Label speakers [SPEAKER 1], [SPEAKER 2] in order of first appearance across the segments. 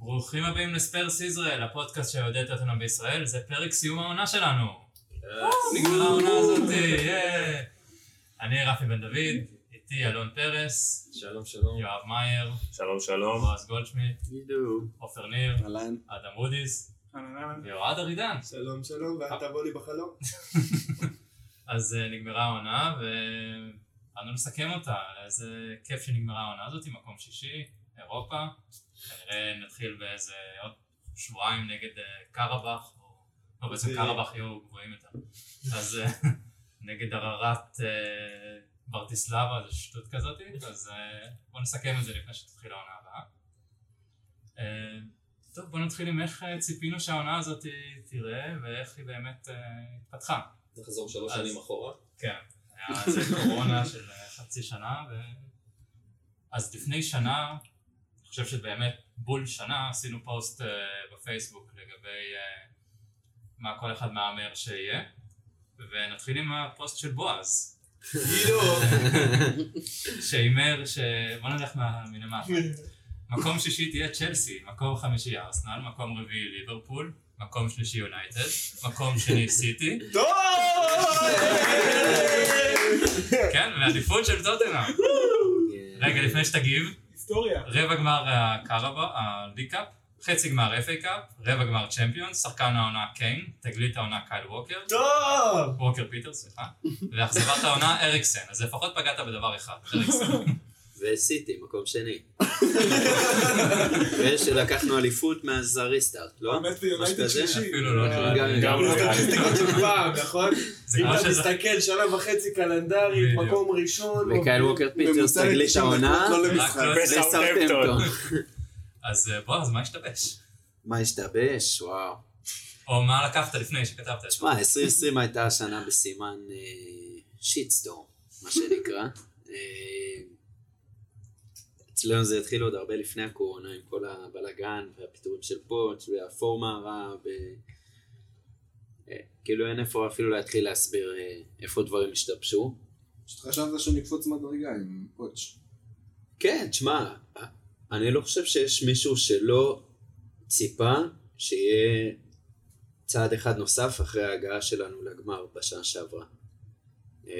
[SPEAKER 1] ברוכים הבאים לספרס ישראל, הפודקאסט שיודד אותנו בישראל, זה פרק סיום העונה שלנו. נגמרה העונה הזאת, יאה. אני רפי בן דוד, איתי אלון פרס,
[SPEAKER 2] שלום שלום.
[SPEAKER 1] יואב מאייר,
[SPEAKER 3] שלום שלום.
[SPEAKER 1] בועז גולדשמיט,
[SPEAKER 2] ידעו.
[SPEAKER 1] עופר ניר,
[SPEAKER 4] אהלן.
[SPEAKER 1] אדם רודיס, ואוהד ארידן.
[SPEAKER 5] שלום שלום, ואל תבוא לי בחלום.
[SPEAKER 1] אז אה, נגמרה העונה, ובאנו לסכם אותה, איזה כיף שנגמרה העונה הזאת, מקום שישי, אירופה. כנראה נתחיל באיזה עוד שבועיים נגד אה, קרבח, או לא, בעצם
[SPEAKER 5] זה-
[SPEAKER 1] קרבח יהיו גבוהים יותר. אז אה, נגד הררת אה, ברטיסלבה, זו שטות כזאת, אז אה, בואו נסכם את זה לפני שתתחיל העונה הבאה. אה, טוב, בואו נתחיל עם איך אה, ציפינו שהעונה הזאת תיראה, ואיך היא באמת אה, התפתחה.
[SPEAKER 2] נחזור שלוש
[SPEAKER 1] אז-
[SPEAKER 2] שנים אחורה.
[SPEAKER 1] כן, היה איזה קורונה של אה, חצי שנה, ו... אז לפני שנה, אני חושב שבאמת בול שנה, עשינו פוסט אה, בפייסבוק לגבי אה, מה כל אחד מהמר שיהיה, ונתחיל עם הפוסט של בועז,
[SPEAKER 5] כאילו,
[SPEAKER 1] שהימר ש... בוא נלך מה- מלמטה. מקום שישי תהיה צ'לסי, מקום חמישי ארסנל, מקום רביעי ליברפול, מקום שלישי יונייטד, מקום שני סיטי,
[SPEAKER 5] טוב!
[SPEAKER 1] כן, ועדיפות של טוטנאם. רגע, לפני שתגיב,
[SPEAKER 5] היסטוריה.
[SPEAKER 1] רבע גמר אה, הקרבה, הליקאפ, חצי גמר FA קאפ, רבע גמר צ'מפיון, שחקן העונה קיין, תגלית העונה קייל ווקר,
[SPEAKER 5] טוב!
[SPEAKER 1] ווקר פיטר, סליחה, ואכזבת העונה אריקסן, אז לפחות פגעת בדבר אחד,
[SPEAKER 5] אוקיי.
[SPEAKER 1] אריקסן.
[SPEAKER 3] וסיטי, מקום שני. ושלקחנו אליפות מאז הריסטארט, לא?
[SPEAKER 5] באמת ביונייטד
[SPEAKER 3] כזה,
[SPEAKER 5] שלישי.
[SPEAKER 1] אפילו לא נראה לי.
[SPEAKER 3] גם
[SPEAKER 5] זה
[SPEAKER 3] לא נראה לי.
[SPEAKER 5] סטטיסטיקות של פעם, נכון?
[SPEAKER 1] זה
[SPEAKER 5] אם
[SPEAKER 1] כמו
[SPEAKER 5] אתה
[SPEAKER 1] שזה...
[SPEAKER 5] מסתכל, שנה וחצי קלנדרית,
[SPEAKER 1] בדיוק.
[SPEAKER 5] מקום ראשון.
[SPEAKER 3] וקייל ווקר פיטרס
[SPEAKER 4] ממוצע
[SPEAKER 3] תגלית
[SPEAKER 4] לתשעים
[SPEAKER 3] העונה,
[SPEAKER 4] דקות לא
[SPEAKER 1] רק
[SPEAKER 4] למשחק.
[SPEAKER 1] לא-
[SPEAKER 3] וסאוטהמפטון.
[SPEAKER 1] אז אה, בוא, אז מה השתבש?
[SPEAKER 3] מה השתבש? וואו.
[SPEAKER 1] או מה לקחת לפני שכתבת את זה?
[SPEAKER 3] תשמע, 2020 הייתה השנה בסימן שיטסטורם, מה שנקרא. אה, אצלנו זה התחיל עוד הרבה לפני הקורונה, עם כל הבלגן והפיטורים של פוץ' והפורמה הרע, ו... אה, כאילו אין איפה אפילו להתחיל להסביר אה, איפה דברים השתבשו.
[SPEAKER 4] פשוט חשבת שנקפוץ מדרגה עם פוץ'.
[SPEAKER 3] כן, תשמע, אני לא חושב שיש מישהו שלא ציפה שיהיה צעד אחד נוסף אחרי ההגעה שלנו לגמר בשנה שעברה. אה,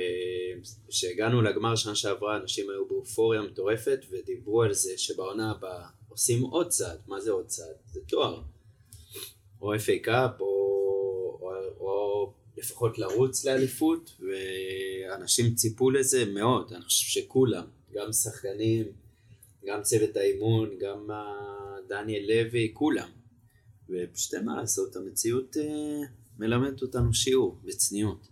[SPEAKER 3] כשהגענו לגמר שנה שעברה, אנשים היו באופוריה מטורפת ודיברו על זה שבעונה הבאה עושים עוד צעד. מה זה עוד צעד? זה תואר. או FA קאפ, או, או, או לפחות לרוץ לאליפות, ואנשים ציפו לזה מאוד, אני חושב שכולם, גם שחקנים, גם צוות האימון, גם אה, דניאל לוי, כולם. ופשוט אין מה לעשות, המציאות אה, מלמדת אותנו שיעור, בצניעות.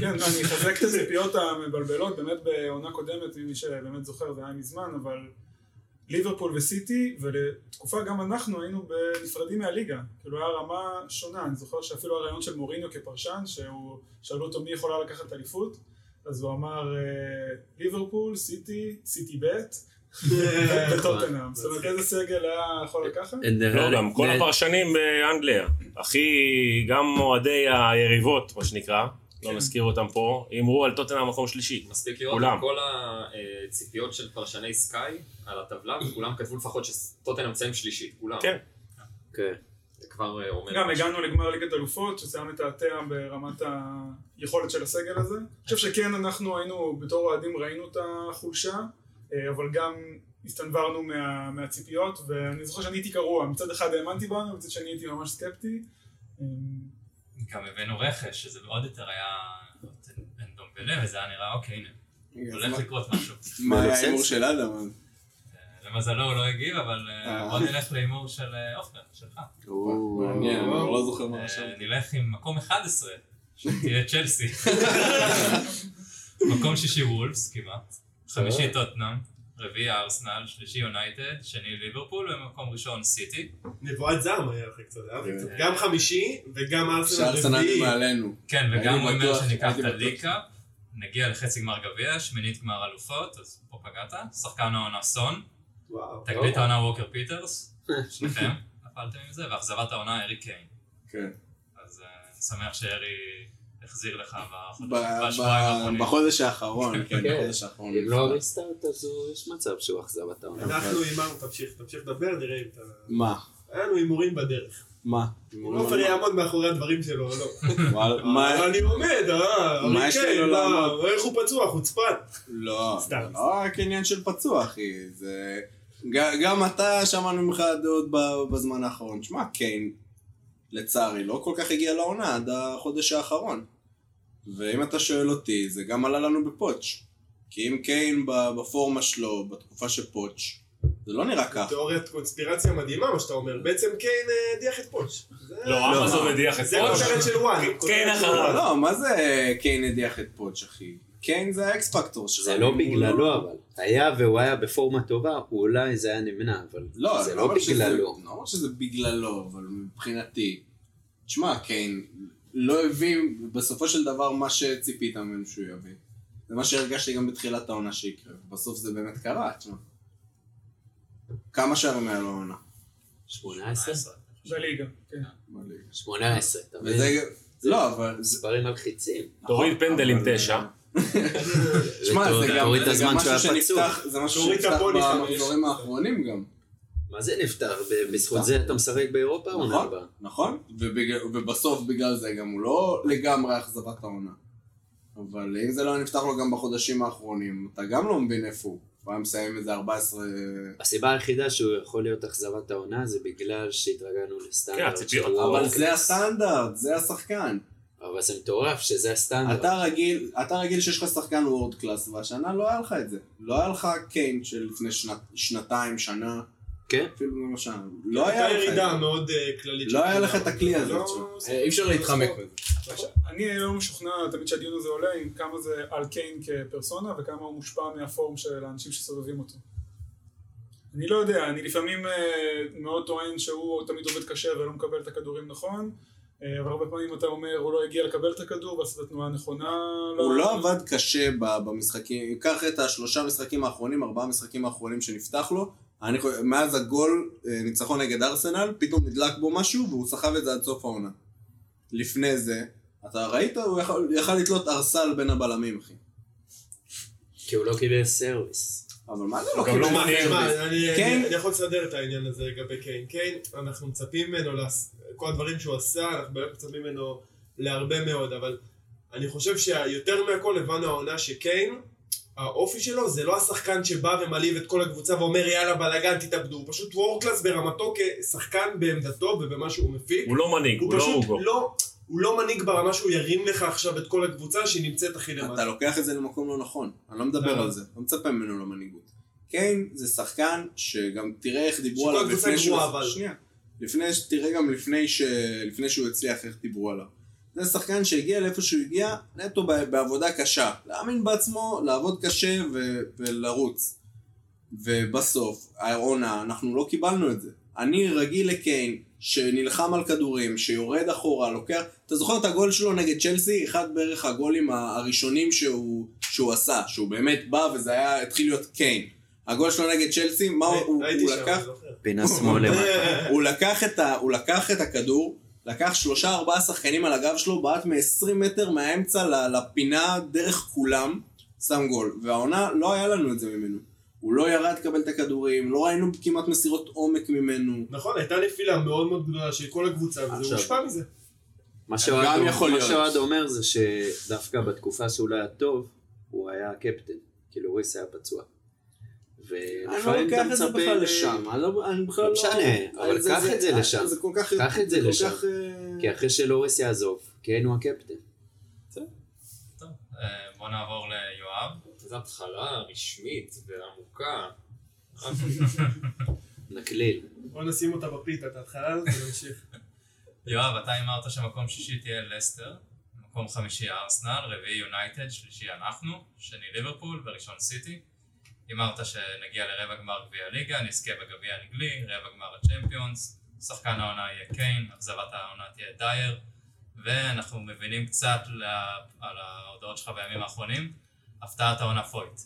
[SPEAKER 6] כן, ואני אחזק את הציפיות המבלבלות, באמת בעונה קודמת, מי שבאמת זוכר, זה היה מזמן, אבל ליברפול וסיטי, ולתקופה גם אנחנו היינו נפרדים מהליגה, כאילו היה רמה שונה, אני זוכר שאפילו הרעיון של מוריניו כפרשן, שהוא, שאלו אותו מי יכולה לקחת אליפות, אז הוא אמר אה, ליברפול, סיטי, סיטי ב' וטוטנאם, זאת אומרת איזה סגל היה יכול לקחת?
[SPEAKER 7] לא, גם כל הפרשנים באנגליה, הכי, גם אוהדי היריבות, מה שנקרא,
[SPEAKER 2] כן.
[SPEAKER 7] לא נזכיר אותם פה, הימרו על טוטנאם מקום שלישי.
[SPEAKER 2] מספיק לראות
[SPEAKER 7] כולם.
[SPEAKER 2] את כל הציפיות של פרשני סקאי על הטבלה, וכולם כתבו לפחות שטוטן נמצאים שלישית, כולם.
[SPEAKER 7] כן.
[SPEAKER 3] כן.
[SPEAKER 2] זה כבר אה, אומר.
[SPEAKER 6] גם
[SPEAKER 2] משהו.
[SPEAKER 6] הגענו לגמר ליגת אלופות, שזה היה מתעתע ברמת היכולת של הסגל הזה. אני חושב שכן, אנחנו היינו, בתור אוהדים ראינו את החולשה, אה, אבל גם הסתנוורנו מה, מהציפיות, ואני זוכר שאני הייתי קרוע, מצד אחד האמנתי בנו, מצד שני הייתי ממש סקפטי. אה,
[SPEAKER 1] גם הבאנו רכש, שזה עוד יותר היה... בן דומבלה, וזה היה נראה, אוקיי, הנה,
[SPEAKER 5] כן,
[SPEAKER 4] רגע, אז
[SPEAKER 1] הולך לקרות משהו.
[SPEAKER 4] מה- מה היה
[SPEAKER 3] מלוסץ?
[SPEAKER 4] ההימור של אדם? אז?
[SPEAKER 1] אה, למזלו הוא לא הגיב, אבל אה,
[SPEAKER 4] אה.
[SPEAKER 1] בוא נלך להימור של אה, עופר, שלך.
[SPEAKER 2] כן,
[SPEAKER 4] מעניין, אני לא זוכר מה
[SPEAKER 1] אה,
[SPEAKER 4] עכשיו.
[SPEAKER 1] נלך עם מקום 11, שתהיה צ'לסי. מקום שישי וולפס כמעט,
[SPEAKER 4] אה.
[SPEAKER 1] חמישי טוטנאם, רביעי ארסנל, שלישי יונייטד, שני ליברפול ומקום ראשון סיטי.
[SPEAKER 5] נבואת זעם היה לך קצת, אה?
[SPEAKER 4] כן.
[SPEAKER 5] גם חמישי וגם ארסנל
[SPEAKER 4] שארסנלים
[SPEAKER 5] רביעי.
[SPEAKER 4] עלינו.
[SPEAKER 1] כן, וגם הוא אומר
[SPEAKER 4] בטוח,
[SPEAKER 1] שניקח את
[SPEAKER 4] הייתי בטוח.
[SPEAKER 1] הליקה, נגיע לחצי גמר גביע, שמינית גמר אלופות, אז פה פגעת, שחקן העונה סון,
[SPEAKER 4] לא.
[SPEAKER 5] וואו.
[SPEAKER 1] תגלית העונה ווקר פיטרס,
[SPEAKER 4] אה.
[SPEAKER 1] שניכם נפלתם עם זה, ואכזבת העונה ארי קיין.
[SPEAKER 4] כן.
[SPEAKER 1] אז אה, אני שמח שארי החזיר לך בחודש-
[SPEAKER 4] ב-
[SPEAKER 1] בשבועיים
[SPEAKER 4] ב-
[SPEAKER 1] האחרונים.
[SPEAKER 4] בחודש האחרון, כן,
[SPEAKER 3] כן.
[SPEAKER 4] בחודש האחרון.
[SPEAKER 3] אם לא ריסטארט אז הוא- יש מצב שהוא אכזב את העונה.
[SPEAKER 5] אנחנו הימרנו, תמשיך, תמשיך לדבר, נראה אם אתה...
[SPEAKER 4] מה?
[SPEAKER 5] היה לנו הימורים בדרך.
[SPEAKER 4] מה?
[SPEAKER 5] אם עופר יעמוד לא מאחורי הדברים שלו או לא.
[SPEAKER 4] וואל- מה?
[SPEAKER 5] אבל אני עומד, אה,
[SPEAKER 4] מה יש
[SPEAKER 5] אריקן,
[SPEAKER 4] לנו
[SPEAKER 5] מה,
[SPEAKER 4] לעמוד?
[SPEAKER 5] איך הוא פצוע, חוצפן.
[SPEAKER 4] לא,
[SPEAKER 5] סתם.
[SPEAKER 4] לא רק עניין של פצוע, אחי. זה... ג- גם אתה שמענו ממך דעות ב- בזמן האחרון. שמע, קיין, לצערי, לא כל כך הגיע לעונה עד החודש האחרון. ואם אתה שואל אותי, זה גם עלה לנו בפוטש. כי אם קיין ב- בפורמה שלו, בתקופה של פוטש, זה לא נראה ככה.
[SPEAKER 5] תיאוריית קונספירציה מדהימה, מה שאתה אומר. בעצם קיין אה, הדיח את פוטש. זה-
[SPEAKER 7] לא, אמזון מדיח את
[SPEAKER 5] זה
[SPEAKER 7] פוטש.
[SPEAKER 5] הכותרת של וואן.
[SPEAKER 7] קיין אחריו.
[SPEAKER 4] לא, מה זה קיין הדיח את פוטש, אחי? קיין זה האקס פקטור שלו.
[SPEAKER 3] זה לא בגללו אבל. היה והוא היה בפורמה טובה, אולי זה היה נמנע, אבל
[SPEAKER 4] לא,
[SPEAKER 3] זה
[SPEAKER 4] אני
[SPEAKER 3] לא
[SPEAKER 4] אומר שזה-
[SPEAKER 3] בגללו.
[SPEAKER 4] אני לא אומר שזה בגללו, אבל מבחינתי, תשמע, קיין לא הביא בסופו של דבר מה שציפית ממנו שהוא יביא. זה מה שהרגשתי גם בתחילת העונה שיקרה, בסוף זה באמת קרה, תשמע. כמה שערים היה לו העונה?
[SPEAKER 3] 18?
[SPEAKER 6] בליגה, כן.
[SPEAKER 4] בליגה.
[SPEAKER 3] 18, אתה מבין?
[SPEAKER 4] וזה... לא, אבל... זה- נכון,
[SPEAKER 3] מספרים מלחיצים.
[SPEAKER 7] תוריד פנדלים
[SPEAKER 4] אבל-
[SPEAKER 7] תשע.
[SPEAKER 4] שמע, זה
[SPEAKER 3] ותוריד-
[SPEAKER 4] גם
[SPEAKER 3] תוריד את
[SPEAKER 4] זה גם
[SPEAKER 3] הזמן שהוא
[SPEAKER 4] משהו
[SPEAKER 3] היה פצוע.
[SPEAKER 4] שנפתח, זה משהו
[SPEAKER 5] תוריד את
[SPEAKER 4] שנפתח
[SPEAKER 5] הפוני חמש.
[SPEAKER 4] במחזורים האחרונים גם.
[SPEAKER 3] מה זה נפתר? ב- בזכות זה אתה משחק באירופה עונה
[SPEAKER 4] נכון.
[SPEAKER 3] הבאה.
[SPEAKER 4] נכון? ובג... ובסוף בגלל זה גם הוא לא לגמרי אכזבת העונה. אבל אם זה לא נפתח לו גם בחודשים האחרונים, אתה גם לא מבין איפה הוא. הוא היה מסיים איזה 14...
[SPEAKER 3] הסיבה היחידה שהוא יכול להיות אכזבת העונה זה בגלל שהתרגלנו
[SPEAKER 7] כן,
[SPEAKER 3] לסטנדרט
[SPEAKER 7] הציפיות.
[SPEAKER 3] שהוא-
[SPEAKER 4] אבל זה הסטנדרט, זה השחקן.
[SPEAKER 3] אבל זה מטורף שזה הסטנדרט.
[SPEAKER 4] אתה רגיל, אתה רגיל שיש לך שחקן וורד קלאס, והשנה לא היה לך את זה. לא היה לך קיין של לפני שנת, שנתיים, שנה,
[SPEAKER 3] כן.
[SPEAKER 4] אפילו לא שנה. לא היה
[SPEAKER 5] הייתה
[SPEAKER 4] לך את
[SPEAKER 5] ירידה
[SPEAKER 4] זה.
[SPEAKER 5] מאוד אה, כללית.
[SPEAKER 4] לא
[SPEAKER 5] של
[SPEAKER 4] היה לך את
[SPEAKER 5] כולם.
[SPEAKER 4] הכלי הזה,
[SPEAKER 5] לא-
[SPEAKER 4] תשמע.
[SPEAKER 3] אה,
[SPEAKER 8] אי אפשר להתחמק מזה.
[SPEAKER 6] אני לא משוכנע תמיד שהדיון הזה עולה עם כמה זה על קיין כפרסונה וכמה הוא מושפע מהפורום של האנשים שסובבים אותו. אני לא יודע, אני לפעמים אה, מאוד טוען שהוא תמיד עובד קשה ולא מקבל את הכדורים נכון, אה, אבל הרבה פעמים אתה אומר הוא לא הגיע לקבל את הכדור ועשה את התנועה הנכונה.
[SPEAKER 4] הוא לא עבד קשה ב- במשחקים, קח את השלושה משחקים האחרונים, ארבעה משחקים האחרונים שנפתח לו, אני חו- מאז הגול, אה, ניצחון נגד ארסנל, פתאום נדלק בו משהו והוא סחב את זה עד סוף העונה. לפני זה, אתה ראית? הוא יכול- יכל לתלות ארסל בין הבלמים, אחי.
[SPEAKER 3] כי הוא לא קיבל סרוויס.
[SPEAKER 4] אבל מה זה
[SPEAKER 5] לא,
[SPEAKER 4] לא
[SPEAKER 5] גם לא
[SPEAKER 4] קיבל
[SPEAKER 5] מעניין.
[SPEAKER 4] סרוויס?
[SPEAKER 5] מה, אני-
[SPEAKER 4] קיין-
[SPEAKER 7] כן?
[SPEAKER 5] אני- אני יכול לסדר את העניין הזה לגבי קיין. קיין, אנחנו מצפים ממנו, לעס- כל הדברים שהוא עשה, אנחנו באמת מצפים ממנו להרבה מאוד, אבל אני חושב שיותר מהכל הבנו העונה שקיין, האופי שלו זה לא השחקן שבא ומלהיב את כל הקבוצה ואומר יאללה בלאגן תתאבדו, הוא פשוט וורקלאס ברמתו כשחקן בעמדתו ובמה שהוא מפיק.
[SPEAKER 7] הוא לא מנהיג, הוא
[SPEAKER 5] הוא
[SPEAKER 7] לא
[SPEAKER 5] פשוט
[SPEAKER 7] אוגו.
[SPEAKER 5] לא, הוא לא מנהיג ברמה שהוא ירים לך עכשיו את כל הקבוצה שהיא נמצאת הכי
[SPEAKER 4] אתה
[SPEAKER 5] למטה.
[SPEAKER 4] לוקח את זה למקום לא נכון, אני לא מדבר
[SPEAKER 5] למה?
[SPEAKER 4] על זה, לא מצפה ממנו למנהיגות. קיין זה שחקן שגם תראה איך דיברו
[SPEAKER 5] שכל
[SPEAKER 4] עליו
[SPEAKER 5] הקבוצה
[SPEAKER 4] לפני שהוא...
[SPEAKER 5] גרועה, אבל-
[SPEAKER 4] שנייה. לפני, ש- תראה גם לפני, ש... לפני שהוא הצליח איך דיברו עליו. זה שחקן שהגיע לאיפה שהוא הגיע נטו ב- בעבודה קשה. להאמין בעצמו, לעבוד קשה ו... ולרוץ. ובסוף, העונה, אנחנו לא קיבלנו את זה. אני רגיל לקיין, שנלחם על כדורים, שיורד אחורה, לוקח... אתה זוכר את הגול שלו נגד צ'לסי? אחד בערך הגולים ה- הראשונים שהוא, שהוא עשה, שהוא באמת בא וזה היה, התחיל להיות קיין. הגול שלו נגד צ'לסי, מה הוא, הוא,
[SPEAKER 5] הייתי
[SPEAKER 4] הוא
[SPEAKER 5] שם,
[SPEAKER 4] לקח?
[SPEAKER 5] אני זוכר.
[SPEAKER 3] פינה שמאל למטה.
[SPEAKER 4] הוא לקח את ה- הוא לקח את הכדור, לקח שלושה ארבעה שחקנים על הגב שלו, בעט מ-20 מטר מהאמצע ל- לפינה דרך כולם, שם גול. והעונה, לא היה לנו את זה ממנו. הוא לא ירד לקבל את הכדורים, לא ראינו כמעט מסירות עומק ממנו.
[SPEAKER 5] נכון, הייתה נפילה מאוד מאוד גדולה של כל הקבוצה, וזה
[SPEAKER 3] עכשיו.
[SPEAKER 5] הושפע מזה.
[SPEAKER 3] מה שאוהד
[SPEAKER 4] גם יכול
[SPEAKER 3] מה
[SPEAKER 4] להיות.
[SPEAKER 3] שאוהד אומר זה שדווקא בתקופה שהוא לא היה טוב, הוא היה הקפטן. כאילו לואיס היה פצוע.
[SPEAKER 4] אני לא
[SPEAKER 3] ולפעמים אתה
[SPEAKER 4] לוקח את זה
[SPEAKER 3] מצפה...
[SPEAKER 4] בכלל
[SPEAKER 3] ל-
[SPEAKER 4] לשם, אני לא- אני בכלל
[SPEAKER 3] לא
[SPEAKER 4] לא...
[SPEAKER 3] משנה, אבל
[SPEAKER 4] זה-
[SPEAKER 3] קח את זה לשם.
[SPEAKER 4] זה כל כך...
[SPEAKER 3] קח את זה
[SPEAKER 4] כל
[SPEAKER 3] לשם.
[SPEAKER 4] כך, אה,
[SPEAKER 3] כי אחרי שלוריס יעזוב, קיין הוא הקפטן.
[SPEAKER 1] טוב, אה, בוא נעבור ליואב.
[SPEAKER 2] זו התחלה רשמית ועמוקה.
[SPEAKER 3] נקליל.
[SPEAKER 5] בוא נשים אותה בפיתה, את ההתחלה הזאת, ונמשיך.
[SPEAKER 1] יואב, אתה הימרת שמקום שישי תהיה לסטר, מקום חמישי ארסנל, רביעי יונייטד, שלישי אנחנו, שני ליברפול וראשון סיטי. הימרת שנגיע לרבע גמר גביע ליגה, נזכה בגביע האנגלי, רבע גמר הצ'מפיונס, שחקן העונה יהיה קיין, אכזבת העונה תהיה דייר, ואנחנו מבינים קצת ל- על ההודעות שלך בימים האחרונים, הפתעת העונה פויט.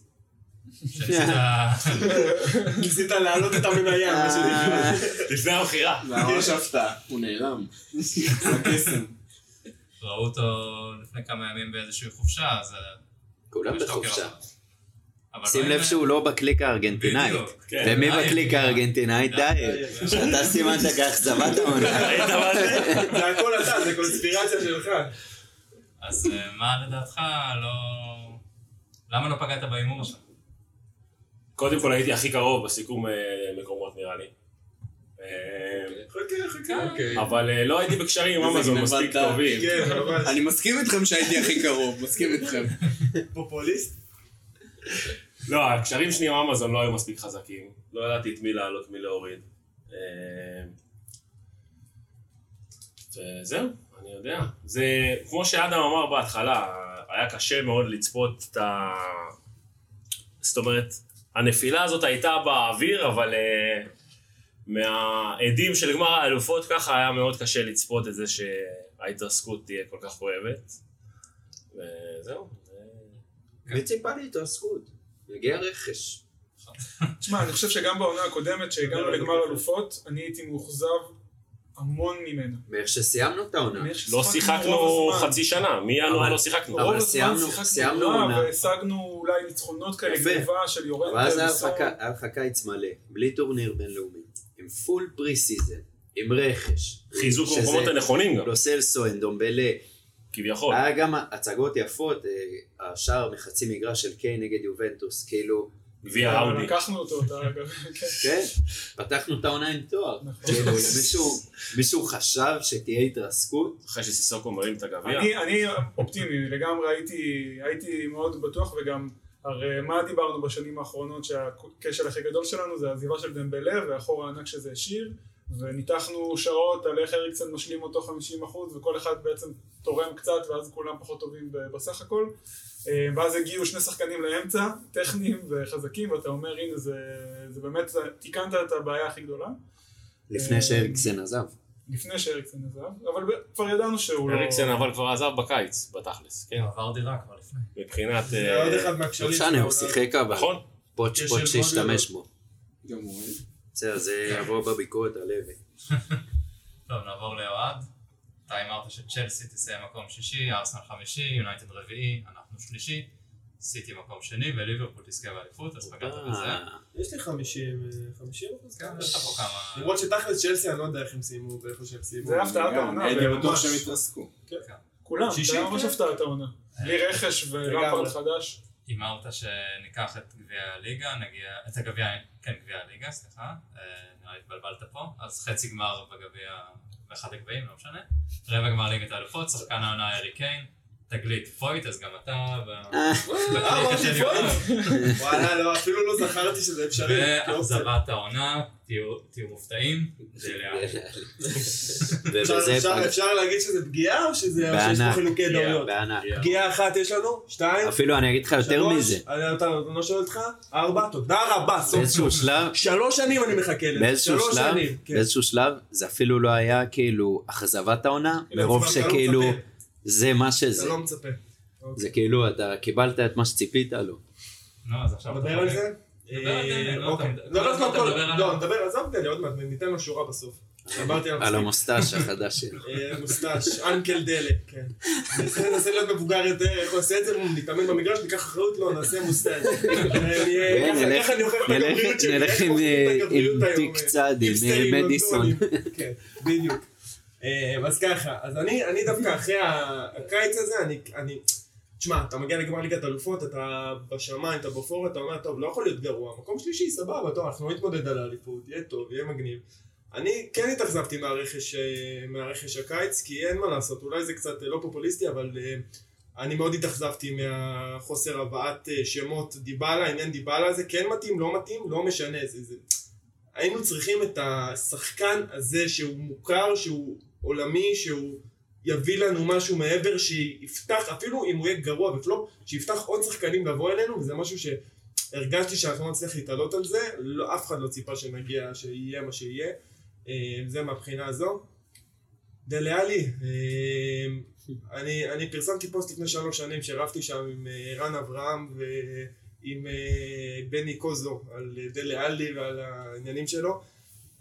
[SPEAKER 1] שניסית-
[SPEAKER 3] כן.
[SPEAKER 5] ניסית להעלות את המניה, מה
[SPEAKER 3] אה.
[SPEAKER 5] שנקרא.
[SPEAKER 3] כן.
[SPEAKER 7] לפני המכירה.
[SPEAKER 4] והראש הפתעה. הוא נעלם. זה הקסם.
[SPEAKER 1] ראו אותו לפני כמה ימים באיזושהי חופשה, אז... אה,
[SPEAKER 3] כולם
[SPEAKER 1] יש את העוקר
[SPEAKER 3] בחופשה.
[SPEAKER 1] אחריו. אבל
[SPEAKER 3] שים
[SPEAKER 1] לא
[SPEAKER 3] לב
[SPEAKER 1] עם-
[SPEAKER 3] שהוא לא בקליק הארגנטינאית.
[SPEAKER 1] בדיוק. אה,
[SPEAKER 7] כן.
[SPEAKER 3] ומי
[SPEAKER 1] די,
[SPEAKER 3] בקליק
[SPEAKER 1] די.
[SPEAKER 3] הארגנטינאית?
[SPEAKER 1] די,
[SPEAKER 3] די. אתה סימנת כאכזבת העונה.
[SPEAKER 7] ראית מה זה?
[SPEAKER 5] זה הכל אתה, זה קונספירציה שלך.
[SPEAKER 1] אז אה, מה לדעתך לא... למה לא פגעת בהימור שלך?
[SPEAKER 7] קודם כל הייתי הכי קרוב בסיכום אה, מקומות נראה לי. אה,
[SPEAKER 5] חכה, חכה.
[SPEAKER 2] אוקיי.
[SPEAKER 7] אבל אה, לא הייתי בקשרים עם אמזון מספיק
[SPEAKER 4] גניבת דעת.
[SPEAKER 7] טובים.
[SPEAKER 5] כן, ממש.
[SPEAKER 4] אני מסכים איתכם שהייתי הכי קרוב, מסכים איתכם.
[SPEAKER 5] פופוליסט.
[SPEAKER 7] לא, הקשרים שלי עם אמזון לא היו מספיק חזקים. לא ידעתי את מי להעלות, מי להוריד. אה, וזהו, אני יודע. זה, כמו שאדם אמר בהתחלה, היה קשה מאוד לצפות את ה... זאת אומרת, הנפילה הזאת הייתה באוויר, אבל אה, מהעדים של גמר האלופות ככה היה מאוד קשה לצפות את זה שההתרסקות תהיה כל כך כואבת. וזהו. אה, זה-
[SPEAKER 3] וציפה להתרסקות. מגיע רכש.
[SPEAKER 6] תשמע, אני חושב שגם בעונה הקודמת,
[SPEAKER 5] לא,
[SPEAKER 6] שהגענו לגמר אלופות, אני הייתי מאוכזב המון ממנה.
[SPEAKER 3] מאיך שסיימנו את העונה.
[SPEAKER 6] אני חושב
[SPEAKER 7] לא
[SPEAKER 6] ששיחקנו רוב
[SPEAKER 7] שיחקנו
[SPEAKER 6] הזמן.
[SPEAKER 7] חצי שנה, מינואר
[SPEAKER 3] אבל-
[SPEAKER 7] לא שיחקנו.
[SPEAKER 3] אבל
[SPEAKER 6] רוב הזמן
[SPEAKER 3] סיימנו-
[SPEAKER 6] שיחקנו
[SPEAKER 3] סיימנו
[SPEAKER 6] רע,
[SPEAKER 3] עונה.
[SPEAKER 6] והשגנו אולי ניצחונות כאלה,
[SPEAKER 3] יפה.
[SPEAKER 6] גניבה של יורנטה.
[SPEAKER 3] ואז היה
[SPEAKER 6] וסון.
[SPEAKER 3] לך ק- היה לך קיץ מלא, בלי טורניר בינלאומי, עם פול פרי סיזן, עם רכש.
[SPEAKER 7] חיזוק
[SPEAKER 3] שזה
[SPEAKER 7] במקומות הנכונים גם,
[SPEAKER 3] לא אה? סלסו, אנדומבלה.
[SPEAKER 7] כביכול.
[SPEAKER 3] היה גם הצגות יפות, אה, השער מחצי מגרש של קיי נגד יובנטוס, כאילו,
[SPEAKER 7] ויה האודי.
[SPEAKER 6] לקחנו אותו, אתה אגב. כן.
[SPEAKER 3] כן, פתחנו את העונה עם תואר.
[SPEAKER 6] נכון.
[SPEAKER 3] כאילו, למישהו- מישהו חשב שתהיה התרסקות?
[SPEAKER 7] אחרי שסיסוקו מרים את הגביע.
[SPEAKER 6] אני, אני אופטימי, לגמרי הייתי, הייתי מאוד בטוח וגם, הרי מה דיברנו בשנים האחרונות שהכשל הכי גדול שלנו זה העזיבה של דמבלה והחור הענק שזה השאיר וניתחנו שעות על איך אריקסן משלים אותו 50% וכל אחד בעצם תורם קצת ואז כולם פחות טובים ב- בסך הכל אה, ואז הגיעו שני שחקנים לאמצע, טכניים וחזקים ואתה אומר הנה זה, זה באמת, תיקנת את הבעיה הכי גדולה אה,
[SPEAKER 3] לפני שאריקסן עזב.
[SPEAKER 6] לפני שאריקסן עזב, אבל ב- כבר ידענו שהוא לא...
[SPEAKER 7] אריקסן אבל כבר עזב בקיץ, בתכלס, כן?
[SPEAKER 1] הוא עבר דירה כבר לפני.
[SPEAKER 7] מבחינת...
[SPEAKER 5] זה
[SPEAKER 7] אה,
[SPEAKER 5] עוד אחד מהכשלים.
[SPEAKER 3] לא משנה,
[SPEAKER 5] של
[SPEAKER 3] הוא
[SPEAKER 5] העונה.
[SPEAKER 3] שיחק אבל,
[SPEAKER 7] נכון?
[SPEAKER 3] פוטש
[SPEAKER 5] יש
[SPEAKER 3] פוטש
[SPEAKER 5] של מובילות.
[SPEAKER 3] השתמש בו.
[SPEAKER 4] גם הוא, אה?
[SPEAKER 3] בסדר, זה יבוא בביקורת על לוי.
[SPEAKER 1] טוב, נעבור לאוהד. אתה אמרת שצ'לסי תסיים מקום שישי, ארסנל חמישי, יונייטד רביעי, אנחנו שלישי, סיטי מקום שני וליברפול תזכה באליפות, אז פגעת בזה.
[SPEAKER 3] אה,
[SPEAKER 5] יש לי 50, אה, 50 אחוז?
[SPEAKER 1] כן, יש לך פה כמה...
[SPEAKER 5] למרות שתכלס צלסי, אני לא יודע איך הם סיימו, ואיפה שהם סיימו.
[SPEAKER 6] זה הפתעת
[SPEAKER 4] גם,
[SPEAKER 6] העונה,
[SPEAKER 4] הייתי
[SPEAKER 6] ממש. כן.
[SPEAKER 4] בטוח שהם התרסקו.
[SPEAKER 6] כולם,
[SPEAKER 5] שישי,
[SPEAKER 6] זה היה ממש
[SPEAKER 5] כן.
[SPEAKER 6] הפתעת העונה. בלי רכש ולמפרד
[SPEAKER 5] אה, לגמרי.
[SPEAKER 6] חדש.
[SPEAKER 1] הימרת שניקח את גביע הליגה, נגיע... את הגביע... כן, גביע הליגה, סליחה. אה, נראה לי התבלבלת פה. אז חצי גמר בגביע... באחד הגביעים, לא משנה. רבע גמר ליגת האלופות, שחקן העונה ארי קיין. תגלית פויט, אז גם אתה... ב-
[SPEAKER 5] אה, אמרתי פוינט? וואלה, לא, אפילו לא זכרתי שזה אפשרי. לא
[SPEAKER 1] ואכזבת העונה, תהיו תהיו מופתעים, זה לאט.
[SPEAKER 5] אפשר-
[SPEAKER 3] ובזה
[SPEAKER 5] אפשר-
[SPEAKER 3] פגע-
[SPEAKER 5] אפשר להגיד שזה פגיעה, או שזה- או שיש פה
[SPEAKER 3] בענק.
[SPEAKER 5] חילוקי דעויות?
[SPEAKER 3] בענק.
[SPEAKER 5] פגיעה אחת יש לנו, שתיים,
[SPEAKER 3] אפילו אני אגיד לך יותר
[SPEAKER 5] שלוש,
[SPEAKER 3] מזה.
[SPEAKER 5] אני אתה- אני לא שואל אותך, ארבע, תודה רבה, סוף
[SPEAKER 3] באיזשהו
[SPEAKER 5] סוף.
[SPEAKER 3] שלב,
[SPEAKER 5] שלוש שנים אני מחכה לזה,
[SPEAKER 3] באיזשהו
[SPEAKER 5] שלוש
[SPEAKER 3] שלב,
[SPEAKER 5] שנים. כן.
[SPEAKER 3] באיזשהו שלב, זה אפילו לא היה כאילו אכזבת העונה,
[SPEAKER 5] כאילו,
[SPEAKER 3] מרוב
[SPEAKER 5] אתה לא
[SPEAKER 3] שכאילו
[SPEAKER 5] מצפה,
[SPEAKER 3] זה מה
[SPEAKER 5] אתה
[SPEAKER 3] שזה.
[SPEAKER 5] לא מצפה.
[SPEAKER 3] זה כאילו אתה קיבלת את מה שציפית לו.
[SPEAKER 1] נו, אז עכשיו...
[SPEAKER 5] נדבר על זה?
[SPEAKER 1] דבר על זה,
[SPEAKER 5] אה,
[SPEAKER 1] לא,
[SPEAKER 5] אוקיי.
[SPEAKER 1] אתה-
[SPEAKER 5] לא, לא,
[SPEAKER 1] אתה
[SPEAKER 5] קודם כל,
[SPEAKER 1] מדבר על-
[SPEAKER 5] לא, נדבר, עזוב דני, עוד מעט, ניתן לו שורה בסוף. דיברתי עליו.
[SPEAKER 3] על המוסטש החדש שלו.
[SPEAKER 5] אה, מוסטש, אנקל דלה, כן. ננסה ננסה להיות מבוגר יותר, איך הוא עושה את זה, הוא מתאמן במגרש, ניקח אחריות, לא, נעשה מוסטש.
[SPEAKER 3] כן,
[SPEAKER 5] נלך,
[SPEAKER 3] נלך-
[SPEAKER 5] ככה אני אוכיח את
[SPEAKER 3] נלך-
[SPEAKER 5] הגבריות שלי,
[SPEAKER 3] נלך
[SPEAKER 5] איך
[SPEAKER 3] עם,
[SPEAKER 5] מוכיחים את
[SPEAKER 3] אה,
[SPEAKER 5] הגבריות
[SPEAKER 3] עם
[SPEAKER 5] היום,
[SPEAKER 3] תיק
[SPEAKER 5] אה,
[SPEAKER 3] צד, עם
[SPEAKER 5] טיפסטרים,
[SPEAKER 3] אה, מדיסון.
[SPEAKER 5] נונטונים. כן, בדיוק. אה, אז ככה, אז אני אני דווקא אחרי ה- הקיץ הזה, אני- אני... תשמע, אתה מגיע לגמר ליגת אלופות, אתה בשמיים, אתה באופוריה, אתה אומר, טוב, לא יכול להיות גרוע, מקום שלישי, סבבה, טוב, אנחנו נתמודד על האליפות, יהיה טוב, יהיה מגניב. אני כן התאכזבתי מהרכש, אה, מהרכש הקיץ, כי אין מה לעשות, אולי זה קצת אה, לא פופוליסטי, אבל אה, אני מאוד התאכזבתי מהחוסר הבאת אה, שמות דיבלה, עניין דיבלה הזה, כן מתאים, לא מתאים, לא משנה, זה, זה. היינו צריכים את השחקן הזה שהוא מוכר, שהוא עולמי, שהוא יביא לנו משהו מעבר, שיפתח, אפילו אם הוא יהיה גרוע ופלופ, שיפתח עוד שחקנים לבוא אלינו, וזה משהו שהרגשתי שאנחנו לא נצליח להתעלות על זה, לא, אף אחד לא ציפה שנגיע, שיהיה מה שיהיה, אה, זה מהבחינה הזו. דליאלי, אה, אני, אני פרסמתי פוסט לפני שלוש שנים שרבתי שם עם אה, ערן אברהם אה, ועם אה, בני קוזו על אה, דלה עלי ועל העניינים שלו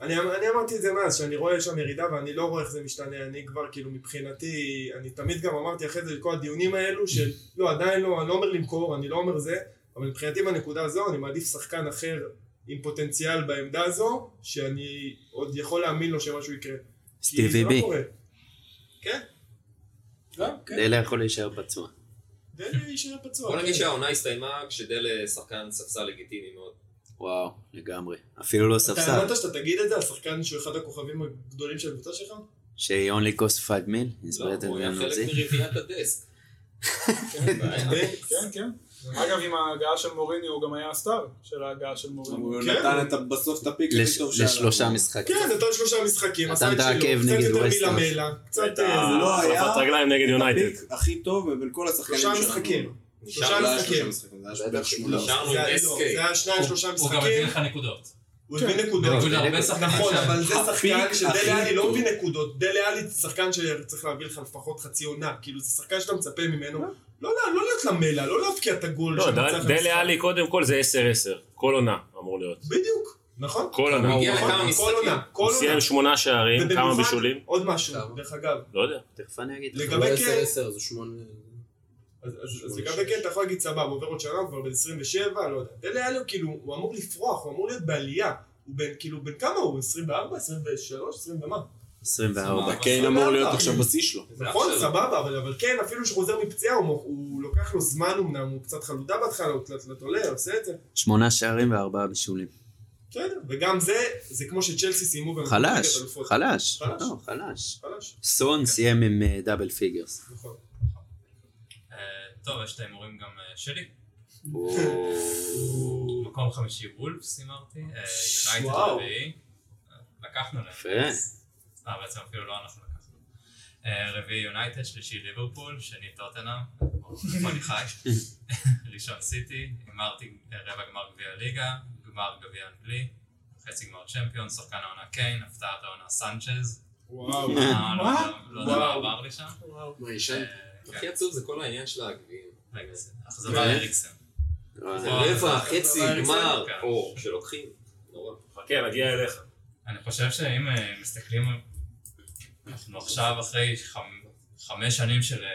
[SPEAKER 5] אני, אני אמרתי את זה מאז, שאני רואה שם ירידה ואני לא רואה איך זה משתנה, אני כבר כאילו מבחינתי, אני תמיד גם אמרתי אחרי זה לכל הדיונים האלו, שלא עדיין לא, אני לא אומר למכור, אני לא אומר זה, אבל מבחינתי בנקודה הזו אני מעדיף שחקן אחר עם פוטנציאל בעמדה הזו, שאני עוד יכול להאמין לו שמשהו יקרה. כי
[SPEAKER 3] סטיבי
[SPEAKER 5] זה לא
[SPEAKER 3] בי.
[SPEAKER 5] קורה. כן? גם, כן.
[SPEAKER 3] דלה לא יכול להישאר בעצמה.
[SPEAKER 5] דני יישאר פצוע.
[SPEAKER 2] בוא
[SPEAKER 5] כן.
[SPEAKER 2] נגיד שהעונה הסתיימה כשדלה שחקן ספסל לגיטימי מאוד.
[SPEAKER 3] וואו, לגמרי. אפילו לא
[SPEAKER 5] אתה
[SPEAKER 3] ספסל.
[SPEAKER 5] האמנת שאתה תגיד את זה, השחקן שהוא אחד הכוכבים הגדולים של הקבוצה שלך?
[SPEAKER 3] שהיא only cost 5 מיל, is
[SPEAKER 2] לא,
[SPEAKER 3] better
[SPEAKER 2] הוא היה
[SPEAKER 3] than
[SPEAKER 2] חלק
[SPEAKER 3] זה.
[SPEAKER 2] מרביעיית הדסק.
[SPEAKER 6] כן, כן. אגב, עם ההגעה של מוריני הוא גם היה הסטאר של ההגעה של מוריני.
[SPEAKER 4] הוא
[SPEAKER 5] כן.
[SPEAKER 4] נתן את ה- בסוף את הפיק הכי
[SPEAKER 3] לש-
[SPEAKER 4] טוב שהיה
[SPEAKER 3] לשלושה
[SPEAKER 4] לנו.
[SPEAKER 3] משחקים.
[SPEAKER 5] כן, נתן שלושה משחקים,
[SPEAKER 3] נתן
[SPEAKER 5] עשה את
[SPEAKER 3] את העקב
[SPEAKER 5] שלו, קצת
[SPEAKER 3] נגד
[SPEAKER 5] יותר
[SPEAKER 3] ווסטהאם.
[SPEAKER 5] מלמלה, קצת
[SPEAKER 7] את
[SPEAKER 5] אה, זה לא...
[SPEAKER 4] לא היה.
[SPEAKER 7] החלפת רגליים נגד יונייטד.
[SPEAKER 4] הפיק הכי טוב מבין כל השחקנים
[SPEAKER 5] שלושה
[SPEAKER 4] שלנו.
[SPEAKER 5] משחקים.
[SPEAKER 4] לא
[SPEAKER 5] שלושה
[SPEAKER 4] היה
[SPEAKER 5] משחקים.
[SPEAKER 4] משחקים. זה היה בערך שמונה.
[SPEAKER 2] נשארנו
[SPEAKER 5] זה
[SPEAKER 2] עם
[SPEAKER 5] היה- לא, זה
[SPEAKER 2] SK.
[SPEAKER 5] היה שניים, שלושה
[SPEAKER 1] הוא גם לא, הביא
[SPEAKER 5] משחקים,
[SPEAKER 1] לך נקודות.
[SPEAKER 5] הוא הביא
[SPEAKER 1] בניגוד
[SPEAKER 5] נקודות.
[SPEAKER 1] להרבה שחקנים
[SPEAKER 5] לא, נכון,
[SPEAKER 1] שם.
[SPEAKER 5] אבל זה שחקן
[SPEAKER 4] הפיק
[SPEAKER 5] שדלה
[SPEAKER 4] הכי
[SPEAKER 5] עלי לא
[SPEAKER 4] טוב.
[SPEAKER 5] מביא נקודות, דלה עלי זה שחקן שצריך להביא לך לפחות חצי עונה, כאילו זה שחקן שאתה מצפה ממנו, לא לא- לא להיות למלה, לא להבקיע את הגול.
[SPEAKER 7] לא,
[SPEAKER 5] שמנצח את
[SPEAKER 7] ד- דלה
[SPEAKER 5] המשחק.
[SPEAKER 7] עלי קודם כל זה 10-10. כל עונה אמור להיות.
[SPEAKER 5] בדיוק, נכון?
[SPEAKER 7] כל עונה.
[SPEAKER 2] הגיע
[SPEAKER 5] נכון,
[SPEAKER 2] לכמה
[SPEAKER 5] כל
[SPEAKER 2] משחקים.
[SPEAKER 5] עונה, כל
[SPEAKER 7] הוא
[SPEAKER 5] עונה.
[SPEAKER 7] סיים שמונה שערים, כמה
[SPEAKER 5] ובמיוחד,
[SPEAKER 7] בישולים?
[SPEAKER 5] עוד משהו,
[SPEAKER 8] כמה?
[SPEAKER 5] דרך אגב,
[SPEAKER 7] לא יודע.
[SPEAKER 3] תכף אני אגיד לך.
[SPEAKER 5] לגבי
[SPEAKER 8] לא
[SPEAKER 5] כן,
[SPEAKER 8] 10-10, זה שמונה...
[SPEAKER 5] אז- אז אז
[SPEAKER 8] שמונה,
[SPEAKER 5] לגבי
[SPEAKER 8] שש.
[SPEAKER 5] כן אתה יכול להגיד סבבה, עובר עוד שנה, הוא כבר בן 27, לא יודע. דלה היה לו כאילו, הוא אמור לפרוח, הוא אמור להיות בעלייה. הוא בן, כאילו, בן כמה הוא? 24, 23, 20 ומה?
[SPEAKER 3] 24.
[SPEAKER 8] קיין אמור להיות עכשיו בשיא שלו.
[SPEAKER 2] זה אח
[SPEAKER 5] נכון,
[SPEAKER 2] שלו.
[SPEAKER 5] סבבה, אבל, אבל כן, אפילו שהוא חוזר מפציעה, הוא, מוכ- הוא לוקח לו זמן אמנם, הוא קצת חלודה בהתחלה, הוא קצת קצת עולה, עושה את זה.
[SPEAKER 3] שמונה שערים וארבעה בישולים.
[SPEAKER 5] בסדר, וגם זה, זה כמו שצ'לסי סיימו במקום
[SPEAKER 3] חלש,
[SPEAKER 5] ליגת אלופות.
[SPEAKER 3] חלש.
[SPEAKER 5] לא, חלש.
[SPEAKER 3] לא, חלש.
[SPEAKER 5] חלש,
[SPEAKER 3] סון סיים עם אה, דאבל פיגרס.
[SPEAKER 5] נכון.
[SPEAKER 1] אה, טוב, יש את ההימורים גם אה, שלי. מקום חמישי וולפס, הימרתי. אה, יונייטד
[SPEAKER 5] וואו.
[SPEAKER 1] רביעי. אה, לקחנו להם.
[SPEAKER 3] יפה.
[SPEAKER 1] אה, בעצם אפילו לא אנחנו לקחנו. אה, רביעי יונייטד, שלישי ליברפול, שני טוטנאם, איפה אני חי? ראשון סיטי, הימרתי אה, רבע גמר גביע ליגה, גמר גביע אנגלי, חצי גמר צ'מפיון, שחקן העונה קיין, הפתעת העונה סנצ'ז.
[SPEAKER 5] וואו.
[SPEAKER 1] אה, לא יודע- לא יודע מה
[SPEAKER 5] וואו.
[SPEAKER 1] עבר לי שם.
[SPEAKER 8] מה,
[SPEAKER 1] אה,
[SPEAKER 8] ישן?
[SPEAKER 1] כן.
[SPEAKER 2] הכי עצוב זה כל העניין של כן. הגביעים.
[SPEAKER 1] רגע, זה אכזבה לאריקסן.
[SPEAKER 3] לא
[SPEAKER 2] זה
[SPEAKER 1] וואו.
[SPEAKER 2] רבע, חצי,
[SPEAKER 5] אבל
[SPEAKER 2] גמר,
[SPEAKER 1] כן.
[SPEAKER 2] או, שלוקחים. נורא.
[SPEAKER 7] חכה, נגיע אליך.
[SPEAKER 1] אני חושב שאם אה, מסתכלים, אנחנו עכשיו אחרי חמ- חמש שנים של אה,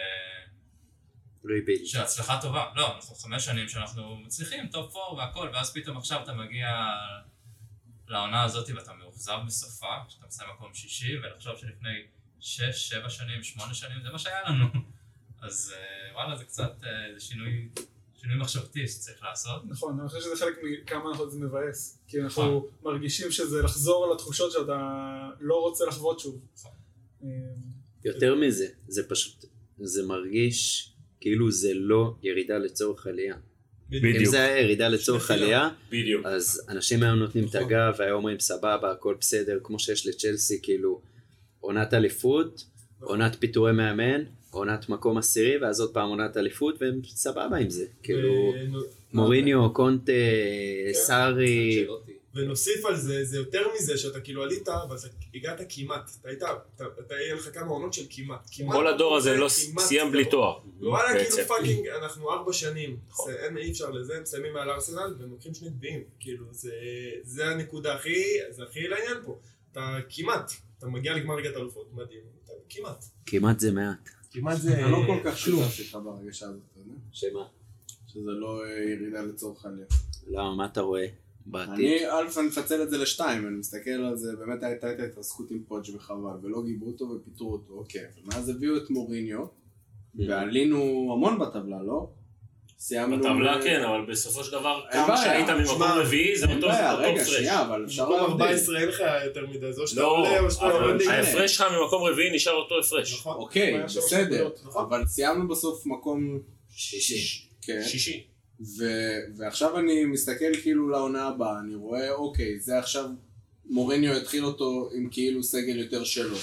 [SPEAKER 3] ריביל.
[SPEAKER 1] של הצלחה טובה. לא, אנחנו חמש שנים שאנחנו מצליחים, טופ 4 והכל, ואז פתאום עכשיו אתה מגיע לעונה הזאת ואתה מאוכזב בסופה, כשאתה מסיים מקום שישי, ולחשוב שלפני שש, שבע שנים, שמונה שנים, זה מה שהיה לנו. אז אה, וואלה, זה קצת, אה, זה שינוי, שינוי מחשבתי שצריך לעשות.
[SPEAKER 6] נכון, אני חושב שזה חלק מכמה אנחנו- זה מבאס. כי אנחנו
[SPEAKER 5] אה.
[SPEAKER 6] מרגישים שזה לחזור לתחושות שאתה לא רוצה לחוות שוב.
[SPEAKER 1] נכון.
[SPEAKER 6] אה,
[SPEAKER 3] יותר מזה, זה פשוט, זה מרגיש כאילו זה לא ירידה לצורך עלייה. אם
[SPEAKER 7] בדיוק.
[SPEAKER 3] זה היה ירידה לצורך עלייה,
[SPEAKER 7] בדיוק.
[SPEAKER 3] אז אנשים היו נותנים את הגב, והיו אומרים סבבה, הכל בסדר, כמו שיש לצ'לסי, כאילו, עונת אליפות, עונת פיטורי מאמן, עונת מקום עשירי, ואז עוד פעם עונת אליפות, והם סבבה עם זה. כאילו,
[SPEAKER 5] ו-
[SPEAKER 3] מוריניו, קונטה, סארי,
[SPEAKER 2] שאלותי.
[SPEAKER 5] ונוסיף על זה, זה יותר מזה שאתה כאילו עלית, אבל אתה הגעת כמעט, אתה היית, אתה, אתה היה לך כמה עונות של כמעט. כמעט
[SPEAKER 7] כל הדור הזה לא
[SPEAKER 5] כמעט
[SPEAKER 7] סיים בלי
[SPEAKER 5] כמעט.
[SPEAKER 7] תואר.
[SPEAKER 5] וואלה,
[SPEAKER 7] בעצם.
[SPEAKER 5] כאילו פאקינג, אנחנו ארבע שנים,
[SPEAKER 7] נכון.
[SPEAKER 5] זה- אין- אי אפשר לזה, הם מסיימים מעל ארסנל והם לוקחים שני גביעים, כאילו, זה, זה הנקודה הכי, זה הכי לעניין פה, אתה כמעט, אתה מגיע לגמר ליגת אלופות, מדהים, אתה כמעט.
[SPEAKER 3] כמעט זה מעט.
[SPEAKER 4] כמעט זה לא כל כך שותף שלך בהרגשה הזאת, אתה יודע?
[SPEAKER 3] שמה?
[SPEAKER 4] שזה לא אה, ירידה לצורך עלייה.
[SPEAKER 3] למה, לא, מה אתה רואה בעתיד?
[SPEAKER 4] אני אלף אני מפצל את זה לשתיים, אני מסתכל על זה, באמת הייתה הייתה התרסקות עם פוג' וחבל, ולא גיבו אותו ופיטרו אותו, אוקיי. ואז הביאו את מוריניו, ועלינו המון בטבלה, לא? סיימנו...
[SPEAKER 7] בטבלה כן, אבל בסופו של דבר,
[SPEAKER 4] אין
[SPEAKER 7] כמה
[SPEAKER 4] בעיה.
[SPEAKER 7] שהיית ממקום
[SPEAKER 5] שמע,
[SPEAKER 7] רביעי, זה
[SPEAKER 4] אין
[SPEAKER 7] אותו
[SPEAKER 4] בעיה,
[SPEAKER 7] אותו
[SPEAKER 4] רגע,
[SPEAKER 7] הפרש.
[SPEAKER 4] שנייה, אבל אפשר
[SPEAKER 5] מקום
[SPEAKER 4] להבדיל.
[SPEAKER 5] 14 אין לך יותר מדי, זה או שאתה
[SPEAKER 7] לא,
[SPEAKER 5] עולה או שאתה
[SPEAKER 7] אבל
[SPEAKER 5] עולה.
[SPEAKER 7] ההפרש שלך ממקום רביעי נשאר אותו הפרש.
[SPEAKER 5] נכון.
[SPEAKER 4] אוקיי,
[SPEAKER 6] היה שלוש
[SPEAKER 4] בסדר,
[SPEAKER 6] נקודות, נכון?
[SPEAKER 4] אבל סיימנו בסוף מקום...
[SPEAKER 7] שישי.
[SPEAKER 4] כן.
[SPEAKER 7] שישי.
[SPEAKER 4] ו- ועכשיו אני מסתכל כאילו לעונה הבאה, אני רואה, אוקיי, זה עכשיו מוריניו יתחיל אותו עם כאילו סגל יותר שלו.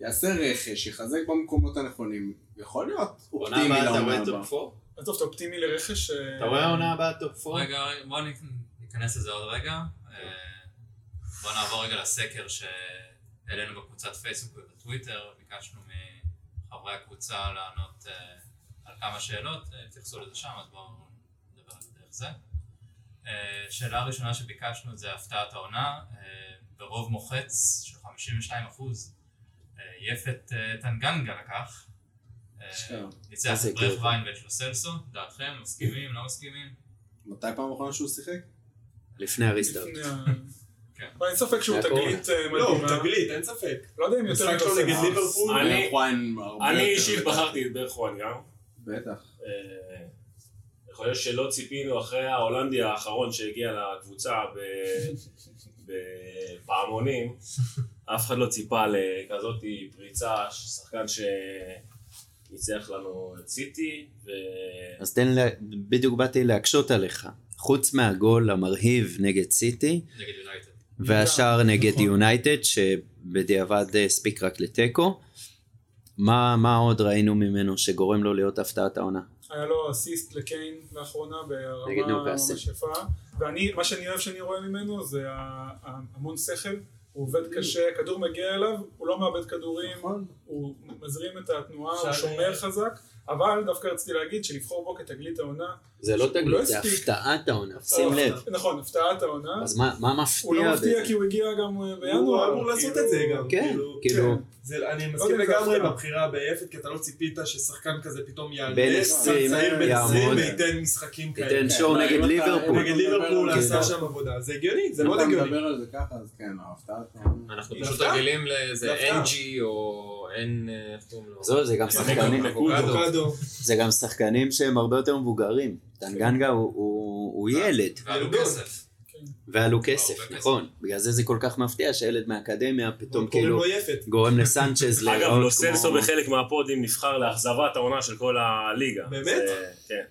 [SPEAKER 4] יעשה רכש, יחזק במקומות הנכונים, יכול להיות
[SPEAKER 2] עונה
[SPEAKER 4] אופטימי
[SPEAKER 2] הבאה אתה
[SPEAKER 4] לעונה
[SPEAKER 2] רואה
[SPEAKER 4] הבאה.
[SPEAKER 2] טופ 4?
[SPEAKER 6] עזוב, אתה אופטימי לרכש? אה,
[SPEAKER 3] העונה הבאה טופ
[SPEAKER 1] רגע, רגע, בואו נכ- ניכנס לזה עוד רגע. אה, בואו נעבור רגע לסקר שהעלינו בקבוצת פייסבוק ובטוויטר, ביקשנו מחברי הקבוצה לענות אה, על כמה שאלות, אה, תתייחסו לזה שם, אז בואו נדבר על זה דרך זה. אה, שאלה ראשונה שביקשנו זה הפתעת העונה, אה, ברוב מוחץ של 52 אחוז. יפת אה, טנגנגה לקח. אה,
[SPEAKER 4] אשכרה.
[SPEAKER 1] ניצח
[SPEAKER 3] איזה
[SPEAKER 1] את ברך
[SPEAKER 3] גבר.
[SPEAKER 1] ויין ואת לו סלסו, דעתכם? מסכימים? לא מסכימים?
[SPEAKER 4] מתי פעם אחרונה שהוא שיחק?
[SPEAKER 3] לפני הריסטארט.
[SPEAKER 6] לפני ה-
[SPEAKER 1] כן.
[SPEAKER 6] אבל אין ספק שהוא
[SPEAKER 3] זה הקורונה.
[SPEAKER 6] תגלית אה,
[SPEAKER 5] לא, הוא
[SPEAKER 6] מדהימה.
[SPEAKER 5] תגלית, אין ספק.
[SPEAKER 6] לא יודע אם יותר
[SPEAKER 5] משחק שלו
[SPEAKER 6] מנוסה.
[SPEAKER 5] נגד ליברפול.
[SPEAKER 7] אני-
[SPEAKER 4] אה, חואן הרבה
[SPEAKER 7] אני
[SPEAKER 4] יותר,
[SPEAKER 7] אישית
[SPEAKER 4] בטח.
[SPEAKER 7] בחרתי את ברך חואן גם.
[SPEAKER 4] בטח.
[SPEAKER 7] אה, יכול להיות שלא ציפינו אחרי ההולנדי האחרון שהגיע לקבוצה ב- בפעמונים, אף אחד לא ציפה לכזאת פריצה, שחקן שניצח לנו את סיטי, ו-
[SPEAKER 3] אז תן, לה- בדיוק באתי להקשות עליך. חוץ מהגול המרהיב נגד סיטי,
[SPEAKER 1] נגד יונייטד.
[SPEAKER 3] והשאר נגד
[SPEAKER 6] נכון.
[SPEAKER 3] יונייטד, שבדיעבד אה, הספיק רק לתיקו. מה, מה עוד ראינו ממנו שגורם לו להיות הפתעת העונה?
[SPEAKER 6] היה לו אסיסט לקיין לאחרונה
[SPEAKER 3] נגד
[SPEAKER 6] ברמה
[SPEAKER 3] ניוקאסל.
[SPEAKER 6] ממש יפה. ואני, מה שאני אוהב שאני רואה ממנו זה ה- ה- המון שכל, הוא עובד
[SPEAKER 5] Mm.
[SPEAKER 6] קשה, הכדור מגיע אליו, הוא לא מאבד כדורים,
[SPEAKER 4] נכון.
[SPEAKER 6] הוא מזרים את התנועה, הוא
[SPEAKER 5] אפשר-
[SPEAKER 6] שומר חזק, אבל דווקא רציתי להגיד שלבחור בו כתגלית העונה,
[SPEAKER 3] זה לא
[SPEAKER 6] הוא לא
[SPEAKER 3] תגלית, זה
[SPEAKER 6] הספיק.
[SPEAKER 3] הפתעת העונה, שים לב.
[SPEAKER 6] נכון, לא הפתעת העונה,
[SPEAKER 3] אז מה, מה מפתיע?
[SPEAKER 6] הוא לא מפתיע
[SPEAKER 3] בזה?
[SPEAKER 6] כי הוא הגיע גם אה, בינואר,
[SPEAKER 5] הוא אמור לעשות
[SPEAKER 6] כאילו-
[SPEAKER 5] את זה גם.
[SPEAKER 3] כן, כאילו,
[SPEAKER 6] כן.
[SPEAKER 5] זה- אני
[SPEAKER 6] יודע
[SPEAKER 5] מסכים
[SPEAKER 6] אם זה
[SPEAKER 5] לגמרי
[SPEAKER 6] הפתעה.
[SPEAKER 5] בבחירה ביפת, כי אתה לא ציפית ששחקן כזה פתאום יעלה,
[SPEAKER 3] בן
[SPEAKER 5] שחקן
[SPEAKER 3] 20,
[SPEAKER 5] צעיר בן
[SPEAKER 3] יעמוד.
[SPEAKER 5] 20 וייתן משחקים כאלה.
[SPEAKER 3] תיתן שואו
[SPEAKER 4] מה, אם
[SPEAKER 3] כן, נגד
[SPEAKER 4] אתה-
[SPEAKER 3] ליברפול.
[SPEAKER 5] נגד ליברפול
[SPEAKER 4] כן.
[SPEAKER 5] עשה שם עבודה, זה הגיוני, זה
[SPEAKER 4] אם
[SPEAKER 5] מאוד
[SPEAKER 4] אתה
[SPEAKER 5] הגיוני.
[SPEAKER 4] מדבר על זה ככה, אז כן, ההפתעה.
[SPEAKER 2] אנחנו
[SPEAKER 5] היא
[SPEAKER 2] פשוט
[SPEAKER 5] הפתעה.
[SPEAKER 2] רגילים לאיזה
[SPEAKER 5] היא הפתעה.
[SPEAKER 2] NG או N, אה, איך קוראים לו?
[SPEAKER 3] עזוב,
[SPEAKER 6] כן.
[SPEAKER 3] זה גם שחקנים,
[SPEAKER 2] אבוקדו.
[SPEAKER 5] אבוקדו.
[SPEAKER 3] זה גם שחקנים שהם הרבה יותר מבוגרים. טנגנגה הוא- הוא הוא
[SPEAKER 6] כן.
[SPEAKER 3] ילד,
[SPEAKER 1] ועלו
[SPEAKER 5] ילדון.
[SPEAKER 1] כסף.
[SPEAKER 3] והיה
[SPEAKER 6] לא,
[SPEAKER 3] לו
[SPEAKER 1] הרבה
[SPEAKER 3] כסף,
[SPEAKER 1] כסף.
[SPEAKER 3] נכון. בגלל זה זה כל כך מפתיע שילד מהאקדמיה פתאום
[SPEAKER 5] קוראים
[SPEAKER 3] כאילו
[SPEAKER 5] לו יפת.
[SPEAKER 3] גורם לסנצ'ז להיראות
[SPEAKER 7] אגב,
[SPEAKER 3] כמו...
[SPEAKER 7] לו סלסו בחלק מהפודים נבחר לאכזבת העונה של כל הליגה.
[SPEAKER 5] באמת?
[SPEAKER 7] זה- כן.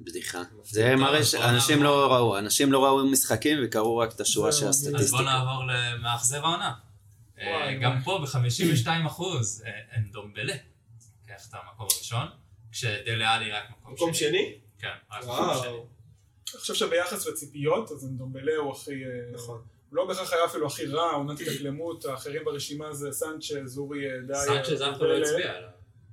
[SPEAKER 3] בדיחה. זה מראה שאנשים לא ראו, אנשים לא ראו משחקים וקראו רק את השורה של
[SPEAKER 1] אז בואו
[SPEAKER 3] הסטטיסטיקה.
[SPEAKER 1] נעבור למאכזב העונה. אה,
[SPEAKER 6] וואי,
[SPEAKER 1] גם
[SPEAKER 6] וואי.
[SPEAKER 1] פה ב-52 אחוז, אנדומבלה. לוקח את המקום הראשון, כשדלה עלי רק
[SPEAKER 5] מקום שני?
[SPEAKER 1] כן, רק מקום שני.
[SPEAKER 5] וואו.
[SPEAKER 6] אני חושב שביחס לציפיות, אז אנדומבלה הוא הכי... אה,
[SPEAKER 5] נכון.
[SPEAKER 6] הוא לא בהכרח היה אפילו הכי רע, עונת התאקלמות, האחרים ברשימה זה סנצ'ז, אורי אה, דייר.
[SPEAKER 1] סנצ'ז אף אחד לא
[SPEAKER 6] אלה.
[SPEAKER 1] הצביע עליו.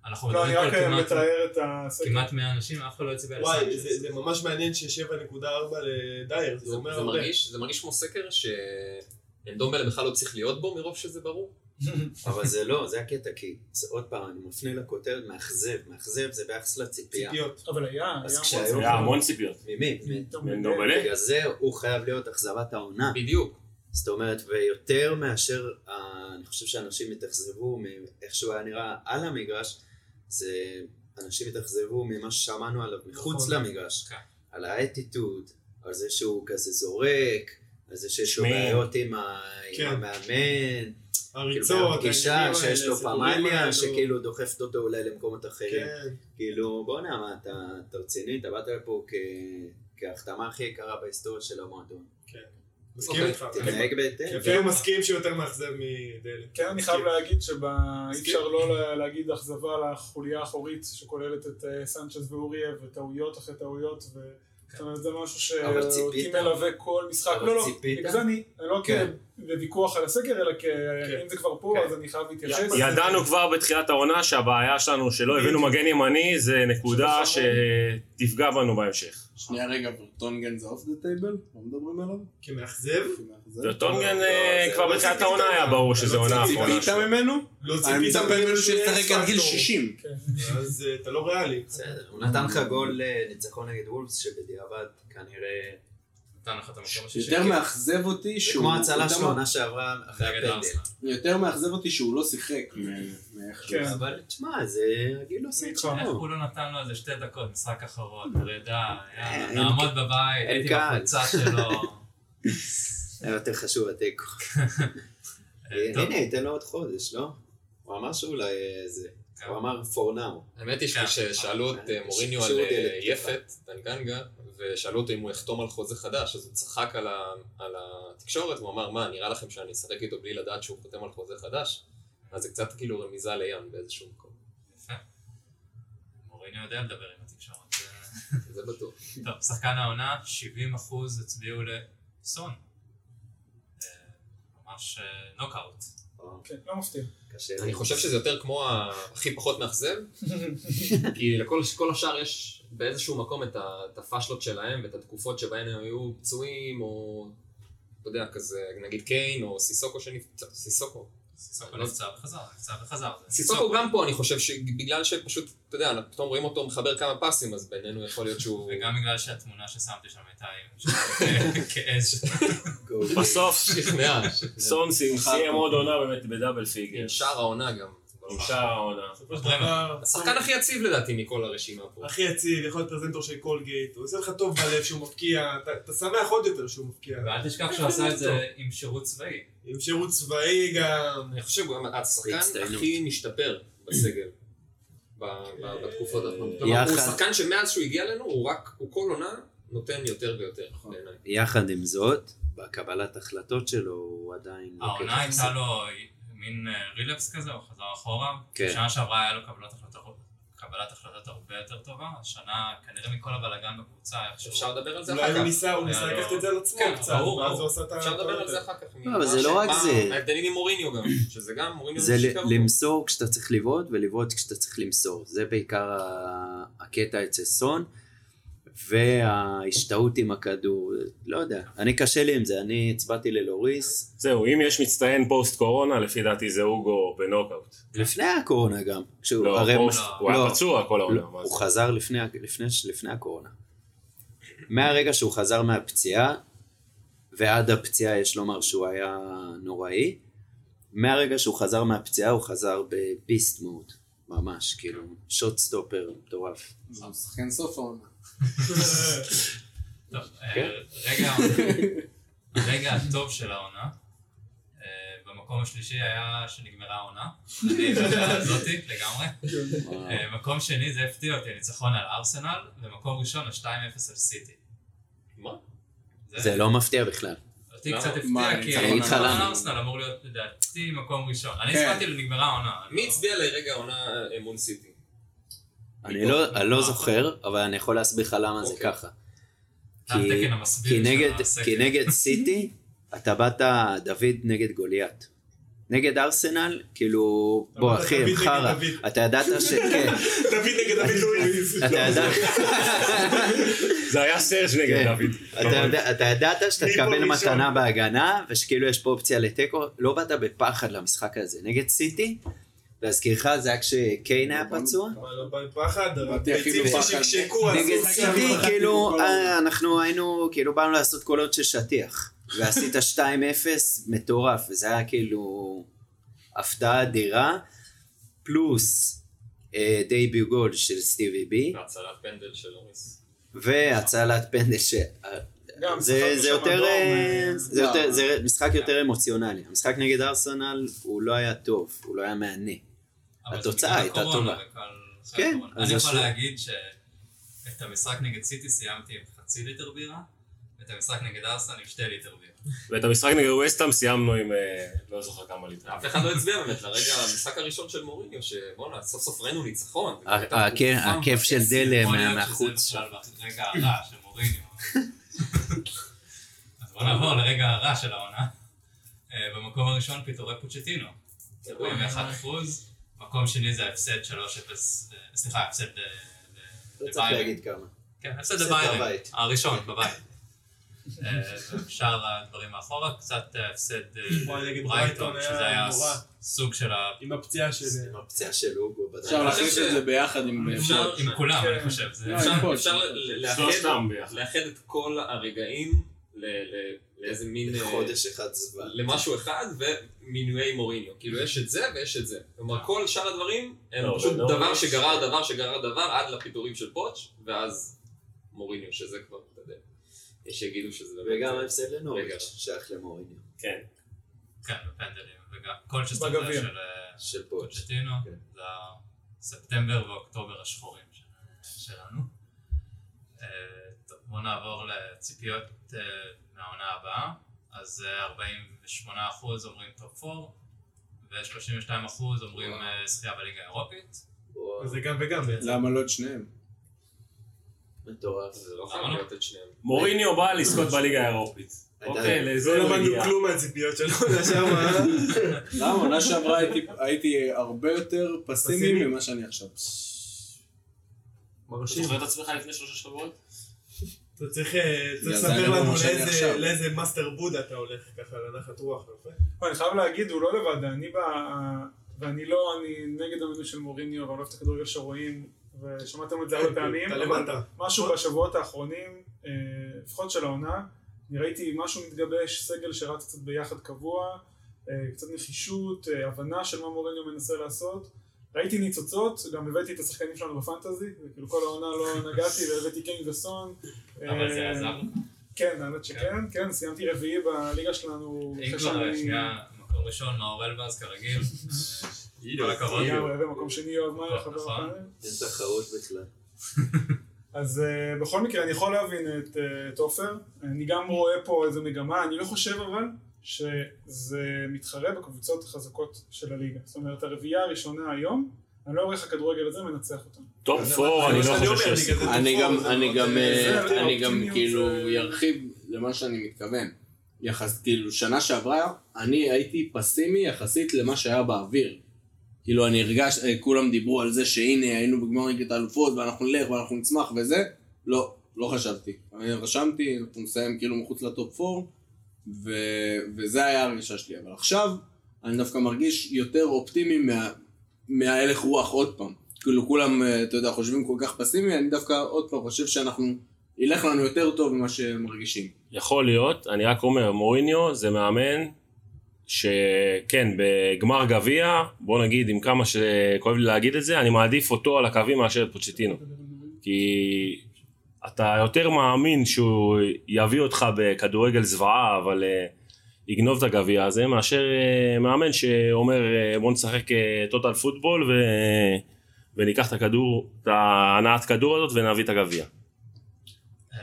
[SPEAKER 1] אנחנו
[SPEAKER 6] לא, אני
[SPEAKER 1] מדברים
[SPEAKER 6] רק
[SPEAKER 1] פה על
[SPEAKER 6] אה,
[SPEAKER 1] כמעט-
[SPEAKER 6] מתאר את הסגל.
[SPEAKER 1] כמעט 100 אנשים, אף אחד לא הצביע על
[SPEAKER 5] וואי,
[SPEAKER 1] סנצ'ז.
[SPEAKER 5] זה זה ממש מעניין ש-7.4 לדייר, זה
[SPEAKER 2] זה
[SPEAKER 5] אומר
[SPEAKER 2] זה
[SPEAKER 5] הרבה.
[SPEAKER 2] מרגיש- זה מרגיש כמו סקר שאלדומבל בכלל לא צריך להיות בו מרוב שזה ברור.
[SPEAKER 3] אבל זה לא, זה הקטע, כי זה עוד פעם, אני מפנה לכותרת, מאכזב. מאכזב זה ביחס לציפייה.
[SPEAKER 5] ציפיות.
[SPEAKER 6] אבל היה, היה...
[SPEAKER 3] אז
[SPEAKER 6] מאוד
[SPEAKER 3] כשהיום-
[SPEAKER 6] סבבה.
[SPEAKER 7] היה המון ציפיות.
[SPEAKER 3] ממי?
[SPEAKER 6] אנדומבלה.
[SPEAKER 7] אנדומבלה.
[SPEAKER 3] בגלל זה הוא חייב להיות אכזבת העונה.
[SPEAKER 2] בדיוק.
[SPEAKER 3] זאת אומרת, ויותר מאשר, אה, אני חושב שאנשים התאכזבו מאיך שהוא היה נראה על המגרש, זה אנשים התאכזבו ממה ששמענו עליו מחוץ
[SPEAKER 5] נכון.
[SPEAKER 3] למגרש.
[SPEAKER 1] כן.
[SPEAKER 3] על האטיטוד, על זה שהוא כזה זורק, על זה שיש לו
[SPEAKER 7] שמי.
[SPEAKER 3] בעיות עם ה-
[SPEAKER 5] כן.
[SPEAKER 3] עם המאמן,
[SPEAKER 5] הריצות,
[SPEAKER 3] כאילו בפגישה
[SPEAKER 5] העניינים
[SPEAKER 3] שיש
[SPEAKER 5] האלה,
[SPEAKER 3] לו
[SPEAKER 5] הסיפורים
[SPEAKER 3] פמניה,
[SPEAKER 5] האלו.
[SPEAKER 3] שכאילו דוחפת אותו אולי למקומות אחרים.
[SPEAKER 5] כן.
[SPEAKER 3] כאילו, בואנה, מה, אתה אתה רציני? אתה באת לפה כ- כהחתמה הכי יקרה בהיסטוריה של המועדון.
[SPEAKER 5] מסכים
[SPEAKER 1] אה,
[SPEAKER 5] איתך.
[SPEAKER 1] כן.
[SPEAKER 3] תתנהג בהתאם.
[SPEAKER 5] אני אפילו אוקיי. מסכים שהוא יותר מאכזב מדלק.
[SPEAKER 6] כן, אני חייב להגיד שאי
[SPEAKER 5] מסכים.
[SPEAKER 6] אפשר לא לה- להגיד אכזבה לחוליה האחורית שכוללת את אה, סנצ'ז ואוריה וטעויות אחרי טעויות ו...
[SPEAKER 1] כן.
[SPEAKER 6] זאת אומרת, זה משהו
[SPEAKER 3] אבל ציפית.
[SPEAKER 6] שאותי מלווה כל משחק.
[SPEAKER 3] אבל
[SPEAKER 6] לא, לא,
[SPEAKER 3] ציפית.
[SPEAKER 6] בגלל זה אני, אני לא
[SPEAKER 3] כן.
[SPEAKER 6] בוויכוח על הסקר, אלא כ...
[SPEAKER 5] כן.
[SPEAKER 6] אם זה כבר פה,
[SPEAKER 5] כן.
[SPEAKER 6] אז אני חייב להתייחס.
[SPEAKER 7] ידענו כבר בתחילת העונה שהבעיה שלנו שלא הבאנו מגן ימני זה נקודה
[SPEAKER 5] שזה
[SPEAKER 7] שתפגע בנו בהמשך.
[SPEAKER 4] שנייה רגע, וטונגן זה אוף דה טייבל? לא מדברים עליו?
[SPEAKER 5] כמאכזב?
[SPEAKER 4] זה
[SPEAKER 7] וטונגן
[SPEAKER 2] לא,
[SPEAKER 7] אה,
[SPEAKER 2] זה-
[SPEAKER 7] כבר
[SPEAKER 2] לא
[SPEAKER 7] בתחילת
[SPEAKER 5] ציפית
[SPEAKER 7] העונה היה
[SPEAKER 5] גם.
[SPEAKER 7] ברור
[SPEAKER 5] לא
[SPEAKER 7] שזה עונה
[SPEAKER 5] ציפית.
[SPEAKER 7] האחרונה.
[SPEAKER 4] ציפית ממנו?
[SPEAKER 5] לא
[SPEAKER 4] אני
[SPEAKER 5] ציפית
[SPEAKER 4] מצפה ממנו
[SPEAKER 5] שיהיה
[SPEAKER 4] שישחק עד גיל
[SPEAKER 5] פקטור.
[SPEAKER 4] 60.
[SPEAKER 3] כן,
[SPEAKER 5] אז אה, אתה לא ריאלי.
[SPEAKER 3] בסדר, הוא נתן לך גול אה, ניצחון נגד וולפס שבדיעבד כנראה...
[SPEAKER 1] נתן לך את המקום השישי. כן.
[SPEAKER 4] יותר מאכזב אותי
[SPEAKER 3] זה
[SPEAKER 4] שהוא...
[SPEAKER 3] כמו ההצלה
[SPEAKER 4] יותר
[SPEAKER 3] שלו אה?
[SPEAKER 4] מא-
[SPEAKER 3] עונה שעברה אחרי
[SPEAKER 1] נגד
[SPEAKER 3] הפנדל.
[SPEAKER 1] ארסנל.
[SPEAKER 4] יותר מאכזב אותי שהוא לא
[SPEAKER 3] כן.
[SPEAKER 4] שיחק מ- מאיך שהוא...
[SPEAKER 6] כן.
[SPEAKER 3] אבל תשמע, זה הגיל עושה את
[SPEAKER 1] איך
[SPEAKER 3] שלו.
[SPEAKER 1] הוא לא נתן לו איזה שתי דקות, משחק אחרון, פרידה, יאללה,
[SPEAKER 3] אה, אין-
[SPEAKER 1] נעמוד בבית,
[SPEAKER 3] אין
[SPEAKER 1] הייתי
[SPEAKER 3] קהל.
[SPEAKER 1] בקבוצה שלו.
[SPEAKER 3] היה יותר חשוב התיקו.
[SPEAKER 1] אה, טוב,
[SPEAKER 3] הנה, ייתן לו עוד חודש, לא? הוא אמר שאולי אה, זה.
[SPEAKER 1] כן.
[SPEAKER 3] הוא אמר for now.
[SPEAKER 2] האמת היא ששאלו את כן. אה, מוריניו על
[SPEAKER 3] שירות
[SPEAKER 2] אה,
[SPEAKER 3] ילד,
[SPEAKER 2] יפת, טנגנגה, ושאלו אותו אם הוא יחתום על חוזה חדש, אז הוא צחק על ה- על התקשורת, והוא אמר, מה, נראה לכם שאני אשחק איתו בלי לדעת שהוא חותם על חוזה חדש? אז זה קצת כאילו רמיזה לים באיזשהו מקום.
[SPEAKER 1] כן, אה, יפה. מוריניו יודע לדבר עם התקשורת. אה,
[SPEAKER 2] זה בטוח.
[SPEAKER 1] טוב, שחקן העונה, 70 אחוז הצביעו לסון. אה, ממש אה, נוקאוט.
[SPEAKER 6] כן, לא מפתיע.
[SPEAKER 3] קשה.
[SPEAKER 2] אני חושב שזה יותר כמו הכי פחות מאכזב, כי לכל כל השאר יש באיזשהו מקום את ה- את הפאשלות שלהם ואת התקופות שבהן הם היו פצועים או אתה יודע, כזה, נגיד קיין או סיסוקו שנפצע, סיסוקו.
[SPEAKER 1] סיסוקו
[SPEAKER 3] לא-
[SPEAKER 1] נפצע וחזר, נפצע וחזר. זה
[SPEAKER 2] סיסוקו גם פה, אני חושב שבגלל שפשוט, אתה יודע, אנחנו פתאום רואים אותו מחבר כמה פסים, אז בינינו יכול להיות שהוא...
[SPEAKER 1] וגם בגלל שהתמונה ששמתי שם הייתה עם כעז.
[SPEAKER 7] בסוף
[SPEAKER 2] שכנע.
[SPEAKER 7] סונסים סיים עוד עונה באמת בדאבל פיגר.
[SPEAKER 2] עם שער העונה גם.
[SPEAKER 7] עם שער העונה.
[SPEAKER 2] השחקן הכי יציב לדעתי מכל הרשימה פה.
[SPEAKER 5] הכי יציב, יכול להיות פרזנטור של קולגייט, הוא עושה לך טוב בלב שהוא מפקיע, אתה- אתה שמח עוד יותר שהוא מפקיע.
[SPEAKER 1] ואל תשכח שהוא עשה את זה עם שירות צבאי.
[SPEAKER 5] עם שירות צבאי גם.
[SPEAKER 2] אני חושב גם השחקן
[SPEAKER 3] בהצטיינות.
[SPEAKER 2] הכי משתפר בסגל. ב- ב- בתקופות האחרונות. כלומר,
[SPEAKER 3] יחד.
[SPEAKER 2] הוא שחקן שמאז שהוא הגיע אלינו, הוא רק, הוא כל עונה נותן יותר ויותר בעיניי.
[SPEAKER 3] יחד עם זאת, בקבלת החלטות שלו הוא עדיין...
[SPEAKER 1] העונה
[SPEAKER 3] לוקח
[SPEAKER 1] הייתה לא
[SPEAKER 3] הפסד.
[SPEAKER 1] לו מין אה, רילפס כזה, הוא חזר אחורה.
[SPEAKER 3] כן.
[SPEAKER 1] שנה שעברה היה לו קבלת החלטות- קבלת החלטות הרבה יותר טובה. השנה, כנראה מכל הבלאגן בקבוצה, איכשהו...
[SPEAKER 2] אפשר לדבר על זה
[SPEAKER 5] אולי
[SPEAKER 2] אחר
[SPEAKER 5] הוא
[SPEAKER 2] כך.
[SPEAKER 5] ניסה, הוא ניסה
[SPEAKER 1] היה
[SPEAKER 5] לקחת
[SPEAKER 6] לא.
[SPEAKER 1] לו-
[SPEAKER 5] את זה על עצמו
[SPEAKER 1] כן,
[SPEAKER 5] קצת,
[SPEAKER 1] ברור,
[SPEAKER 5] ואז הוא
[SPEAKER 1] ברור.
[SPEAKER 5] עשה את ה...
[SPEAKER 2] אפשר לדבר על זה אחר כך.
[SPEAKER 3] לא, אבל זה לא רק זה.
[SPEAKER 2] ההבדלים עם מוריניו גם, שזה גם, מוריניו
[SPEAKER 3] זה ל-
[SPEAKER 2] שיקגו.
[SPEAKER 3] למסור כשאתה צריך לבעוט ולבעוט כשאתה צריך למסור. זה בעיקר ה- הקטע אצל סון, וההשתאות עם הכדור, לא יודע. אני קשה לי עם זה, אני הצבעתי ללוריס,
[SPEAKER 7] זהו, אם יש מצטיין פוסט קורונה, לפי דעתי זה אוגו בנוקאוט.
[SPEAKER 3] לפני הקורונה גם. כשהוא
[SPEAKER 7] לא,
[SPEAKER 3] הרי-
[SPEAKER 7] פוסט,
[SPEAKER 1] לא.
[SPEAKER 7] הוא היה
[SPEAKER 3] לא.
[SPEAKER 7] פצוע כל העונה.
[SPEAKER 3] לא,
[SPEAKER 7] מה
[SPEAKER 3] הוא
[SPEAKER 7] זה?
[SPEAKER 3] חזר לפני, ה- לפני, ש- לפני הקורונה. מהרגע שהוא חזר מהפציעה, ועד הפציעה יש לומר שהוא היה נוראי, מהרגע שהוא חזר מהפציעה הוא חזר בביסט מוד, ממש, כאילו, שוט סטופר מטורף.
[SPEAKER 4] הוא שחקן סוף העונה.
[SPEAKER 1] טוב, אה,
[SPEAKER 3] כן.
[SPEAKER 1] רגע, הרגע הטוב של העונה. אה, במקום השלישי היה שנגמרה העונה. אני בדעה הזאתי לגמרי. אה, מקום שני זה הפתיע אותי, הניצחון על ארסנל, ומקום ראשון ה-2-0 על סיטי.
[SPEAKER 2] מה?
[SPEAKER 3] זה לא מפתיע בכלל.
[SPEAKER 1] אותי
[SPEAKER 2] למה?
[SPEAKER 1] קצת
[SPEAKER 4] מה,
[SPEAKER 1] הפתיע, כי
[SPEAKER 4] אני
[SPEAKER 3] אגיד לך
[SPEAKER 1] ניצחון על
[SPEAKER 3] למה.
[SPEAKER 1] ארסנל אמור להיות לדעתי מקום ראשון. אני
[SPEAKER 4] כן.
[SPEAKER 1] הספקתי לנגמרה העונה. לא-
[SPEAKER 2] מי הצביע לרגע העונה אה, מול סיטי?
[SPEAKER 3] אני לא, אני לא זוכר, אבל אני יכול להסביר לך למה זה
[SPEAKER 2] אוקיי.
[SPEAKER 3] ככה.
[SPEAKER 1] זה התקן
[SPEAKER 3] כי-
[SPEAKER 1] המסביר
[SPEAKER 3] כי
[SPEAKER 1] של
[SPEAKER 3] נגד-
[SPEAKER 1] הסקר.
[SPEAKER 3] כי נגד סיטי, אתה באת דוד נגד גוליית. נגד ארסנל, כאילו, בוא
[SPEAKER 5] אתה דוד
[SPEAKER 3] אחי,
[SPEAKER 5] נגד
[SPEAKER 3] חרא.
[SPEAKER 5] דוד.
[SPEAKER 3] אתה ידעת ש... כן,
[SPEAKER 5] דוד נגד דוד לואיז.
[SPEAKER 3] אתה ידעת...
[SPEAKER 5] לא.
[SPEAKER 7] זה היה סרש נגד
[SPEAKER 3] כן.
[SPEAKER 7] דוד.
[SPEAKER 3] אתה יודע- אתה ידעת שאתה
[SPEAKER 5] מי פה
[SPEAKER 3] תקבל
[SPEAKER 5] ראשון?
[SPEAKER 3] מתנה בהגנה, ושכאילו יש פה אופציה לתיקו, לא באת בפחד למשחק הזה. נגד סיטי, להזכירך, זה היה כשקיין היה פצוע.
[SPEAKER 5] מה, לא בא עם פחד?
[SPEAKER 4] באתי הכי
[SPEAKER 5] ביצים
[SPEAKER 4] בפחד.
[SPEAKER 5] ששקשקו, אז
[SPEAKER 3] נגד
[SPEAKER 5] הוא עשה
[SPEAKER 3] סיטי,
[SPEAKER 5] ככה.
[SPEAKER 4] כל
[SPEAKER 3] כאילו,
[SPEAKER 4] העונה.
[SPEAKER 3] אה, אנחנו היינו, כאילו, באנו לעשות קולות של שטיח. ועשית 2-0, מטורף, וזה היה כאילו הפתעה אדירה, פלוס אה, דייביו גול של סטיבי בי,
[SPEAKER 2] הצלת פנדל של אוריס.
[SPEAKER 3] והצלת פנדל ש...
[SPEAKER 5] גם, ספגנו
[SPEAKER 3] זה, זה
[SPEAKER 5] שם
[SPEAKER 3] יותר,
[SPEAKER 5] אדום,
[SPEAKER 3] אה,
[SPEAKER 5] אה,
[SPEAKER 3] זה
[SPEAKER 4] לא.
[SPEAKER 3] יותר, זה משחק יותר אמוציונלי. המשחק נגד ארסנל הוא לא היה טוב, הוא לא היה מהנה.
[SPEAKER 1] אבל זה
[SPEAKER 3] התוצאה
[SPEAKER 1] בגלל
[SPEAKER 3] הייתה
[SPEAKER 1] הקורונה
[SPEAKER 3] טובה.
[SPEAKER 1] וכל-
[SPEAKER 3] כן,
[SPEAKER 1] הקורונה.
[SPEAKER 3] אז
[SPEAKER 1] אני יכול
[SPEAKER 3] השאלה-
[SPEAKER 1] להגיד שאת המשחק נגד סיטי סיימתי עם חצי ליטר בירה, ואת המשחק נגד ארסנל עם שתי ליטר בירה.
[SPEAKER 7] ואת המשחק נגד ווסטהאם סיימנו עם... אה, לא זוכר כמה ליטר.
[SPEAKER 2] אף אחד לא הצביע באמת לרגע המשחק הראשון של מוריניו, שבואנה, סוף סוף ראינו ניצחון.
[SPEAKER 3] ה- ה- הכיף- אה, כן, הכיף של דלם
[SPEAKER 1] יכול
[SPEAKER 3] מה-
[SPEAKER 1] להיות שזה
[SPEAKER 3] מהחוץ.
[SPEAKER 1] למשל ברגע הרע של מוריניו. אז בוא נעבור לרגע הרע של העונה. אה, במקום הראשון פיטורי פוצ'טינו. 41 אחוז. מקום שני זה ההפסד 3-0, אה, סליחה, ההפסד אה, ל- לביירן.
[SPEAKER 3] כמה.
[SPEAKER 1] כן, הפסד
[SPEAKER 3] לא הפסד
[SPEAKER 1] לביירן,
[SPEAKER 3] בבית.
[SPEAKER 1] הראשון בבית. אה, שאר הדברים מאחורה, קצת אה, הפסד אה,
[SPEAKER 5] וואי, נגד
[SPEAKER 1] ברייטון,
[SPEAKER 5] ברייטון
[SPEAKER 1] שזה
[SPEAKER 5] היה
[SPEAKER 1] היה
[SPEAKER 5] נורא.
[SPEAKER 1] סוג של ה...
[SPEAKER 5] עם הפציעה של...
[SPEAKER 3] הפציעה של אוגו.
[SPEAKER 4] אפשר להכניס את זה ביחד עם...
[SPEAKER 2] אפשר-
[SPEAKER 1] עם כולם,
[SPEAKER 5] כן.
[SPEAKER 1] אני חושב. זה-
[SPEAKER 4] אפשר-
[SPEAKER 2] אפשר- אפשר ל- לאחד-
[SPEAKER 7] שלושתם ביחד.
[SPEAKER 2] לאחד את כל הרגעים ל- ל- לאיזה מין... אה,
[SPEAKER 3] חודש אחד זמן.
[SPEAKER 2] למשהו אחד ומינויי מוריניו. כאילו יש את זה ויש את זה. כלומר כל שאר הדברים הם
[SPEAKER 7] לא,
[SPEAKER 2] פשוט
[SPEAKER 7] אבל לא-
[SPEAKER 2] דבר שגרר דבר שגרר דבר עד לפיטורים של פוטש, ואז מוריניו, שזה כבר, אתה יודע. יש שיגידו שזה באמת...
[SPEAKER 3] וגם
[SPEAKER 2] אה,
[SPEAKER 3] ההפסד
[SPEAKER 2] רגע.
[SPEAKER 3] לנוריץ' שייך למוריניו.
[SPEAKER 7] כן.
[SPEAKER 1] כן, בפנדלים, וגם כל שסטנדר
[SPEAKER 6] בגביע.
[SPEAKER 1] של אה,
[SPEAKER 3] של פוץ'.
[SPEAKER 1] פוצ'טינו,
[SPEAKER 3] כן.
[SPEAKER 1] זה ספטמבר ואוקטובר השחורים של- שלנו. אה, טוב, בואו נעבור לציפיות אה, מהעונה הבאה. אז אה, 48% אומרים טופ 4, ו-32% אומרים אה, זכייה בליגה האירופית.
[SPEAKER 3] וואו,
[SPEAKER 5] זה גם וגם בעצם.
[SPEAKER 4] למה לא את שניהם?
[SPEAKER 3] מטורף.
[SPEAKER 2] זה לא חייב להיות את שניהם.
[SPEAKER 7] מוריניו בא לזכות בליגה האירופית.
[SPEAKER 3] עדיין.
[SPEAKER 7] אוקיי, לזה
[SPEAKER 5] לא
[SPEAKER 7] הוא
[SPEAKER 5] למדנו
[SPEAKER 7] הגיע.
[SPEAKER 5] כלום מהציפיות שלו, לשם.
[SPEAKER 4] למה? עונה שעברה הייתי- הייתי הרבה יותר פסימי
[SPEAKER 5] פסימי?
[SPEAKER 4] ממה שאני עכשיו.
[SPEAKER 7] אתה זוכר את עצמך לפני שלושה שבועות?
[SPEAKER 5] אתה צריך אה, צריך
[SPEAKER 4] בגלל זה
[SPEAKER 5] לספר
[SPEAKER 4] אני
[SPEAKER 5] לנו
[SPEAKER 4] אומר שאני
[SPEAKER 5] לאיזה-
[SPEAKER 4] עכשיו.
[SPEAKER 5] לאיזה מאסטר בודה אתה הולך ככה לנחת רוח, יפה?
[SPEAKER 6] אבל אני חייב להגיד, הוא לא לבד, אני ב... ואני לא, אני נגד המינוי של מוריניו, ואני לא אוהב את הכדורגל שרואים, ושמעתם את זה הרבה פעמים.
[SPEAKER 5] כן, אתה
[SPEAKER 6] אבל
[SPEAKER 5] למטה.
[SPEAKER 6] משהו בשבועות האחרונים, אה, לפחות של העונה, אני ראיתי משהו מתגבש, סגל שרץ קצת ביחד קבוע, אה, קצת נחישות, אה, הבנה של מה מוריניו מנסה לעשות. ראיתי ניצוצות, גם הבאתי את השחקנים שלנו בפנטזי, וכאילו כל העונה לא נגעתי, והבאתי קיינג וסון.
[SPEAKER 1] אבל זה
[SPEAKER 6] אה,
[SPEAKER 1] עזר.
[SPEAKER 6] כן, האמת שכן, כן, סיימתי רביעי בליגה שלנו.
[SPEAKER 1] אם
[SPEAKER 6] אחרי
[SPEAKER 1] כבר, אה,
[SPEAKER 6] שאני-
[SPEAKER 1] שנייה, מקום ראשון, מאור אלבז, כרגיל. כל הכבוד.
[SPEAKER 6] לגמרי, במקום שני יואב מאיר,
[SPEAKER 1] נכון.
[SPEAKER 6] חבר אחר.
[SPEAKER 3] אין תחרות בכלל.
[SPEAKER 6] אז אה, בכל מקרה, אני יכול להבין את אה, את עופר. אני גם רואה פה איזה מגמה, אני לא חושב אבל שזה מתחרה בקבוצות החזקות של הליגה. זאת אומרת, הרביעייה הראשונה היום, אני לא רואה איך הכדורגל הזה מנצח אותנו.
[SPEAKER 7] טופ פור, אני
[SPEAKER 5] זה
[SPEAKER 7] לא
[SPEAKER 5] מה שאני
[SPEAKER 7] חושב
[SPEAKER 5] אומר,
[SPEAKER 7] שיש...
[SPEAKER 5] בגלל זה
[SPEAKER 8] אני
[SPEAKER 5] תפור,
[SPEAKER 8] גם,
[SPEAKER 5] זה
[SPEAKER 8] אני
[SPEAKER 5] מאוד,
[SPEAKER 8] גם,
[SPEAKER 5] אה,
[SPEAKER 8] אה,
[SPEAKER 6] זה,
[SPEAKER 8] אני גם
[SPEAKER 6] האופטימיות
[SPEAKER 8] כאילו
[SPEAKER 6] זה-
[SPEAKER 8] ירחיב למה שאני מתכוון. יחס, כאילו, שנה שעברה אני הייתי פסימי יחסית למה שהיה באוויר. כאילו, אני הרגש, אה, כולם דיברו על זה שהנה היינו בגמר ליגת האלופות ואנחנו נלך ואנחנו נצמח וזה. לא, לא חשבתי. אני רשמתי, אנחנו נסיים כאילו מחוץ לטופ 4, ו- וזה היה הרגשה שלי. אבל עכשיו, אני דווקא מרגיש יותר אופטימי מה- מההלך רוח עוד פעם. כאילו כולם, אה, אתה יודע, חושבים כל כך פסימי, אני דווקא עוד פעם חושב שאנחנו, ילך לנו יותר טוב ממה שמרגישים.
[SPEAKER 7] יכול להיות, אני רק אומר, מוריניו זה מאמן שכן, בגמר גביע, בוא נגיד, עם כמה שכואב לי להגיד את זה, אני מעדיף אותו על הקווים מאשר את פוצ'טינו. כי אתה יותר מאמין שהוא יביא אותך בכדורגל זוועה, אבל אה, יגנוב את הגביע הזה, מאשר אה, מאמן שאומר אה, בוא נשחק טוטל פוטבול ו... וניקח את הכדור, את ההנעת כדור הזאת ונביא את הגביע.
[SPEAKER 1] אה,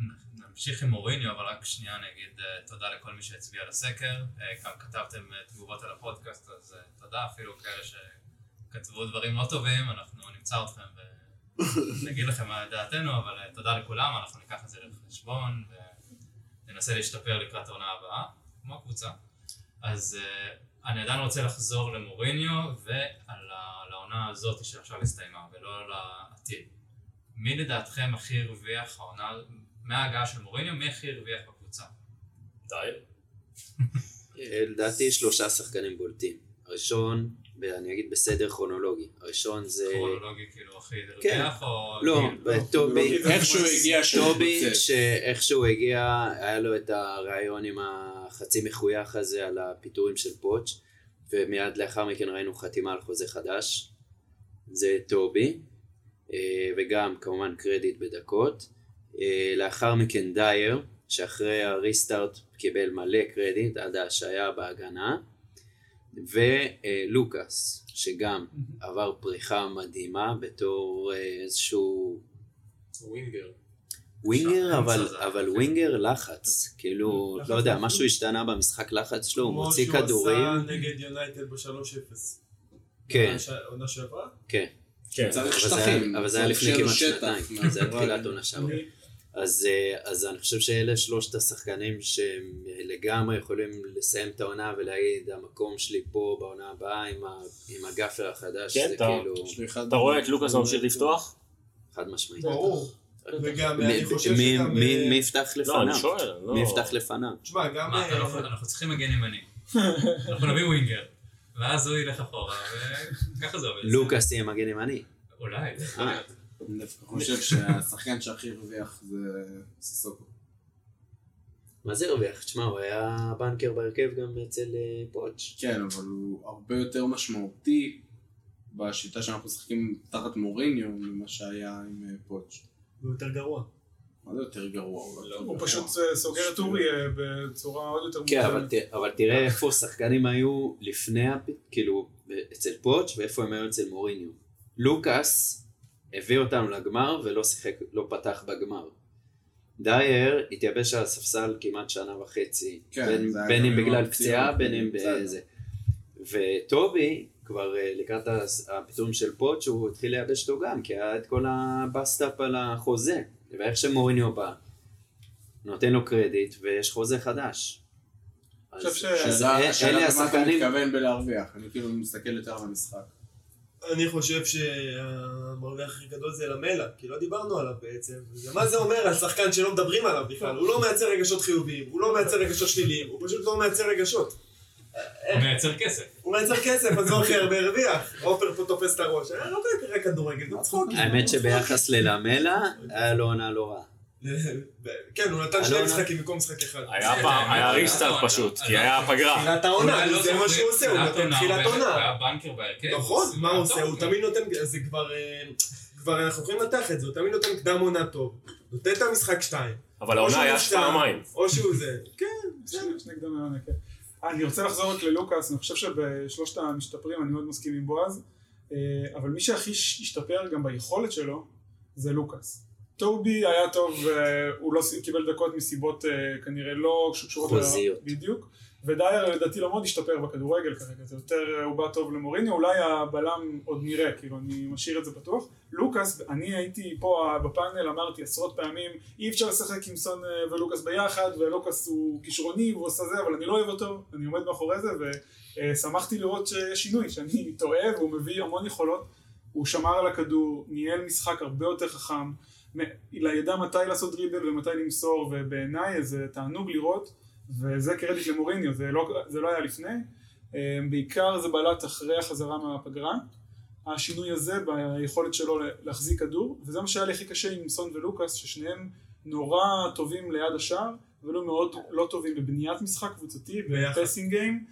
[SPEAKER 1] נ- נמשיך עם מוריניו, אבל רק שנייה אני אגיד אה, תודה לכל מי שהצביע לסקר. אה, גם כתבתם אה, תגובות על הפודקאסט, אז אה, תודה, אפילו כאלה שכתבו דברים לא טובים, אנחנו נמצא אתכם ונגיד לכם מה דעתנו, אבל אה, תודה לכולם, אנחנו ניקח את זה לחשבון וננסה להשתפר לקראת העונה הבאה, כמו הקבוצה. אז אה, אני עדיין רוצה לחזור למוריניו ולעונה הזאת שעכשיו הסתיימה, ולא לעתיד. מי לדעתכם הכי הרוויח העונה, מההגעה של מוריניו, מי הכי הרוויח בקבוצה?
[SPEAKER 7] די.
[SPEAKER 3] לדעתי שלושה שחקנים בולטים. הראשון, ואני אגיד בסדר כרונולוגי. הראשון
[SPEAKER 5] אה,
[SPEAKER 3] זה...
[SPEAKER 1] כרונולוגי כאילו הכי
[SPEAKER 3] כן.
[SPEAKER 1] הרוויח או...
[SPEAKER 3] לא,
[SPEAKER 1] גיל?
[SPEAKER 3] טובי.
[SPEAKER 4] איך שהוא כאילו, הגיע שהוא
[SPEAKER 3] טובי,
[SPEAKER 4] יוצא.
[SPEAKER 3] שאיך שהוא הגיע, היה לו את הרעיון עם החצי מחוייך הזה על הפיטורים של פוטש, ומיד לאחר מכן ראינו חתימה על חוזה חדש. זה טובי, אה, וגם כמובן קרדיט בדקות. אה, לאחר מכן דייר, שאחרי הריסטארט קיבל מלא קרדיט עד ההשעיה בהגנה, ולוקאס, שגם
[SPEAKER 5] Mm-hmm.
[SPEAKER 3] עבר פריחה מדהימה בתור אה, איזשהו
[SPEAKER 2] ווינגר.
[SPEAKER 3] ווינגר,
[SPEAKER 1] שם,
[SPEAKER 3] אבל,
[SPEAKER 1] אמצע זה
[SPEAKER 3] אבל
[SPEAKER 1] היה
[SPEAKER 3] ווינגר לחץ, כאילו,
[SPEAKER 5] כן. לחץ
[SPEAKER 3] לא יודע,
[SPEAKER 5] לחוץ.
[SPEAKER 3] משהו השתנה במשחק לחץ שלו, הוא
[SPEAKER 5] כמו
[SPEAKER 3] מוציא
[SPEAKER 5] שהוא
[SPEAKER 3] כדורים,
[SPEAKER 5] עשה נגד יונייטד ב-3-0.
[SPEAKER 3] כן,
[SPEAKER 5] עונה שעברה?
[SPEAKER 3] כן,
[SPEAKER 7] כן.
[SPEAKER 4] צריך
[SPEAKER 3] אבל זה היה-
[SPEAKER 4] שטחים.
[SPEAKER 3] אבל זה היה לפני
[SPEAKER 4] שיהיה לו
[SPEAKER 3] כמעט
[SPEAKER 4] שטח.
[SPEAKER 3] שנתיים, זה היה תחילת עונה שעברה.
[SPEAKER 6] אני-
[SPEAKER 3] אז, אה, אז אני חושב שאלה שלושת השחקנים שהם לגמרי יכולים לסיים את העונה ולהגיד, המקום שלי פה בעונה הבאה עם, ה, עם הגאפר החדש,
[SPEAKER 7] כן,
[SPEAKER 3] זה
[SPEAKER 7] אתה-
[SPEAKER 3] כאילו,
[SPEAKER 4] יש לי אחד-
[SPEAKER 7] אתה רואה את לוקאס ממשיך לפתוח?
[SPEAKER 3] חד משמעית.
[SPEAKER 5] ברור. וגם
[SPEAKER 3] מי-
[SPEAKER 5] אני חושב
[SPEAKER 3] מי-
[SPEAKER 5] שגם...
[SPEAKER 3] מי-
[SPEAKER 5] אה,
[SPEAKER 3] מי יפתח
[SPEAKER 7] לא,
[SPEAKER 3] לפניו?
[SPEAKER 7] אני שואל, לא.
[SPEAKER 3] מי יפתח לפניו?
[SPEAKER 5] תשמע, גם...
[SPEAKER 1] מה, אתה
[SPEAKER 5] אה,
[SPEAKER 1] לא יכול- אנחנו צריכים מגן ימני. אנחנו נביא ווינגר, ואז הוא ילך אחורה, וככה זה עובד.
[SPEAKER 3] לוקאס יהיה מגן ימני.
[SPEAKER 1] אולי. זה יכול
[SPEAKER 3] אה.
[SPEAKER 1] להיות.
[SPEAKER 4] אני דווקא חושב שהשחקן שהכי הרוויח זה סיסוקו.
[SPEAKER 3] מה זה הרוויח? תשמע, הוא היה בנקר בהרכב גם אצל אה, פוטש.
[SPEAKER 4] כן, אבל הוא הרבה יותר משמעותי בשיטה שאנחנו משחקים תחת מוריניו ממה שהיה עם אה, פוטש.
[SPEAKER 5] הוא יותר גרוע.
[SPEAKER 4] מה זה יותר גרוע? הוא לא יותר
[SPEAKER 6] הוא
[SPEAKER 4] גרוע.
[SPEAKER 6] פשוט אה, סוגר את אורי אה, בצורה עוד יותר
[SPEAKER 3] כן, אבל
[SPEAKER 6] מוקדמת.
[SPEAKER 3] ת- אבל תראה איפה השחקנים היו לפני, הפ- כאילו, אצל פוטש ואיפה הם היו אצל מוריניו. לוקאס הביא אותנו לגמר ולא שיחק, לא פתח בגמר. דייר התייבש על הספסל כמעט שנה וחצי.
[SPEAKER 4] כן,
[SPEAKER 3] בין-
[SPEAKER 4] זה היה
[SPEAKER 3] בין
[SPEAKER 4] גם
[SPEAKER 3] אם
[SPEAKER 4] עם
[SPEAKER 3] בגלל
[SPEAKER 4] הפציעות,
[SPEAKER 3] פציעה, בין אם
[SPEAKER 4] בסדר.
[SPEAKER 3] באיזה. וטובי, כבר אה, לקראת הס- הפיטורים של פוטש, הוא התחיל לייבש אותו גם, כי היה את כל הבסטאפ על החוזה. ואיך שמוריניו בא, נותן לו קרדיט, ויש חוזה חדש.
[SPEAKER 6] אני חושב
[SPEAKER 3] אז-
[SPEAKER 6] ש-
[SPEAKER 3] אז
[SPEAKER 4] שזה
[SPEAKER 3] אה, אלה
[SPEAKER 4] השאלה למה אתה
[SPEAKER 3] השחקנים,
[SPEAKER 4] מתכוון בלהרוויח. אני כאילו מסתכל יותר על המשחק.
[SPEAKER 5] אני חושב שהמרוויח הכי גדול זה למלע, כי לא דיברנו עליו בעצם. ומה זה אומר על שחקן שלא מדברים עליו בכלל? הוא לא מייצר רגשות חיוביים, הוא לא מייצר רגשות שליליים, הוא פשוט לא מייצר רגשות.
[SPEAKER 1] הוא מייצר כסף.
[SPEAKER 5] הוא מייצר כסף, אז לא הכי הרבה הרוויח. עופר פה תופס את הראש. אה, לא באמת רק כדורגל, זה צחוקים.
[SPEAKER 3] האמת שביחס ללמלה, היה לו עונה לא רעה.
[SPEAKER 5] כן, הוא נתן שני
[SPEAKER 3] אלונה.
[SPEAKER 5] משחקים במקום משחק אחד.
[SPEAKER 7] היה פעם, היה ריסטארט פשוט, כי היה פגרה.
[SPEAKER 5] תחילת העונה,
[SPEAKER 1] אולי לא
[SPEAKER 5] זה מה
[SPEAKER 1] זוכר,
[SPEAKER 5] שהוא עושה, הוא נותן תחילת
[SPEAKER 1] הוא
[SPEAKER 5] עונה.
[SPEAKER 1] היה בנקר בהרכב.
[SPEAKER 5] נכון,
[SPEAKER 1] אז
[SPEAKER 5] מה הוא עושה? הוא
[SPEAKER 1] טוב,
[SPEAKER 5] תמיד נותן, זה כבר, אה, כבר אנחנו יכולים לנתח את זה, הוא תמיד נותן קדם עונה טוב. נותן את המשחק שתיים.
[SPEAKER 7] אבל
[SPEAKER 5] או
[SPEAKER 7] העונה
[SPEAKER 5] שהוא
[SPEAKER 7] היה
[SPEAKER 5] מופתע,
[SPEAKER 7] פעמיים.
[SPEAKER 5] או שהוא זה. כן,
[SPEAKER 6] שני- שני קדמי עונה, כן. אה, אני רוצה לחזור רק ללוקאס, אני חושב שבשלושת המשתפרים אני מאוד מסכים עם בועז, אה, אבל מי שהכי ש- השתפר גם ביכולת שלו זה לוקאס. טובי היה טוב, אה, הוא לא ס- קיבל דקות מסיבות אה, כנראה לא שקשורות... ל-
[SPEAKER 3] חוזיות.
[SPEAKER 6] בדיוק. ודייר לדעתי לא מאוד השתפר בכדורגל כרגע, זה יותר, אה, הוא בא טוב למוריני, אולי הבלם עוד נראה, כאילו אני משאיר את זה פתוח. לוקאס, אני הייתי פה אה, בפאנל, אמרתי עשרות פעמים, אי אפשר לשחק עם סון אה, ולוקאס ביחד, ולוקאס הוא כישרוני, הוא עושה זה, אבל אני לא אוהב אותו, אני עומד מאחורי זה, ושמחתי אה, לראות שיש שינוי, שאני טועה, והוא מביא המון יכולות, הוא שמר על הכדור, ניהל משחק הרבה יותר חכם, מ- ידע מתי לעשות דריבל ומתי למסור, ובעיניי זה תענוג לראות. וזה קרדיט למוריניו, זה לא, זה לא היה לפני. אה, בעיקר זה בלט אחרי החזרה מהפגרה. השינוי הזה ביכולת שלו להחזיק כדור, וזה מה שהיה לי הכי קשה עם סון ולוקאס, ששניהם נורא טובים ליד השער, ולא מאוד לא טובים בבניית משחק קבוצתי,
[SPEAKER 5] ביחד.
[SPEAKER 6] בפסינג גיים,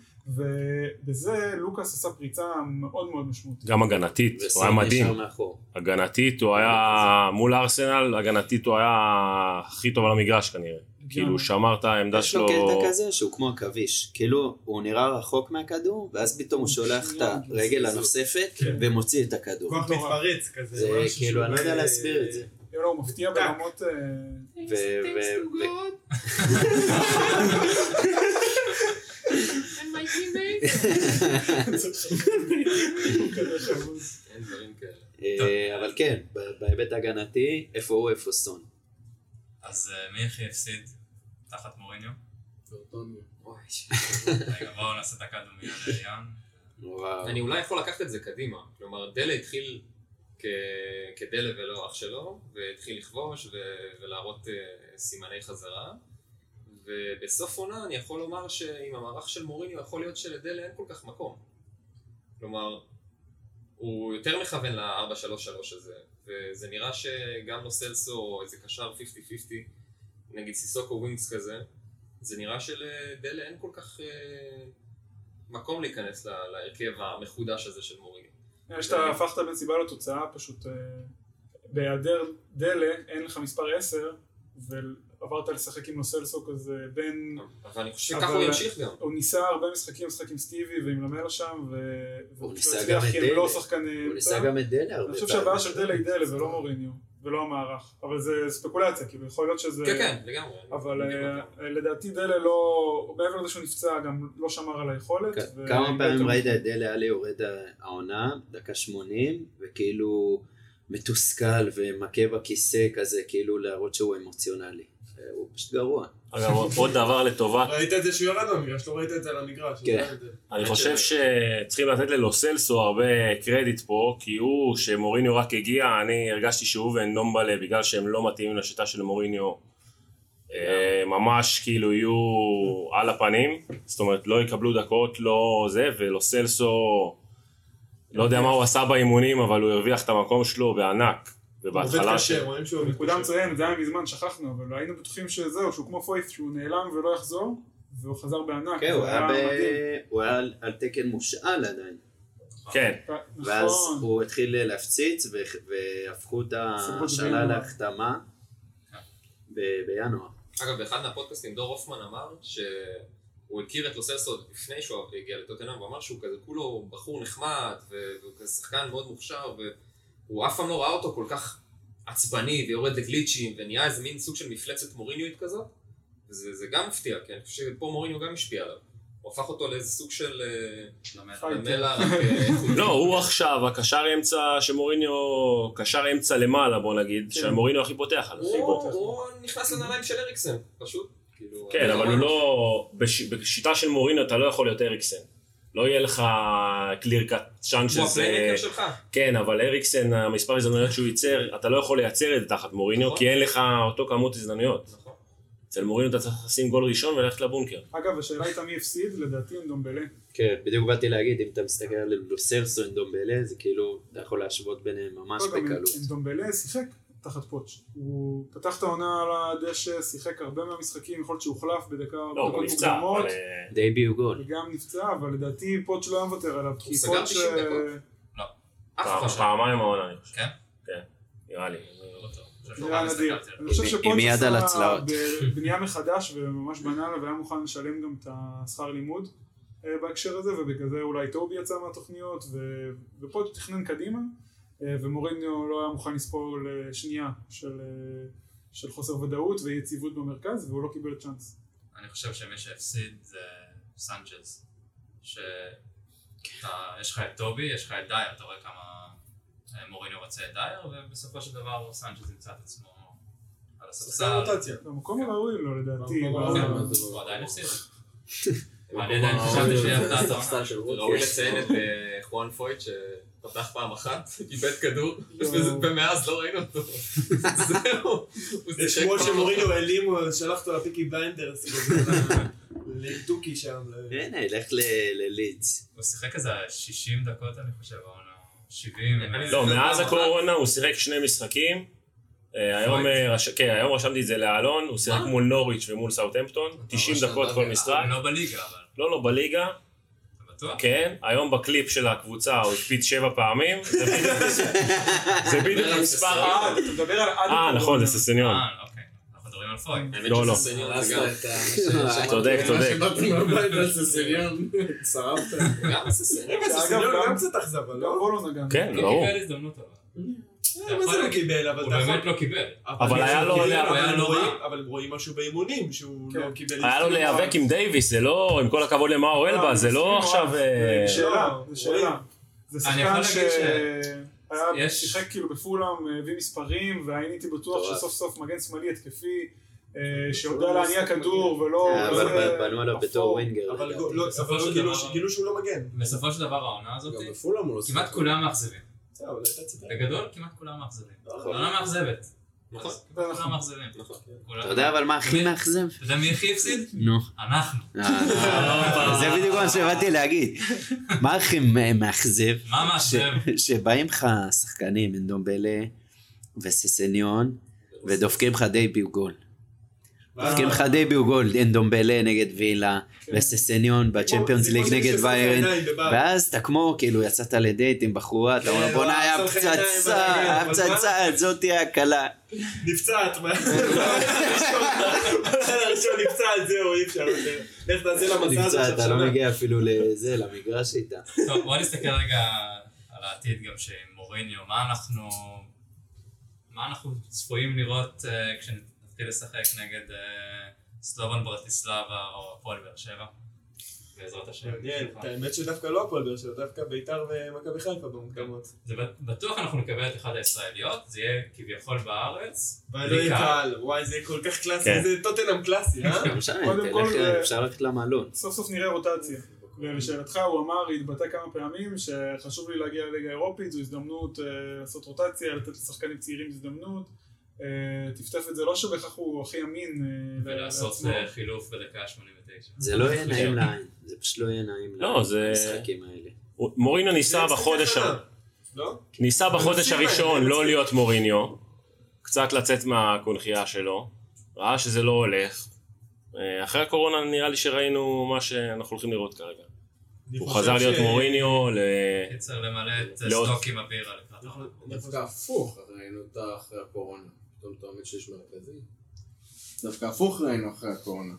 [SPEAKER 6] ובזה לוקאס עשה פריצה מאוד מאוד משמעותית.
[SPEAKER 7] גם הגנתית, הוא היה
[SPEAKER 3] וסון
[SPEAKER 7] מדהים.
[SPEAKER 3] נשאר מאחור.
[SPEAKER 7] הגנתית הוא היה, מול ארסנל, הגנתית הוא היה הכי טוב על המגרש כנראה. כאילו, הוא שמר את העמדה
[SPEAKER 3] יש לו
[SPEAKER 7] שלו.
[SPEAKER 3] קטע כזה שהוא כמו עכביש, כאילו הוא נראה רחוק מהכדור, ואז פתאום הוא שולח את הרגל הנוספת
[SPEAKER 5] כן.
[SPEAKER 3] ומוציא את הכדור.
[SPEAKER 5] כוח מתפרץ כזה.
[SPEAKER 3] זה
[SPEAKER 5] משהו
[SPEAKER 3] כאילו,
[SPEAKER 5] שהוא
[SPEAKER 3] אני לא יודע
[SPEAKER 5] בין,
[SPEAKER 3] להסביר את
[SPEAKER 5] אה,
[SPEAKER 3] זה.
[SPEAKER 6] לא, הוא מפתיע
[SPEAKER 5] טק.
[SPEAKER 6] ברמות... אה,
[SPEAKER 3] ו- ו- ו-
[SPEAKER 6] כזה חבוז.
[SPEAKER 2] אין דברים כאלה.
[SPEAKER 3] אה, אבל כן, ב- בהיבט ההגנתי, איפה הוא, איפה סון.
[SPEAKER 1] אז אה, מי הכי הפסיד? תחת מוריניו? רגע, בואו נעשה דקה דומייה לעליון.
[SPEAKER 3] וואו.
[SPEAKER 2] אני אולי יכול לקחת את זה קדימה. כלומר, דלה התחיל כ- כדלה ולא אח שלו, והתחיל לכבוש ו- ולהראות אה, סימני חזרה. ובסוף עונה אני יכול לומר שעם המערך של מוריניו יכול להיות שלדלה אין כל כך מקום. כלומר, הוא יותר מכוון ל-4-3-3 הזה, וזה נראה שגם לו סלסו או איזה קשר 50-50, נגיד סיסוקו ווינגס כזה, זה נראה שלדלה אין כל כך אה, מקום להיכנס ל- להרכב המחודש הזה של מוריניו.
[SPEAKER 6] אה, שאתה הפכת בין סיבה לתוצאה, פשוט אה, בהיעדר דלה, אין לך מספר 10, ועברת לשחק עם לוסלסו כזה בין...
[SPEAKER 2] אבל אני חושב שככה
[SPEAKER 6] אבל-
[SPEAKER 2] הוא ימשיך גם.
[SPEAKER 6] הוא ניסה הרבה משחקים, משחק עם סטיבי ועם למלה שם, ו... והוא לא
[SPEAKER 3] ניסה
[SPEAKER 6] הצליח,
[SPEAKER 3] גם את
[SPEAKER 6] כי הם
[SPEAKER 3] דלה.
[SPEAKER 6] לא שחקן...
[SPEAKER 3] הוא ניסה גם את דלה הרבה
[SPEAKER 6] אני חושב שהבעיה של דלה היא דלה ולא לא מוריניו, ולא המערך. אבל זה ספקולציה, כאילו יכול להיות שזה...
[SPEAKER 2] כן, כן, לגמרי.
[SPEAKER 6] אבל
[SPEAKER 2] אני-
[SPEAKER 6] אה, אה, לדעתי דלה לא... מעבר לזה שהוא נפצע, גם לא שמר על היכולת.
[SPEAKER 3] כ-
[SPEAKER 6] ו-
[SPEAKER 3] כן. כמה פעמים
[SPEAKER 6] בעצם-
[SPEAKER 3] ראית את דלה עלי יורד העונה, דקה 80, וכאילו מתוסכל ומכה בכיסא כזה, כאילו להראות שהוא אמוציונלי. אה, הוא פשוט גרוע.
[SPEAKER 7] אגב, עוד דבר לטובת,
[SPEAKER 5] אה, ראית את זה שהוא ירד במגרש, לא ראית את זה על המגרש.
[SPEAKER 3] כן.
[SPEAKER 5] אתה יודע את זה.
[SPEAKER 7] אני חושב שצריכים לתת ללוסלסו הרבה קרדיט פה, כי הוא, שמוריניו רק הגיע, אני הרגשתי שהוא ונומבלה, בגלל שהם לא מתאימים לשיטה של מוריניו, אה, ממש כאילו יהיו על הפנים, זאת אומרת לא יקבלו דקות, לא זה, ולוסלסו, לא יודע מה הוא עשה באימונים, אבל הוא הרוויח את המקום שלו בענק,
[SPEAKER 5] הוא עובד
[SPEAKER 7] ובהתחלה ש...
[SPEAKER 5] קשה, רואים שהוא
[SPEAKER 6] נקודה
[SPEAKER 5] מתקשה.
[SPEAKER 6] מצוינת, זה היה מזמן, שכחנו, אבל היינו בטוחים שזהו, שהוא כמו פויף, שהוא נעלם ולא יחזור, והוא חזר בענק.
[SPEAKER 3] כן, הוא
[SPEAKER 6] זה
[SPEAKER 3] היה ב-
[SPEAKER 6] מדהים.
[SPEAKER 3] הוא היה על- על תקן מושאל עדיין.
[SPEAKER 7] כן,
[SPEAKER 3] ואז
[SPEAKER 6] נכון.
[SPEAKER 3] הוא התחיל להפציץ, ו- והפכו את
[SPEAKER 6] סיפור
[SPEAKER 3] ההשאלה
[SPEAKER 6] בינואר.
[SPEAKER 3] להחתמה ב- בינואר.
[SPEAKER 2] אגב, באחד מהפודקאסטים דור הופמן אמר שהוא הכיר את לוסלסו עוד לפני שהוא הגיע לטוטנאם, הוא אמר שהוא כזה כולו בחור נחמד, ו- והוא כזה שחקן מאוד מוכשר, והוא אף פעם לא ראה אותו כל כך עצבני ויורד לגליצ'ים, ונהיה איזה מין סוג של מפלצת מוריניואית כזאת, וזה זה גם מפתיע, כי אני חושב שפה מוריניו גם השפיע עליו. הוא הפך אותו לאיזה סוג של אה,
[SPEAKER 1] לומד.
[SPEAKER 6] לא,
[SPEAKER 2] נמלה, רק... אה, איכותי.
[SPEAKER 7] לא, הוא עכשיו הקשר אמצע שמוריניו, קשר אמצע למעלה בוא נגיד, שמוריניו הכי פותח עליו. כן. הכי
[SPEAKER 2] הוא
[SPEAKER 7] פותח.
[SPEAKER 2] הוא נכנס לנעליים של הריקסן, פשוט. כאילו,
[SPEAKER 7] כן,
[SPEAKER 2] אני
[SPEAKER 7] אבל
[SPEAKER 2] ממש-
[SPEAKER 7] הוא לא... בש- בשיטה של מוריניו אתה לא יכול לא להיות אריקסן. לא יהיה לך קליר קאט צ'אנס
[SPEAKER 5] הוא
[SPEAKER 7] שזה...
[SPEAKER 5] הפלייקר שלך.
[SPEAKER 7] כן, אבל הריקסן, המספר הזדמנויות שהוא ייצר, אתה לא יכול לייצר את זה תחת מוריניו,
[SPEAKER 5] נכון.
[SPEAKER 7] כי אין לך אותו כמות הזדמנויות.
[SPEAKER 5] נכון.
[SPEAKER 7] אצל מוריניו אתה צריך לשים גול ראשון וללכת לבונקר.
[SPEAKER 6] אגב, השאלה הייתה מי הפסיד, לדעתי הם דומבלה.
[SPEAKER 3] כן, בדיוק באתי להגיד, אם אתה מסתכל על לוסרסו עם דומבלה, זה כאילו, אתה יכול להשוות ביניהם ממש
[SPEAKER 6] אגב,
[SPEAKER 3] בקלות.
[SPEAKER 6] אם דומבלה שיחק תחת פוטש. הוא פתח את העונה על הדשא, שיחק הרבה מהמשחקים, יכול להיות שהוחלף בדקה,
[SPEAKER 7] לא, הוא גם
[SPEAKER 6] בדקות
[SPEAKER 7] נפצע,
[SPEAKER 6] מוקדמות,
[SPEAKER 7] אבל... אה,
[SPEAKER 3] דייביו גול.
[SPEAKER 6] וגם נפצע, אבל לדעתי פוטש לא היה מוותר עליו, כי
[SPEAKER 2] סגר
[SPEAKER 6] פוטש...
[SPEAKER 2] 90 דקות.
[SPEAKER 6] אה,
[SPEAKER 1] אף אחד לא
[SPEAKER 7] פעם-
[SPEAKER 1] שם.
[SPEAKER 7] פעמיים העונה, אני חושב.
[SPEAKER 1] כן?
[SPEAKER 7] כן, נראה לי.
[SPEAKER 1] אני חושב
[SPEAKER 6] נראה
[SPEAKER 1] שהוא רק
[SPEAKER 6] נדיר.
[SPEAKER 1] הסתכלתי עליו.
[SPEAKER 6] אני חושב
[SPEAKER 3] עם-
[SPEAKER 6] שפוטש
[SPEAKER 3] עם יד על
[SPEAKER 6] עשה
[SPEAKER 3] הצלעות.
[SPEAKER 6] בנייה מחדש וממש בנה לה והיה מוכן לשלם גם את השכר לימוד אה, בהקשר הזה ובגלל זה אולי טובי יצא מהתוכניות ו- ופוטש תכנן קדימה אה, ומוריניו לא היה מוכן לספור לשנייה של, אה, של חוסר ודאות ויציבות במרכז והוא לא קיבל צ'אנס.
[SPEAKER 1] אני חושב שמי שהפסיד זה סנצ'ז. שאתה, יש לך את טובי, יש לך את דייר, אתה רואה כמה אה, מוריניו רוצה את דייר, ובסופו של דבר סנצ'ז ימצא את עצמו על
[SPEAKER 5] שחקן
[SPEAKER 1] הספסל.
[SPEAKER 5] רוטציה.
[SPEAKER 6] במקום
[SPEAKER 7] כן.
[SPEAKER 6] הראוי לו לדעתי.
[SPEAKER 5] במקום
[SPEAKER 6] ב-
[SPEAKER 5] הראוי.
[SPEAKER 1] כן,
[SPEAKER 5] אבל
[SPEAKER 1] אז
[SPEAKER 5] זה
[SPEAKER 1] הוא
[SPEAKER 5] לא-
[SPEAKER 1] עדיין הפסיד. אני עדיין חשבתי
[SPEAKER 2] זה-
[SPEAKER 1] שהיא
[SPEAKER 2] זה-
[SPEAKER 1] עבדה את
[SPEAKER 2] זה
[SPEAKER 1] העונה.
[SPEAKER 2] ראוי לציין את אה, חואן פויט שפתח פעם אחת, איבד כדור, וזה- ומאז לא ראינו אותו. זהו. הוא
[SPEAKER 5] זה
[SPEAKER 2] שיחק
[SPEAKER 5] כמו
[SPEAKER 2] פעם אחת.
[SPEAKER 5] שמורינו העלים, הוא שלח אותו לפיקי בליינדרס, לטוקי שם. ל-
[SPEAKER 3] הנה, לך ל- ללידס.
[SPEAKER 1] הוא שיחק איזה 60 דקות, אני חושב, העונה. 70.
[SPEAKER 2] אני
[SPEAKER 7] לא,
[SPEAKER 2] זוכר
[SPEAKER 7] מאז
[SPEAKER 2] פעם
[SPEAKER 7] הקורונה הוא שיחק שני משחקים. אה, היום, אה, רש- כן, היום רשמתי את זה לאלון, הוא שיחק
[SPEAKER 2] מה?
[SPEAKER 7] מול נוריץ' ומול סאוטהמפטון, 90
[SPEAKER 2] ממש
[SPEAKER 7] דקות
[SPEAKER 2] נתת
[SPEAKER 7] כל
[SPEAKER 2] לי-
[SPEAKER 7] משחק.
[SPEAKER 1] לא בליגה, אבל.
[SPEAKER 7] לא, לא, בליגה,
[SPEAKER 1] אתה בטוח?
[SPEAKER 7] כן. היום בקליפ של הקבוצה הוא הקפיץ שבע פעמים. זה בדיוק- זה בדיוק המספר...
[SPEAKER 6] אה, אתה מדבר על עד...
[SPEAKER 7] אה, נכון, זה ססניון.
[SPEAKER 1] אה, אוקיי. אנחנו מדברים על פוי.
[SPEAKER 2] האמת
[SPEAKER 7] לא,
[SPEAKER 2] שזה
[SPEAKER 7] לא.
[SPEAKER 2] סניור,
[SPEAKER 8] הרסת
[SPEAKER 2] זה גם-
[SPEAKER 8] את ה- שמעתי-
[SPEAKER 7] צודק, צודק.
[SPEAKER 8] שמעתי בבית על ססניון, שרפת.
[SPEAKER 2] גם הססניור.
[SPEAKER 5] רגע, זה
[SPEAKER 6] שאגב,
[SPEAKER 5] גם
[SPEAKER 6] גם-
[SPEAKER 5] קצת אכזבה,
[SPEAKER 6] לא,
[SPEAKER 5] לא?
[SPEAKER 6] בוא לא נגענו.
[SPEAKER 7] כן,
[SPEAKER 1] הוא
[SPEAKER 7] ברור.
[SPEAKER 1] קיבל הזדמנות אבל.
[SPEAKER 5] מה זה לא קיבל, אבל
[SPEAKER 1] הוא
[SPEAKER 5] אתה יכול...
[SPEAKER 1] באמת לא קיבל.
[SPEAKER 7] אבל היה לו-
[SPEAKER 5] אבל
[SPEAKER 7] היה
[SPEAKER 1] לו-
[SPEAKER 5] אבל
[SPEAKER 1] היה לו
[SPEAKER 5] רואים-
[SPEAKER 1] רע.
[SPEAKER 5] אבל רואים משהו באימונים, שהוא
[SPEAKER 6] כן.
[SPEAKER 5] לא קיבל...
[SPEAKER 7] היה לו
[SPEAKER 5] הזדמנות.
[SPEAKER 7] להיאבק עם דייוויס, זה לא, עם כל הכבוד למאור אלבה, זה לא עכשיו... אה,
[SPEAKER 6] זה שאלה,
[SPEAKER 5] לא,
[SPEAKER 6] זה שאלה. זה
[SPEAKER 1] אני יכול
[SPEAKER 6] שחקן
[SPEAKER 1] להגיד
[SPEAKER 6] שהיה
[SPEAKER 1] יש-
[SPEAKER 6] שיחק כאילו בפולאם, הביא מספרים, והייתי בטוח
[SPEAKER 3] מטורף.
[SPEAKER 6] שסוף סוף מגן שמאלי התקפי, אה, שיודע להניע כדור
[SPEAKER 5] לא,
[SPEAKER 6] ולא...
[SPEAKER 3] אה,
[SPEAKER 6] כזה
[SPEAKER 3] אבל בנו- בנו עליו
[SPEAKER 6] אפור.
[SPEAKER 3] בתור ווינגר.
[SPEAKER 5] אבל
[SPEAKER 3] לדעתי.
[SPEAKER 5] לא,
[SPEAKER 1] בסופו
[SPEAKER 5] אבל
[SPEAKER 1] של
[SPEAKER 5] גילו-
[SPEAKER 1] דבר-
[SPEAKER 5] גילו שהוא לא מגן.
[SPEAKER 1] בסופו של דבר העונה הזאת,
[SPEAKER 8] גם בפולאם הוא לא שיחק.
[SPEAKER 1] כמעט כולם מאכזבים.
[SPEAKER 5] בסדר, אבל הייתה ציפייה.
[SPEAKER 1] בגדול כמעט כולם מאכזבים.
[SPEAKER 2] נכון.
[SPEAKER 1] העונה מאכזבת.
[SPEAKER 2] נכון.
[SPEAKER 1] אז כולם מאכזבים.
[SPEAKER 2] נכון.
[SPEAKER 1] כולם-
[SPEAKER 3] אתה יודע אבל מה הכי מאכזב?
[SPEAKER 1] אתה יודע מי הכי הפסיד?
[SPEAKER 3] נו.
[SPEAKER 1] אנחנו.
[SPEAKER 3] אה, זה בדיוק מה שבאתי להגיד. מה הכי מ- מאכזב?
[SPEAKER 1] מה מאכזב?
[SPEAKER 3] ש- שבאים לך שחקנים, אנדומבלה וססניון, ודופקים לך דייביו גול. דופקים לך דייביו גול, אנדומבלה נגד וילה,
[SPEAKER 5] כן.
[SPEAKER 3] וססניון בצ'מפיונס
[SPEAKER 5] זה כמו
[SPEAKER 3] ליג
[SPEAKER 5] שיש
[SPEAKER 3] נגד
[SPEAKER 5] לך
[SPEAKER 3] ויירן.
[SPEAKER 5] עיניים בבית.
[SPEAKER 3] ואז אתה כמו, כאילו, יצאת לדייט עם בחורה, אתה אומר,
[SPEAKER 5] כן,
[SPEAKER 3] בואנה,
[SPEAKER 5] וואי,
[SPEAKER 3] היה
[SPEAKER 5] צלחי ידיים
[SPEAKER 3] פצצה,
[SPEAKER 5] ברגל,
[SPEAKER 3] היה
[SPEAKER 5] אבל
[SPEAKER 3] פצצה, זאת תהיה הקלה.
[SPEAKER 5] נפצעת, מה? הראשון נפצעת, זהו, אי אפשר. יותר. לך תעשה למסע הזה
[SPEAKER 3] נפצע,
[SPEAKER 5] עכשיו
[SPEAKER 3] אתה לא
[SPEAKER 5] שנה.
[SPEAKER 3] מגיע אפילו לזה, למגרש איתה.
[SPEAKER 1] טוב, בוא נסתכל רגע על העתיד גם שעם מוריניו, מה אנחנו... מה אנחנו צפויים לראות אה, כשנתחיל לשחק נגד אה, סלובן ברטיסלבה או הפועל באר שבע? בעזרת השם.
[SPEAKER 5] מעניין, כן, האמת שדווקא לא הפועל באר שבע, דווקא ביתר ומכבי חיפה במוקדמות.
[SPEAKER 1] זה בט- בטוח אנחנו נקבל את אחת הישראליות, זה יהיה כביכול בארץ.
[SPEAKER 5] ולא
[SPEAKER 1] בלי
[SPEAKER 5] יהיה
[SPEAKER 1] קהל.
[SPEAKER 5] קהל, לא וואי זה כל כך
[SPEAKER 7] כן.
[SPEAKER 5] קלאסי, זה טוטנאם קלאסי, אה?
[SPEAKER 3] לא משנה,
[SPEAKER 6] קודם
[SPEAKER 3] תלך,
[SPEAKER 6] כל, אה,
[SPEAKER 3] אפשר ללכת למלון.
[SPEAKER 6] סוף סוף נראה רוטציה. ולשאלתך, הוא אמר, התבטא כמה פעמים, שחשוב לי להגיע לליגה האירופית, זו הזדמנות אה, לעשות רוטציה, לתת לשחקנים צעירים הזדמנות. אה, טפטף את זה, לא שבהכרח הוא הכי אמין אה,
[SPEAKER 1] ולעשות
[SPEAKER 6] לעצמו.
[SPEAKER 1] אה, חילוף בדקה 89.
[SPEAKER 3] זה לא יהיה נעים לעין, זה פשוט לא יהיה נעים
[SPEAKER 7] כן. לא,
[SPEAKER 3] לעין,
[SPEAKER 7] זה-
[SPEAKER 3] המשחקים האלה.
[SPEAKER 7] הוא- אה, מוריניו ניסה
[SPEAKER 5] זה
[SPEAKER 7] בחודש
[SPEAKER 5] שנה.
[SPEAKER 7] ה...
[SPEAKER 5] לא?
[SPEAKER 7] ניסה בחודש
[SPEAKER 5] מנסים,
[SPEAKER 7] הראשון
[SPEAKER 5] מנסים.
[SPEAKER 7] לא להיות מוריניו, קצת לצאת מהקונכייה שלו, ראה שזה לא הולך. אה, אחרי הקורונה נראה לי שראינו מה שאנחנו הולכים לראות כרגע.
[SPEAKER 5] אני
[SPEAKER 7] הוא
[SPEAKER 5] חושב
[SPEAKER 7] חזר להיות
[SPEAKER 5] ש-
[SPEAKER 7] מוריניו, ל...
[SPEAKER 1] קיצר למלא את
[SPEAKER 7] לא-
[SPEAKER 1] סטוק עם הבירה
[SPEAKER 5] נכון.
[SPEAKER 1] לקראת. העונה.
[SPEAKER 5] אני חושב-
[SPEAKER 8] דווקא הפוך ראינו אותה אחרי הקורונה. פתאום אתה עומד שיש מרכזי. דווקא הפוך ראינו אחרי הקורונה.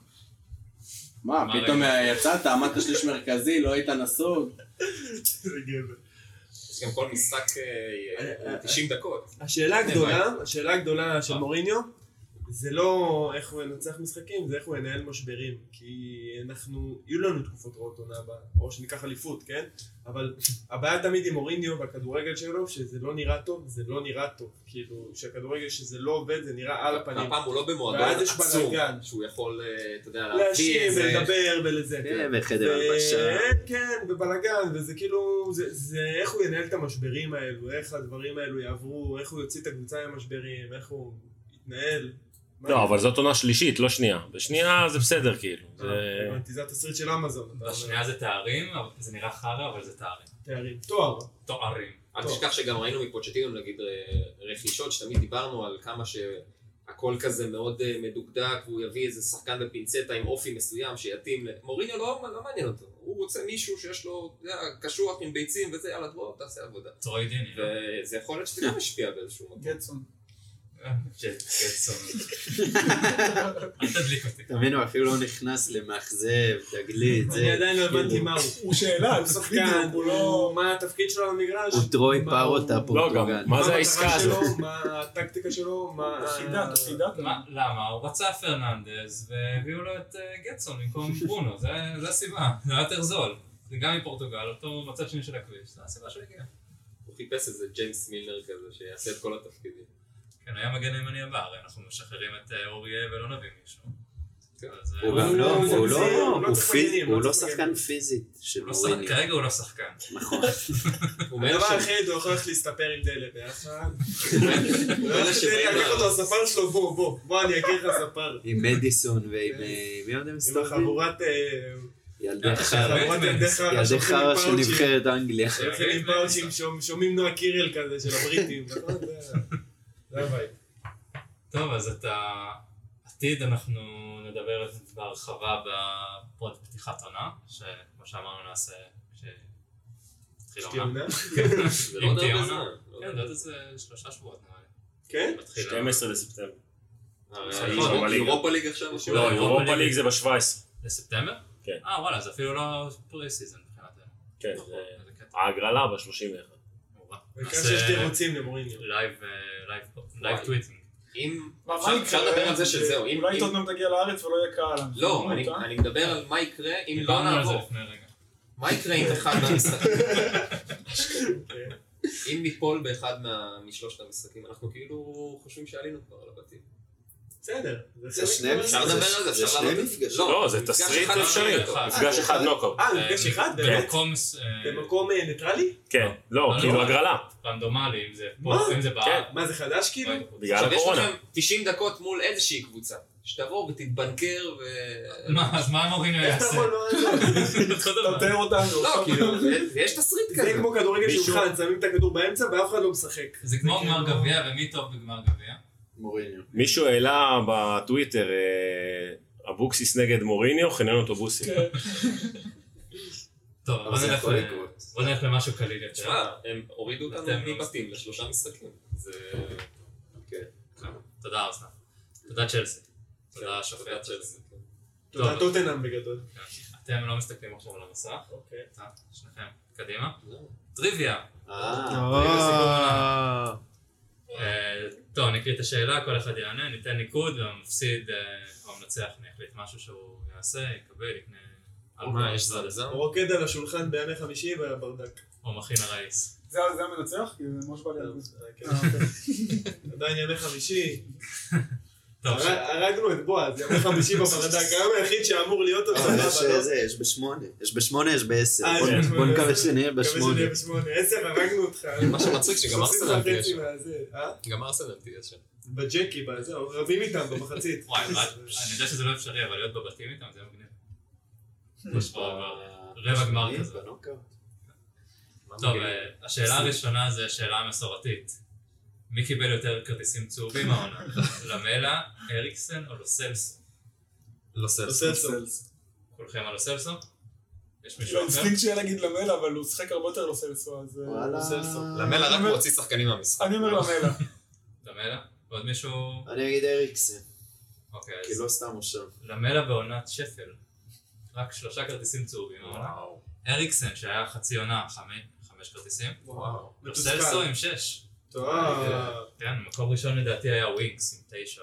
[SPEAKER 4] מה,
[SPEAKER 1] מה
[SPEAKER 4] פתאום יצאת, עמדת שליש מרכזי, לא היית נסוג.
[SPEAKER 5] זה גבר.
[SPEAKER 2] יש גם כל משחק אה,
[SPEAKER 5] אה, אה,
[SPEAKER 2] 90 דקות.
[SPEAKER 5] השאלה הגדולה, השאלה הגדולה של
[SPEAKER 1] אה.
[SPEAKER 5] מוריניו, זה לא איך הוא ינצח משחקים, זה איך הוא ינהל משברים. כי אנחנו, יהיו לנו תקופות רעות עונה הבאה, או שניקח אליפות, כן? אבל הבעיה תמיד עם מוריניו והכדורגל שלו, שזה לא נראה טוב, זה לא נראה טוב. כאילו, שהכדורגל שזה לא עובד, זה נראה על הפנים.
[SPEAKER 2] הפעם הוא לא במועדון
[SPEAKER 5] ואז יש
[SPEAKER 2] עצום,
[SPEAKER 5] בלאגן.
[SPEAKER 2] שהוא יכול, אה, אתה יודע, להביא
[SPEAKER 5] להשאיר
[SPEAKER 2] איזה...
[SPEAKER 5] ולדבר ולזה. כן.
[SPEAKER 3] בחדר
[SPEAKER 5] ו-
[SPEAKER 3] הלבשה.
[SPEAKER 5] כן, ובלאגן, וזה כאילו, זה, זה איך הוא ינהל את המשברים האלו, איך הדברים האלו יעברו, איך הוא יוציא את הקבוצה מהמשברים, איך הוא יתנהל. מה-
[SPEAKER 7] לא, אבל זאת עונה שלישית, לא שנייה. בשנייה זה בסדר, כאילו.
[SPEAKER 5] אה,
[SPEAKER 7] זה-
[SPEAKER 5] הבנתי, זה התסריט של אמזון, אתה אומר,
[SPEAKER 1] השנייה זה תארים, אבל- זה נראה חרא, אבל זה תארים.
[SPEAKER 5] תארים, תואר.
[SPEAKER 1] תוארים.
[SPEAKER 2] אל
[SPEAKER 5] טוב.
[SPEAKER 2] תשכח שגם ראינו מפוצ'טינו נגיד ר- רכישות, שתמיד דיברנו על כמה שהכל כזה מאוד אה, מדוקדק, והוא יביא איזה שחקן בפינצטה עם אופי מסוים שיתאים ל... מוריניו לא, לא מעניין אותו, הוא רוצה מישהו שיש לו אתה יודע, קשוח עם ביצים וזה, יאללה בוא תעשה עבודה.
[SPEAKER 1] טרוידיני. לא?
[SPEAKER 2] וזה יכול להיות שזה גם משפיע באיזשהו מקום.
[SPEAKER 6] גטסון.
[SPEAKER 1] אה, ג'ט גטסון. כן, אל תדליק אותי.
[SPEAKER 3] תבינו, אפילו לא נכנס למאכזב, תגלית,
[SPEAKER 5] אני
[SPEAKER 3] זה... כאילו,
[SPEAKER 5] עדיין לא הבנתי מה הוא.
[SPEAKER 6] הוא שאלה, הוא
[SPEAKER 5] הוא
[SPEAKER 6] שחקן,
[SPEAKER 5] שחקן,
[SPEAKER 6] הוא לא...
[SPEAKER 5] מה התפקיד שלו על המגרש?
[SPEAKER 3] הוא טרוי
[SPEAKER 5] מה
[SPEAKER 3] פארוט
[SPEAKER 5] הוא-
[SPEAKER 7] לא, גם,
[SPEAKER 3] הפורטוגל.
[SPEAKER 7] מה זה
[SPEAKER 5] המטרה
[SPEAKER 7] העסקה
[SPEAKER 5] שלו,
[SPEAKER 7] הזאת?
[SPEAKER 5] מה הטקטיקה שלו, מה...
[SPEAKER 6] הוא חידה, הוא חידה.
[SPEAKER 1] מה- למה? הוא רצה פרננדז והביאו לו את אה, גטסון במקום ברונו, זה זה הסיבה, זה היה יותר זול. זה גם מפורטוגל, אותו מצד שני של הכביש, זו הסיבה שהוא הגיע.
[SPEAKER 2] הוא חיפש איזה ג'יימס מילנר כזה שיעשה את כל התפקידים.
[SPEAKER 1] כן, היה מגן הימני הבא, הרי אנחנו משחררים את אה, אוריה ולא נביא מישהו. אז, אה,
[SPEAKER 3] הוא גם לא,
[SPEAKER 5] הוא-
[SPEAKER 3] הוא
[SPEAKER 5] הוא-
[SPEAKER 3] לא,
[SPEAKER 5] הוא לא
[SPEAKER 3] הוא
[SPEAKER 5] צריך
[SPEAKER 3] פיז-
[SPEAKER 5] מגנים,
[SPEAKER 3] הוא
[SPEAKER 5] לא
[SPEAKER 3] לא
[SPEAKER 5] צריך
[SPEAKER 3] שחקן
[SPEAKER 5] מגנים.
[SPEAKER 3] פיזית של נכון.
[SPEAKER 1] הוא לא שחקן,
[SPEAKER 3] מוריניו.
[SPEAKER 1] כרגע הוא לא שחקן.
[SPEAKER 2] הוא מאלה
[SPEAKER 5] הדבר
[SPEAKER 2] ש-
[SPEAKER 5] היחיד, הוא יכול ללכת להסתפר עם דלה ביחד.
[SPEAKER 2] הוא מאלה
[SPEAKER 5] תן לי,
[SPEAKER 2] שבאים
[SPEAKER 5] לא, אני אקח
[SPEAKER 2] לה-
[SPEAKER 5] אותו לספר שלו, בוא, בוא, בוא, אני אקח לך ספר.
[SPEAKER 3] עם מדיסון ועם... אה, מי עוד הם
[SPEAKER 5] עם
[SPEAKER 3] מסתובבים?
[SPEAKER 5] החבורת... אה,
[SPEAKER 3] ילדי חרא.
[SPEAKER 5] חבורת
[SPEAKER 1] באמת?
[SPEAKER 5] ילדי חרא.
[SPEAKER 3] ילדי חרא של
[SPEAKER 5] פאוצ'ים.
[SPEAKER 3] נבחרת אנגליה.
[SPEAKER 5] שולחים פאוצ'ים, שומע- שומעים נועה קירל כזה של הבריטים. נכון? זה- זה הווייב.
[SPEAKER 1] טוב, אז את העתיד אנחנו נדבר על זה בהרחבה בפוד פתיחת עונה, שכמו שאמרנו נעשה כשתתחיל
[SPEAKER 2] לא
[SPEAKER 1] העונה.
[SPEAKER 5] שתיונה.
[SPEAKER 2] זה לא
[SPEAKER 1] אם
[SPEAKER 2] עוד
[SPEAKER 1] תהיה
[SPEAKER 2] הרבה
[SPEAKER 1] עונה.
[SPEAKER 2] זמן.
[SPEAKER 1] כן, לא איזה שלושה שבועות נראה לי.
[SPEAKER 5] כן?
[SPEAKER 1] מתחיל אה? העונה.
[SPEAKER 7] 12 לספטמבר.
[SPEAKER 2] הרי
[SPEAKER 1] סליחה,
[SPEAKER 2] אירופה-
[SPEAKER 7] ליגה.
[SPEAKER 2] אירופה ליג עכשיו?
[SPEAKER 7] לא,
[SPEAKER 1] אולי אירופה
[SPEAKER 7] אירופה
[SPEAKER 1] ליג.
[SPEAKER 7] ליג זה ב-17.
[SPEAKER 1] לספטמבר?
[SPEAKER 7] כן.
[SPEAKER 1] אה, וואלה, זה אפילו לא פרי סיזן מבחינתנו.
[SPEAKER 7] כן,
[SPEAKER 1] נכון,
[SPEAKER 7] זה-
[SPEAKER 1] זה קטע.
[SPEAKER 7] ההגרלה ב-31.
[SPEAKER 1] נורא.
[SPEAKER 5] וכאן
[SPEAKER 1] נעשה
[SPEAKER 5] שיש
[SPEAKER 2] אה,
[SPEAKER 5] תירוצים למוריניו.
[SPEAKER 1] לייב, אה, לייב- לייב
[SPEAKER 2] וואי.
[SPEAKER 1] טוויטינג.
[SPEAKER 2] אם...
[SPEAKER 6] מה
[SPEAKER 2] אפשר- אפשר לדבר על זה שזהו, אם...
[SPEAKER 6] אולי
[SPEAKER 2] אם-
[SPEAKER 6] טוטנאם תגיע לארץ ולא יהיה קהל. אנחנו
[SPEAKER 2] לא,
[SPEAKER 6] אומרים
[SPEAKER 2] אני-
[SPEAKER 6] אותה.
[SPEAKER 2] אני מדבר על מה יקרה אם לא
[SPEAKER 1] דיברנו על זה
[SPEAKER 2] נעבור.
[SPEAKER 1] לפני רגע.
[SPEAKER 2] מה יקרה אם אחד מהמשחקים... אם ניפול באחד מה- משלושת המשחקים, אנחנו כאילו חושבים שעלינו כבר על הבתים.
[SPEAKER 5] בסדר. זה
[SPEAKER 3] זה
[SPEAKER 5] חלק
[SPEAKER 3] שני
[SPEAKER 5] מה-
[SPEAKER 2] אפשר לדבר על זה,
[SPEAKER 3] זה
[SPEAKER 2] אפשר
[SPEAKER 3] שני
[SPEAKER 2] לעלות.
[SPEAKER 3] מפגשים.
[SPEAKER 7] לא, זה
[SPEAKER 2] מפגש
[SPEAKER 7] תסריט
[SPEAKER 2] אחד
[SPEAKER 7] אפשרי.
[SPEAKER 2] נוקאוט.
[SPEAKER 7] מפגש אחד נוקאוט.
[SPEAKER 5] אה, מפגש אחד? באמת?
[SPEAKER 1] במקום מס- אה,
[SPEAKER 5] במקום אה, ניטרלי?
[SPEAKER 7] כן. לא,
[SPEAKER 1] לא,
[SPEAKER 7] כאילו
[SPEAKER 1] לא.
[SPEAKER 7] הגרלה.
[SPEAKER 1] רנדומלי, אם זה
[SPEAKER 5] מה?
[SPEAKER 1] פה, אם זה בארץ.
[SPEAKER 5] מה זה חדש כאילו?
[SPEAKER 7] בגלל
[SPEAKER 2] עכשיו יש
[SPEAKER 7] הקורונה.
[SPEAKER 2] לכם 90 דקות מול איזושהי קבוצה. שתבוא ותתבנקר ו...
[SPEAKER 1] מה, אז מה מוריניו
[SPEAKER 5] איך
[SPEAKER 1] יעשה?
[SPEAKER 5] אתה יכול
[SPEAKER 2] אה,
[SPEAKER 5] לא לעזור?
[SPEAKER 1] אותו דבר.
[SPEAKER 6] תטר אותנו.
[SPEAKER 2] לא, כאילו, זה- יש תסריט
[SPEAKER 5] זה
[SPEAKER 2] כזה.
[SPEAKER 5] כמו כדורגל
[SPEAKER 3] מישהו-
[SPEAKER 5] שולחן, שמים את הכדור באמצע ואף אחד לא משחק.
[SPEAKER 1] זה כמו
[SPEAKER 5] כאילו-
[SPEAKER 1] גמר גביע, ומי טוב בגמר גביע?
[SPEAKER 3] מוריניו.
[SPEAKER 7] מישהו העלה בטוויטר, אה, אבוקסיס נגד מוריניו, חניון אוטובוסים.
[SPEAKER 1] טוב,
[SPEAKER 3] אבל
[SPEAKER 1] בוא
[SPEAKER 3] זה
[SPEAKER 1] נלך
[SPEAKER 3] יכול
[SPEAKER 1] ל-
[SPEAKER 3] לקרות.
[SPEAKER 1] בוא נלך למשהו קליל יותר.
[SPEAKER 2] תשמע, הם הורידו אותנו
[SPEAKER 1] אתם לא
[SPEAKER 2] מבתים לשלושה משחקים. זה... כן.
[SPEAKER 1] תודה, ארסנל. תודה, צ'לסי.
[SPEAKER 3] כן.
[SPEAKER 1] תודה,
[SPEAKER 2] תודה,
[SPEAKER 1] השופט
[SPEAKER 2] צ'לסי.
[SPEAKER 1] צ'לסי.
[SPEAKER 5] תודה טוטנאם בגדול.
[SPEAKER 1] אתם לא מסתכלים עכשיו על המסך.
[SPEAKER 5] אוקיי.
[SPEAKER 1] אתה, שניכם. קדימה. טריוויה.
[SPEAKER 3] אה,
[SPEAKER 1] אה, טוב, אני אקריא את השאלה, כל אחד יענה, ניתן ניקוד, והמפסיד אה, או המנצח אני אחליט משהו שהוא יעשה, יקבל, יקנה...
[SPEAKER 2] מה,
[SPEAKER 1] אלכוהול,
[SPEAKER 2] יש
[SPEAKER 1] לא יודע,
[SPEAKER 2] זלזל?
[SPEAKER 5] הוא רוקד על השולחן בימי חמישי בברדק.
[SPEAKER 1] או מכין הרעיס.
[SPEAKER 6] זה זה המנצח? כי זה ממש בא לי על זה.
[SPEAKER 5] כן.
[SPEAKER 6] אה, אוקיי.
[SPEAKER 5] עדיין ימי חמישי.
[SPEAKER 1] טוב, לא, ש-
[SPEAKER 5] הר- הרגנו את בועז, ימי חמישי בברדק. היום היחיד שאמור להיות
[SPEAKER 2] אה,
[SPEAKER 5] על
[SPEAKER 3] אבל יש
[SPEAKER 5] סבבה.
[SPEAKER 3] לא, זה, יש בשמונה. יש בשמונה, יש בעשר.
[SPEAKER 5] אה,
[SPEAKER 3] בוא-
[SPEAKER 5] יש
[SPEAKER 3] בוא
[SPEAKER 5] בשמונה,
[SPEAKER 3] נקווה
[SPEAKER 5] בסדר.
[SPEAKER 3] שנהיה
[SPEAKER 5] מקווה
[SPEAKER 3] בשמונה.
[SPEAKER 5] שנהיה בשמונה. עשר, הרגנו אותך.
[SPEAKER 2] מה שמצחיק שגם
[SPEAKER 5] שלושים
[SPEAKER 2] ארסנל תהיה
[SPEAKER 5] וחצי
[SPEAKER 2] שם.
[SPEAKER 5] מהזה, אה?
[SPEAKER 2] גם ארסנל תהיה שם.
[SPEAKER 5] בג'קי, בזה, רבים איתם במחצית.
[SPEAKER 1] וואי, מה- אני יודע שזה לא אפשרי, אבל להיות בבתים איתם זה מגניב. יש פה- רבע גמר כזה.
[SPEAKER 3] בנוקאוט.
[SPEAKER 1] טוב, אה, השאלה הראשונה זה השאלה המסורתית. מי קיבל יותר כרטיסים צהובים העונה? למלה, אריקסן או לוסלסו?
[SPEAKER 2] לא סלס.
[SPEAKER 5] עושה סוף.
[SPEAKER 1] כולכם על לוסלסו? יש
[SPEAKER 6] כאילו,
[SPEAKER 1] מישהו אחר?
[SPEAKER 6] האינסטינקט שלי היה להגיד למלה, אבל הוא שיחק הרבה יותר לא סלסו, אז... אה,
[SPEAKER 3] וואלה.
[SPEAKER 2] למלה רק מוציא שחקנים מהמשחק.
[SPEAKER 6] אני אומר למלה.
[SPEAKER 1] למלה? עוד מישהו?
[SPEAKER 3] אני אגיד אריקסן,
[SPEAKER 1] אוקיי,
[SPEAKER 3] כי
[SPEAKER 1] אז
[SPEAKER 3] לא סתם הוא שם.
[SPEAKER 1] למלה בעונת שפל. רק שלושה כרטיסים צהובים העונה.
[SPEAKER 2] וואו.
[SPEAKER 1] אריקסן שהיה חצי עונה, חמי- חמש כרטיסים.
[SPEAKER 5] וואו.
[SPEAKER 1] לוסלסו עם שש.
[SPEAKER 5] טוב,
[SPEAKER 1] כן, מקום ראשון לדעתי היה ווינקס עם תשע.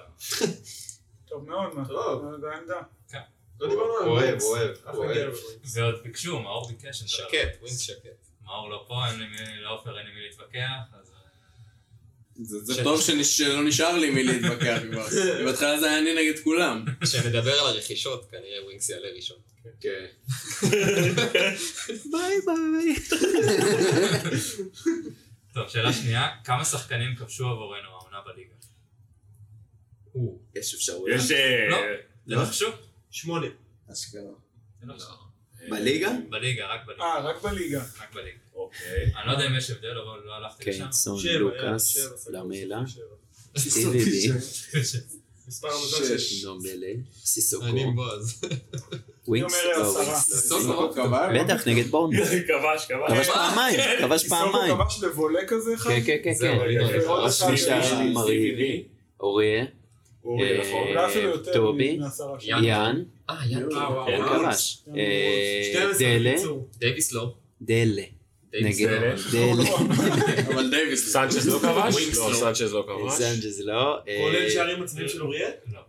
[SPEAKER 6] טוב מאוד, מה? אה,
[SPEAKER 5] טוב.
[SPEAKER 6] זה העמדה.
[SPEAKER 5] לא דיברנו על
[SPEAKER 2] אוהב,
[SPEAKER 5] ווינקס.
[SPEAKER 2] אוהב,
[SPEAKER 5] אף אחד
[SPEAKER 2] אוהב.
[SPEAKER 5] לא ווינקס.
[SPEAKER 1] ועוד ביקשו, מאור ביקש. שנדבר על
[SPEAKER 2] שקט,
[SPEAKER 1] ווינקס.
[SPEAKER 2] ווינקס שקט.
[SPEAKER 1] מאור לא פה, אין לי מי, לעופר אין לי מי להתווכח, אז... אה,
[SPEAKER 8] זה זה טוב שנש- שלא נשאר לי מי להתווכח כבר. כי בהתחלה זה היה אני נגד כולם.
[SPEAKER 2] כשנדבר על הרכישות, כנראה ווינקס יעלה ראשון.
[SPEAKER 3] כן.
[SPEAKER 1] טוב, שאלה שנייה, כמה שחקנים כבשו עבורנו העונה בליגה?
[SPEAKER 3] יש אפשרויות.
[SPEAKER 7] יש... אה,
[SPEAKER 1] לא.
[SPEAKER 3] לא?
[SPEAKER 1] תנחשו?
[SPEAKER 5] שמונה.
[SPEAKER 4] אשכרה.
[SPEAKER 2] לא
[SPEAKER 1] תנחשו.
[SPEAKER 8] אה,
[SPEAKER 3] בליגה?
[SPEAKER 1] בליגה, רק בליגה.
[SPEAKER 6] אה, רק בליגה.
[SPEAKER 1] רק בליגה.
[SPEAKER 7] אוקיי.
[SPEAKER 1] אני לא יודע אם יש הבדל, אבל לא הלכתי
[SPEAKER 2] כן,
[SPEAKER 1] לשם.
[SPEAKER 3] קיינסון,
[SPEAKER 5] שבע, יאללה,
[SPEAKER 3] כן, לוקאס,
[SPEAKER 5] שבע, סגור,
[SPEAKER 3] למלה,
[SPEAKER 5] שבע.
[SPEAKER 3] סטיבי בי,
[SPEAKER 5] מספר המזל שש.
[SPEAKER 3] נומלה, סיסוקו,
[SPEAKER 2] אני בועז.
[SPEAKER 3] ווינקס,
[SPEAKER 6] אני אומר
[SPEAKER 3] לא,
[SPEAKER 6] עשרה.
[SPEAKER 3] ווינקס, לא,
[SPEAKER 2] סוף
[SPEAKER 3] ווינקס.
[SPEAKER 2] טוב.
[SPEAKER 4] לא קבל?
[SPEAKER 3] בטח, נגד בורנמוט.
[SPEAKER 7] כבש, כבש.
[SPEAKER 3] כבש פעמיים, כבש פעמיים.
[SPEAKER 6] כן, סיסוקו כבש בבולה כזה אחד.
[SPEAKER 3] כן, כן, כן,
[SPEAKER 2] זהו,
[SPEAKER 3] כן.
[SPEAKER 2] הנה,
[SPEAKER 6] כן,
[SPEAKER 2] הרס
[SPEAKER 6] עוד
[SPEAKER 2] שליש
[SPEAKER 6] אחד.
[SPEAKER 7] לא
[SPEAKER 2] היה
[SPEAKER 3] שליש.
[SPEAKER 2] CVV.
[SPEAKER 3] אוריה,
[SPEAKER 2] כן.
[SPEAKER 7] אורי,
[SPEAKER 3] אה,
[SPEAKER 7] נכון.
[SPEAKER 6] אולי אפילו יותר
[SPEAKER 3] טובי.
[SPEAKER 6] מעשרה
[SPEAKER 2] יא.
[SPEAKER 6] שנים.
[SPEAKER 2] יאן.
[SPEAKER 3] יאן,
[SPEAKER 2] אה, יאללה.
[SPEAKER 5] אה, וואו.
[SPEAKER 3] כן, כבש.
[SPEAKER 6] כן,
[SPEAKER 3] אה,
[SPEAKER 5] 12
[SPEAKER 3] דלה,
[SPEAKER 5] בקיצור.
[SPEAKER 2] דייוויס לא.
[SPEAKER 3] דלה,
[SPEAKER 2] דייוויס
[SPEAKER 3] נגד
[SPEAKER 2] לא.
[SPEAKER 3] דלה.
[SPEAKER 8] אבל דייוויס,
[SPEAKER 7] סנצ'ז לא כבש?
[SPEAKER 2] ווינקס
[SPEAKER 7] לא,
[SPEAKER 2] לא.
[SPEAKER 7] סנצ'ז לא כבש.
[SPEAKER 3] סנג'ז לא. אה,
[SPEAKER 5] כולל שערים עצמיים של אוריאל?
[SPEAKER 1] לא.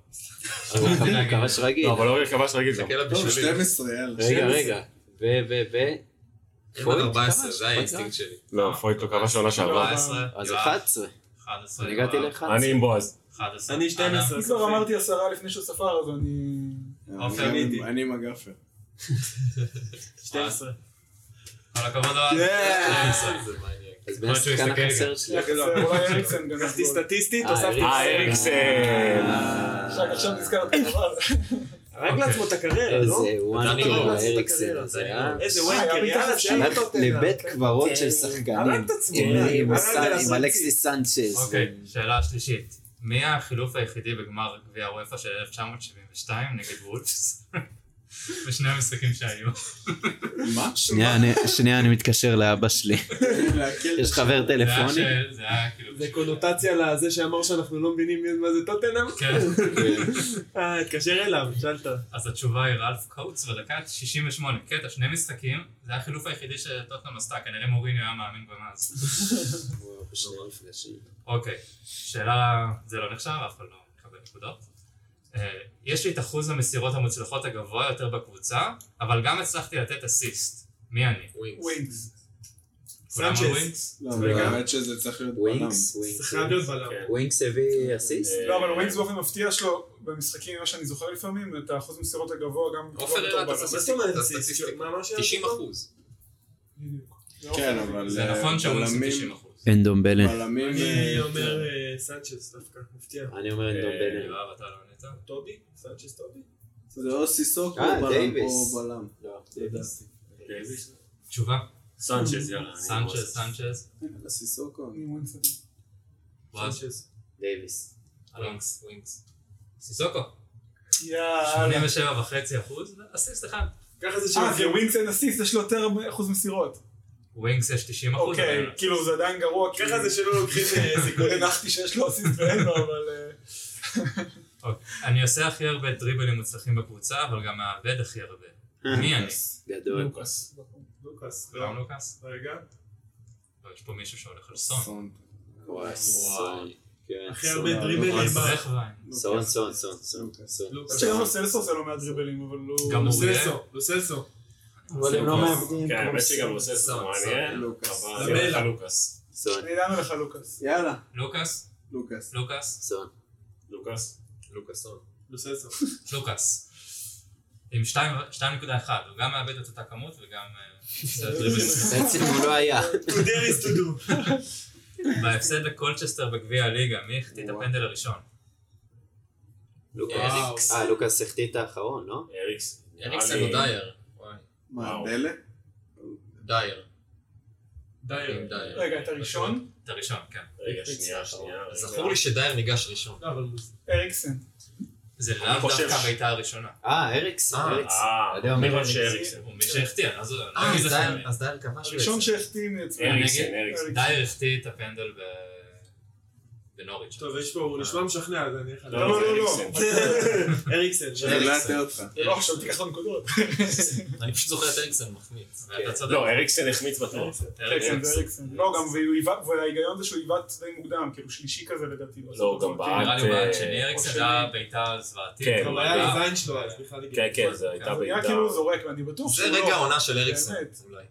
[SPEAKER 3] אבל הוא כבש- כבש רגיל.
[SPEAKER 7] לא, אבל אורי כבש רגיל גם.
[SPEAKER 2] תסתכל
[SPEAKER 1] לא,
[SPEAKER 2] על
[SPEAKER 4] טוב,
[SPEAKER 2] בישולים.
[SPEAKER 4] 12, יאללה.
[SPEAKER 3] רגע, רגע. ו, ו, ו,
[SPEAKER 2] אין
[SPEAKER 3] פויט
[SPEAKER 2] עוד 14,
[SPEAKER 3] כבש,
[SPEAKER 2] זה
[SPEAKER 3] פויט
[SPEAKER 2] האינסטינקט
[SPEAKER 3] כבש.
[SPEAKER 2] שלי.
[SPEAKER 7] לא, פרויקט לא כבש עונה שעברה.
[SPEAKER 2] 14.
[SPEAKER 3] אז
[SPEAKER 2] יואב.
[SPEAKER 3] 11.
[SPEAKER 1] 11.
[SPEAKER 3] אני הגעתי
[SPEAKER 1] יואב,
[SPEAKER 3] ל-11.
[SPEAKER 7] אני עם בועז.
[SPEAKER 1] 11.
[SPEAKER 5] אני 12.
[SPEAKER 6] אני כבר אמרתי עשרה לפני שהוא ספר, אז אני...
[SPEAKER 1] עופר,
[SPEAKER 4] אני-
[SPEAKER 5] נידי.
[SPEAKER 4] אני עם הגאפר.
[SPEAKER 5] 12.
[SPEAKER 1] אה, כל הכבוד אוהד.
[SPEAKER 5] כן.
[SPEAKER 1] 12.
[SPEAKER 2] זה מעניין.
[SPEAKER 3] אז בין
[SPEAKER 1] יכול להיות שהוא
[SPEAKER 3] השחקן
[SPEAKER 1] יסתכל
[SPEAKER 3] החסר שלי.
[SPEAKER 6] יחסר, אולי אריקסן גנב
[SPEAKER 5] לקחתי
[SPEAKER 6] גול.
[SPEAKER 5] סטטיסטית,
[SPEAKER 3] אה,
[SPEAKER 5] הוספתי...
[SPEAKER 7] אה, אריקסן.
[SPEAKER 6] עכשיו עכשיו נזכרתי, אבל...
[SPEAKER 5] הרג לעצמו את הקריירה,
[SPEAKER 3] איזה
[SPEAKER 5] לא?
[SPEAKER 3] וואן
[SPEAKER 2] דני
[SPEAKER 3] טוב
[SPEAKER 2] רוז.
[SPEAKER 3] לאריקסן, זה היה
[SPEAKER 5] איזה
[SPEAKER 6] אה,
[SPEAKER 5] ווינקר,
[SPEAKER 6] היה
[SPEAKER 5] יאללה,
[SPEAKER 6] מתחת
[SPEAKER 5] שיהיה
[SPEAKER 6] שם.
[SPEAKER 5] לי טוב.
[SPEAKER 3] לבית קברות של
[SPEAKER 5] הרג
[SPEAKER 3] שחקנים.
[SPEAKER 5] את עצמו.
[SPEAKER 3] עם
[SPEAKER 5] הרג
[SPEAKER 3] הסן-
[SPEAKER 5] לעשות
[SPEAKER 3] עם אלכסיס סנצ'ז.
[SPEAKER 1] אוקיי, שאלה שלישית. מי החילוף היחידי בגמר גביע וופא של 1972 נגד וולפס? בשני המשחקים שהיו.
[SPEAKER 4] מה?
[SPEAKER 3] שנייה, אני- שנייה, אני מתקשר לאבא שלי. יש חבר
[SPEAKER 1] זה היה
[SPEAKER 3] טלפוני?
[SPEAKER 1] ש- זה היה כאילו...
[SPEAKER 5] זה קונוטציה לזה שאמר שאנחנו לא מבינים מי- מה זה טוטנאם?
[SPEAKER 1] כן.
[SPEAKER 5] אה, תתקשר אליו, שאלת.
[SPEAKER 1] אז התשובה היא רלף קוטס בדקה 68. קטע, שני משחקים. זה החילוף היחידי שטוטנאם עשתה, כנראה מוריניו היה מאמין במאז. אוקיי, שאלה... זה לא נחשב, אף אחד לא מקבל נקודות. אה, יש לי את אחוז המסירות המוצלחות הגבוה יותר בקבוצה, אבל גם הצלחתי לתת אסיסט. מי אני?
[SPEAKER 2] ווינקס.
[SPEAKER 6] ווינגס.
[SPEAKER 1] כולם
[SPEAKER 5] סנצ'ז.
[SPEAKER 1] על ווינקס?
[SPEAKER 4] לא, אבל האמת שזה צריך להיות בלם.
[SPEAKER 3] ווינקס,
[SPEAKER 5] זה
[SPEAKER 3] ווינקס.
[SPEAKER 5] חייב להיות בלם.
[SPEAKER 7] כן.
[SPEAKER 3] ווינקס הביא אסיסט?
[SPEAKER 7] אה,
[SPEAKER 6] לא, אבל ווינגס באופן מפתיע יש לו במשחקים, ממה שאני זוכר לפעמים, את האחוז מסירות הגבוה גם...
[SPEAKER 2] עופר
[SPEAKER 6] בתור
[SPEAKER 2] הראה
[SPEAKER 6] בלם.
[SPEAKER 2] את
[SPEAKER 5] מה
[SPEAKER 2] הסטטיסט-
[SPEAKER 5] זאת אומרת?
[SPEAKER 2] את הסטטיסטיקה.
[SPEAKER 5] מה- מה שאלת?
[SPEAKER 2] 90 אחוז.
[SPEAKER 6] בדיוק.
[SPEAKER 4] כן, אבל...
[SPEAKER 1] זה
[SPEAKER 4] אה,
[SPEAKER 1] נכון שהווינקס
[SPEAKER 4] בלמים-
[SPEAKER 1] היא 90 אחוז.
[SPEAKER 3] אנדום בלן.
[SPEAKER 4] בלמים...
[SPEAKER 5] אני
[SPEAKER 4] אה,
[SPEAKER 5] אומר אה, סנצ'ז דווקא, מפתיע.
[SPEAKER 3] אני אומר אנדום בלן.
[SPEAKER 1] אה, אתה לא ענית?
[SPEAKER 5] טובי? סנצ'ז טובי?
[SPEAKER 8] כן.
[SPEAKER 4] זה או סיסוק או
[SPEAKER 3] אה,
[SPEAKER 4] בלם.
[SPEAKER 3] דייוויס.
[SPEAKER 4] או בלם.
[SPEAKER 1] תשובה?
[SPEAKER 7] סנצ'ז, יאללה. אני עם
[SPEAKER 1] סנצ'ז,
[SPEAKER 7] בועז.
[SPEAKER 1] סנצ'ז,
[SPEAKER 4] אה, סיסוקו.
[SPEAKER 6] אני ווינגס.
[SPEAKER 1] ואז
[SPEAKER 5] סנצ'ז.
[SPEAKER 3] דייוויס.
[SPEAKER 1] אלונקס, ווינקס. סיסוקו,
[SPEAKER 6] יאללה.
[SPEAKER 1] 87 וחצי אחוז, אסיסט אחד.
[SPEAKER 5] ככה זה
[SPEAKER 6] אה, זה
[SPEAKER 5] שלכם.
[SPEAKER 6] ווינגס אין אסיסט, יש לו יותר אחוז מסירות.
[SPEAKER 1] ווינקס יש 90 אחוז.
[SPEAKER 6] אוקיי, כאילו זה נכון. עדיין גרוע, כי-
[SPEAKER 5] ככה זה שלא לוקחים אה, סיכונים.
[SPEAKER 6] הנחתי שיש לו אסיסט ואין לו, אבל... אה,
[SPEAKER 1] אני עושה הכי הרבה דריבלים מוצלחים בקבוצה, אבל גם מאבד הכי הרבה. מי אני?
[SPEAKER 3] גדול.
[SPEAKER 7] לוקאס.
[SPEAKER 5] לוקאס, לא,
[SPEAKER 1] גם לוקאס?
[SPEAKER 5] רגע.
[SPEAKER 1] לא, יש פה מישהו שהולך על סון.
[SPEAKER 3] וואי, סון. כן.
[SPEAKER 5] הכי הרבה
[SPEAKER 4] סבבה.
[SPEAKER 5] דריבלים.
[SPEAKER 1] אז
[SPEAKER 5] ב-
[SPEAKER 1] איך ואין?
[SPEAKER 3] סון, סון, סון, סון. סון.
[SPEAKER 6] למרות
[SPEAKER 5] לוקאס.
[SPEAKER 6] שגם לוסלסו זה לא מהדריבלים, אבל הוא...
[SPEAKER 1] גם אוריאל?
[SPEAKER 5] לוסלסו, לוסלסו.
[SPEAKER 4] אבל הם לא מאבדים
[SPEAKER 7] כן, האמת שגם
[SPEAKER 4] כמו
[SPEAKER 7] עושה את זה
[SPEAKER 2] סן,
[SPEAKER 7] מעניין.
[SPEAKER 4] לוקאס.
[SPEAKER 7] אבל זה
[SPEAKER 5] למלה.
[SPEAKER 7] לך לוקאס.
[SPEAKER 3] סון,
[SPEAKER 6] אני אדם לך לוקאס.
[SPEAKER 4] יאללה,
[SPEAKER 1] לוקאס?
[SPEAKER 4] לוקאס.
[SPEAKER 1] לוקאס?
[SPEAKER 3] סון.
[SPEAKER 7] לוקאס.
[SPEAKER 2] לוקאסון.
[SPEAKER 5] לוסלסו.
[SPEAKER 1] לוקאס. עם 2.1, הוא גם מאבד את אותה כמות וגם... אה, עושה דריבלים.
[SPEAKER 3] בעצם הוא לא היה.
[SPEAKER 5] To dare is to do.
[SPEAKER 1] בהפסד לקולצ'סטר בגביע הליגה, מי החטיא את הפנדל הראשון?
[SPEAKER 3] לוקאס. אה, לוקאס החטיא את האחרון, לא?
[SPEAKER 7] אריקס.
[SPEAKER 2] אריקסן
[SPEAKER 7] נראה לי-
[SPEAKER 2] או דייר? וואי.
[SPEAKER 4] מה,
[SPEAKER 7] וואו.
[SPEAKER 4] דלה?
[SPEAKER 2] דייר.
[SPEAKER 5] דייר.
[SPEAKER 2] עם דייר.
[SPEAKER 6] רגע, את הראשון?
[SPEAKER 1] את הראשון, כן.
[SPEAKER 7] רגע, שנייה, שנייה. רגע.
[SPEAKER 2] זכור לי שדייר ניגש ראשון.
[SPEAKER 5] לא, אבל
[SPEAKER 6] אריקסן.
[SPEAKER 1] זה לאו
[SPEAKER 7] חושב
[SPEAKER 1] דווקא
[SPEAKER 7] ש-
[SPEAKER 1] הבעיטה הראשונה.
[SPEAKER 3] אה, אריקסן,
[SPEAKER 2] אה,
[SPEAKER 3] אריקסן.
[SPEAKER 7] אה,
[SPEAKER 3] יודע, אומר
[SPEAKER 7] אני
[SPEAKER 3] אריקסן.
[SPEAKER 7] חושב שאריקסן.
[SPEAKER 1] הוא מי שהחטיא, אז לא זה
[SPEAKER 2] אה, אז דייר- אז דייר כבש
[SPEAKER 6] הראשון שהחתים מעצמו.
[SPEAKER 7] אריקסן, אריקסן.
[SPEAKER 1] דייר החטיא את הפנדל ב... בנוריץ'.
[SPEAKER 5] טוב, יש פה, הוא נשמע משכנע, אז אני...
[SPEAKER 7] לא, לא,
[SPEAKER 5] לא, לא.
[SPEAKER 7] אריקסן.
[SPEAKER 5] אריקסן.
[SPEAKER 2] זה
[SPEAKER 4] לא
[SPEAKER 2] אריקסן.
[SPEAKER 4] אטעה אותך.
[SPEAKER 6] לא, עכשיו תיקח לנו נקודות.
[SPEAKER 2] אני פשוט זוכר את אריקסן מחמיץ.
[SPEAKER 1] ואתה צודק.
[SPEAKER 7] לא, אריקסן החמיץ בטוח.
[SPEAKER 6] אריקסן ואריקסן. לא, גם והוא עיוות- וההיגיון זה שהוא עיוות די מוקדם, כאילו שלישי כזה לדעתי.
[SPEAKER 7] לא, גם בעד.
[SPEAKER 6] כאילו.
[SPEAKER 1] נראה לי הוא בעד
[SPEAKER 7] אה,
[SPEAKER 1] שני אריקסן, זה
[SPEAKER 7] או שני.
[SPEAKER 1] היה בעיטה זוועתית.
[SPEAKER 7] כן,
[SPEAKER 5] גם
[SPEAKER 1] הוא
[SPEAKER 5] היה
[SPEAKER 1] היה-
[SPEAKER 5] לי זין שלו אז, בכלל
[SPEAKER 7] כן,
[SPEAKER 5] הגיע.
[SPEAKER 7] כן, זו הייתה
[SPEAKER 6] הוא היה
[SPEAKER 7] בעיטה.
[SPEAKER 6] כאילו זורק, ואני בטוח
[SPEAKER 2] זה
[SPEAKER 6] שהוא
[SPEAKER 2] רגע
[SPEAKER 6] לא...
[SPEAKER 2] העונה של אריקסן,
[SPEAKER 6] באמת.
[SPEAKER 2] אולי.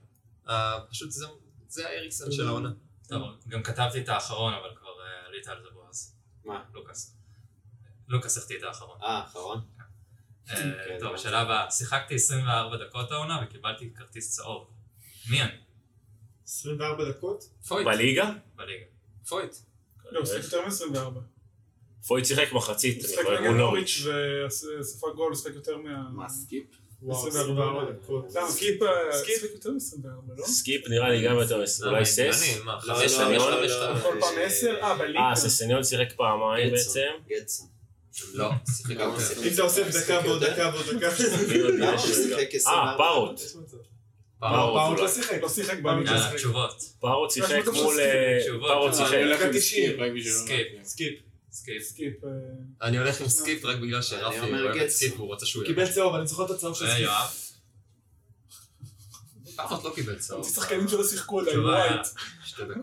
[SPEAKER 2] אה, פשוט זה- זה האריקסן של העונה.
[SPEAKER 1] טוב, גם כתבתי את האחרון, אבל כבר אה, עלית על זה בועז.
[SPEAKER 3] מה?
[SPEAKER 1] לוקאס. לוקאס החטיא את האחרון.
[SPEAKER 3] אה, אחרון?
[SPEAKER 1] אה, טוב, השאלה הבאה. שיחקתי 24 דקות העונה וקיבלתי כרטיס צהוב. מי אני?
[SPEAKER 5] 24 דקות?
[SPEAKER 2] פויט,
[SPEAKER 7] בליגה?
[SPEAKER 1] בליגה.
[SPEAKER 2] פויט.
[SPEAKER 6] לא, הוא שיחק יותר מ-24.
[SPEAKER 7] פויט שיחק מחצית,
[SPEAKER 6] הוא שיחק
[SPEAKER 7] אבל
[SPEAKER 6] נגד
[SPEAKER 7] מול
[SPEAKER 6] נוריץ'
[SPEAKER 7] נוריץ'.
[SPEAKER 6] וספג גול, הוא שיחק יותר מה...
[SPEAKER 8] מה, סקיפ?
[SPEAKER 5] וואו,
[SPEAKER 6] 24
[SPEAKER 5] 24 דקות.
[SPEAKER 6] למה, סקיפ אה,
[SPEAKER 5] סקיפ.
[SPEAKER 6] שיחק יותר מ-24, לא?
[SPEAKER 7] סקיפ נראה לי גם יותר, אולי סס?
[SPEAKER 2] מה,
[SPEAKER 3] לא,
[SPEAKER 2] חמש
[SPEAKER 3] לא,
[SPEAKER 2] שנים,
[SPEAKER 7] לא,
[SPEAKER 2] חמש
[SPEAKER 3] לא,
[SPEAKER 2] שנים.
[SPEAKER 6] כל פעם 10? אה, בליגה.
[SPEAKER 7] אה, ססניון שיחק פעמיים
[SPEAKER 3] גטסון.
[SPEAKER 7] בעצם.
[SPEAKER 3] גטסון.
[SPEAKER 2] לא, שיחק
[SPEAKER 3] גם
[SPEAKER 2] יותר.
[SPEAKER 3] שיחק.
[SPEAKER 5] אם אתה אוסף דקה ועוד דקה ועוד דקה.
[SPEAKER 7] מי עוד
[SPEAKER 3] למה הוא
[SPEAKER 7] יש לי?
[SPEAKER 3] שיחק
[SPEAKER 7] אה,
[SPEAKER 3] 24?
[SPEAKER 7] פארוט.
[SPEAKER 5] יש מצב.
[SPEAKER 2] אה,
[SPEAKER 7] פארוט.
[SPEAKER 5] פאוט לא שיחק.
[SPEAKER 6] לא שיחק
[SPEAKER 5] יאללה,
[SPEAKER 7] אה.
[SPEAKER 6] בליגה.
[SPEAKER 1] יאללה, תשובות.
[SPEAKER 7] פארוט שיחק
[SPEAKER 6] לא,
[SPEAKER 7] מול...
[SPEAKER 6] לא,
[SPEAKER 7] אה,
[SPEAKER 1] תשובות.
[SPEAKER 7] פארוט
[SPEAKER 1] אה,
[SPEAKER 7] שיחק.
[SPEAKER 5] דקה 90.
[SPEAKER 1] סקיפ.
[SPEAKER 5] סקיפ.
[SPEAKER 1] סקיפ.
[SPEAKER 6] סקיפ. אה,
[SPEAKER 2] אני הולך עם סקיפ רק בגלל שרפי
[SPEAKER 3] אני אומר
[SPEAKER 2] אוהב את
[SPEAKER 3] גטסון.
[SPEAKER 2] סקיפ והוא רוצה שהוא
[SPEAKER 5] הוא
[SPEAKER 2] יהיה.
[SPEAKER 5] קיבל צהוב, אני זוכר את הצהוב של
[SPEAKER 1] אה,
[SPEAKER 5] סקיפ.
[SPEAKER 1] יואב.
[SPEAKER 2] פחות לא קיבל צהוב.
[SPEAKER 6] זה שחקנים שלא שיחקו עדיין,
[SPEAKER 1] תשובה.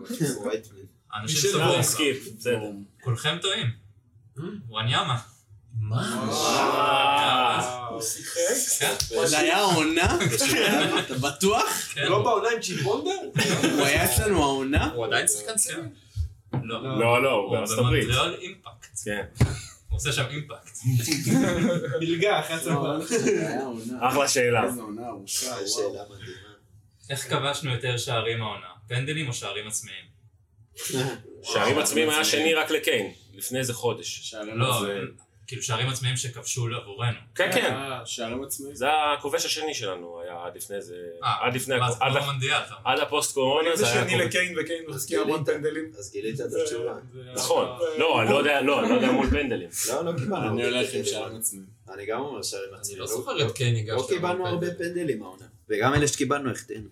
[SPEAKER 6] אוקיי, וואי.
[SPEAKER 2] שתי דקות.
[SPEAKER 3] וייטמן.
[SPEAKER 1] אנשים
[SPEAKER 5] מישל
[SPEAKER 1] סובלים.
[SPEAKER 7] לא, סקיפ, בסדר.
[SPEAKER 1] כולכם טועים. וואניאמה.
[SPEAKER 2] מה?
[SPEAKER 7] אה,
[SPEAKER 6] הוא שיחק.
[SPEAKER 8] זה היה העונה? אתה בטוח?
[SPEAKER 1] כן.
[SPEAKER 5] לא בעונה עם צ'יפ וונדר?
[SPEAKER 8] הוא היה אצלנו העונה?
[SPEAKER 2] הוא עדיין שחקן סקיפ?
[SPEAKER 1] לא.
[SPEAKER 7] לא, לא, הוא
[SPEAKER 1] הוא
[SPEAKER 7] בארצות הברית.
[SPEAKER 1] במונטריאול אימפקט.
[SPEAKER 7] כן.
[SPEAKER 1] הוא עושה שם אימפקט.
[SPEAKER 5] מלגה, אחרי הצבא.
[SPEAKER 8] זה היה העונה.
[SPEAKER 7] אחלה שאלה.
[SPEAKER 8] איזה עונה ארוכה,
[SPEAKER 3] זו
[SPEAKER 8] וואו.
[SPEAKER 3] שאלה מדהימה.
[SPEAKER 1] איך כבשנו יותר שערים העונה? פנדלים או שערים עצמיים?
[SPEAKER 7] שערים עצמיים היה שני רק לקיין, לפני איזה חודש.
[SPEAKER 1] לא, כאילו שערים עצמיים שכבשו עבורנו.
[SPEAKER 7] כן, כן.
[SPEAKER 5] אה,
[SPEAKER 8] שערים עצמאים.
[SPEAKER 7] זה הכובש השני שלנו היה עד לפני זה,
[SPEAKER 1] אה,
[SPEAKER 7] עד לפני,
[SPEAKER 1] ואז
[SPEAKER 7] הכ- עד
[SPEAKER 1] כמו
[SPEAKER 7] הכ-
[SPEAKER 1] במונדיאל. אתה אומר.
[SPEAKER 7] עד הפוסט קורונה
[SPEAKER 6] זה
[SPEAKER 7] זה היה
[SPEAKER 6] שאני
[SPEAKER 7] הכובש.
[SPEAKER 6] לקיין וקיין
[SPEAKER 3] אז
[SPEAKER 6] מחזיק המון
[SPEAKER 3] גילית.
[SPEAKER 6] פנדלים.
[SPEAKER 3] אז גילית את התשובה.
[SPEAKER 7] נכון, לא, אני לא יודע, לא, אני לא יודע מול פנדלים.
[SPEAKER 3] לא, לא קיבלנו.
[SPEAKER 8] אני
[SPEAKER 3] הרבה
[SPEAKER 8] הולך עם
[SPEAKER 3] פנדלים.
[SPEAKER 8] שערים עצמאים.
[SPEAKER 3] אני גם אומר שערים
[SPEAKER 2] אני
[SPEAKER 3] עצמי.
[SPEAKER 2] לא זוכר את קני גפשטיין.
[SPEAKER 3] לא קיבלנו הרבה פנדלים העונה. וגם אלה שקיבלנו החטאנו.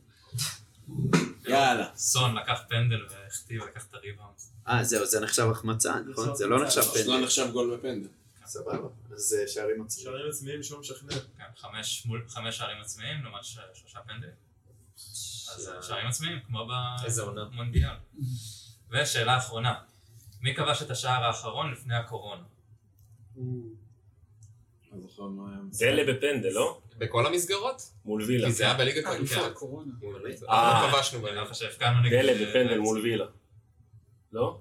[SPEAKER 8] יאללה.
[SPEAKER 1] סון לקח פנדל והחטיא ולקח את הריבאונד.
[SPEAKER 3] אה, זהו, זה נחשב החמצה, נכון? זה לא נחשב
[SPEAKER 8] אז לא
[SPEAKER 3] פנדל.
[SPEAKER 8] נחשב גול בפנדל.
[SPEAKER 3] סבבה. אז אה, שערים עצמי.
[SPEAKER 5] שערים עצמיים שהוא משכנע.
[SPEAKER 1] כן, חמש מול- חמש שערים עצמיים לעומת ש- שלושה פנדלים. אז אה, שערים עצמיים, כמו
[SPEAKER 2] איזה עונה.
[SPEAKER 1] במונדיאל. ושאלה אחרונה, מי כבש את השער האחרון לפני הקורונה?
[SPEAKER 8] לא זוכר מה היה.
[SPEAKER 7] דלה בפנדל, לא?
[SPEAKER 2] בכל המסגרות?
[SPEAKER 7] מול וילה.
[SPEAKER 2] כי זה היה בליגת
[SPEAKER 6] אה, לפני
[SPEAKER 7] כן.
[SPEAKER 2] הקרן.
[SPEAKER 6] הקורונה.
[SPEAKER 2] אנחנו כבשנו
[SPEAKER 1] אני
[SPEAKER 2] בליגה.
[SPEAKER 1] לא חושב, שהבקענו נגד...
[SPEAKER 7] דלה בפנדל מול וילה. לא?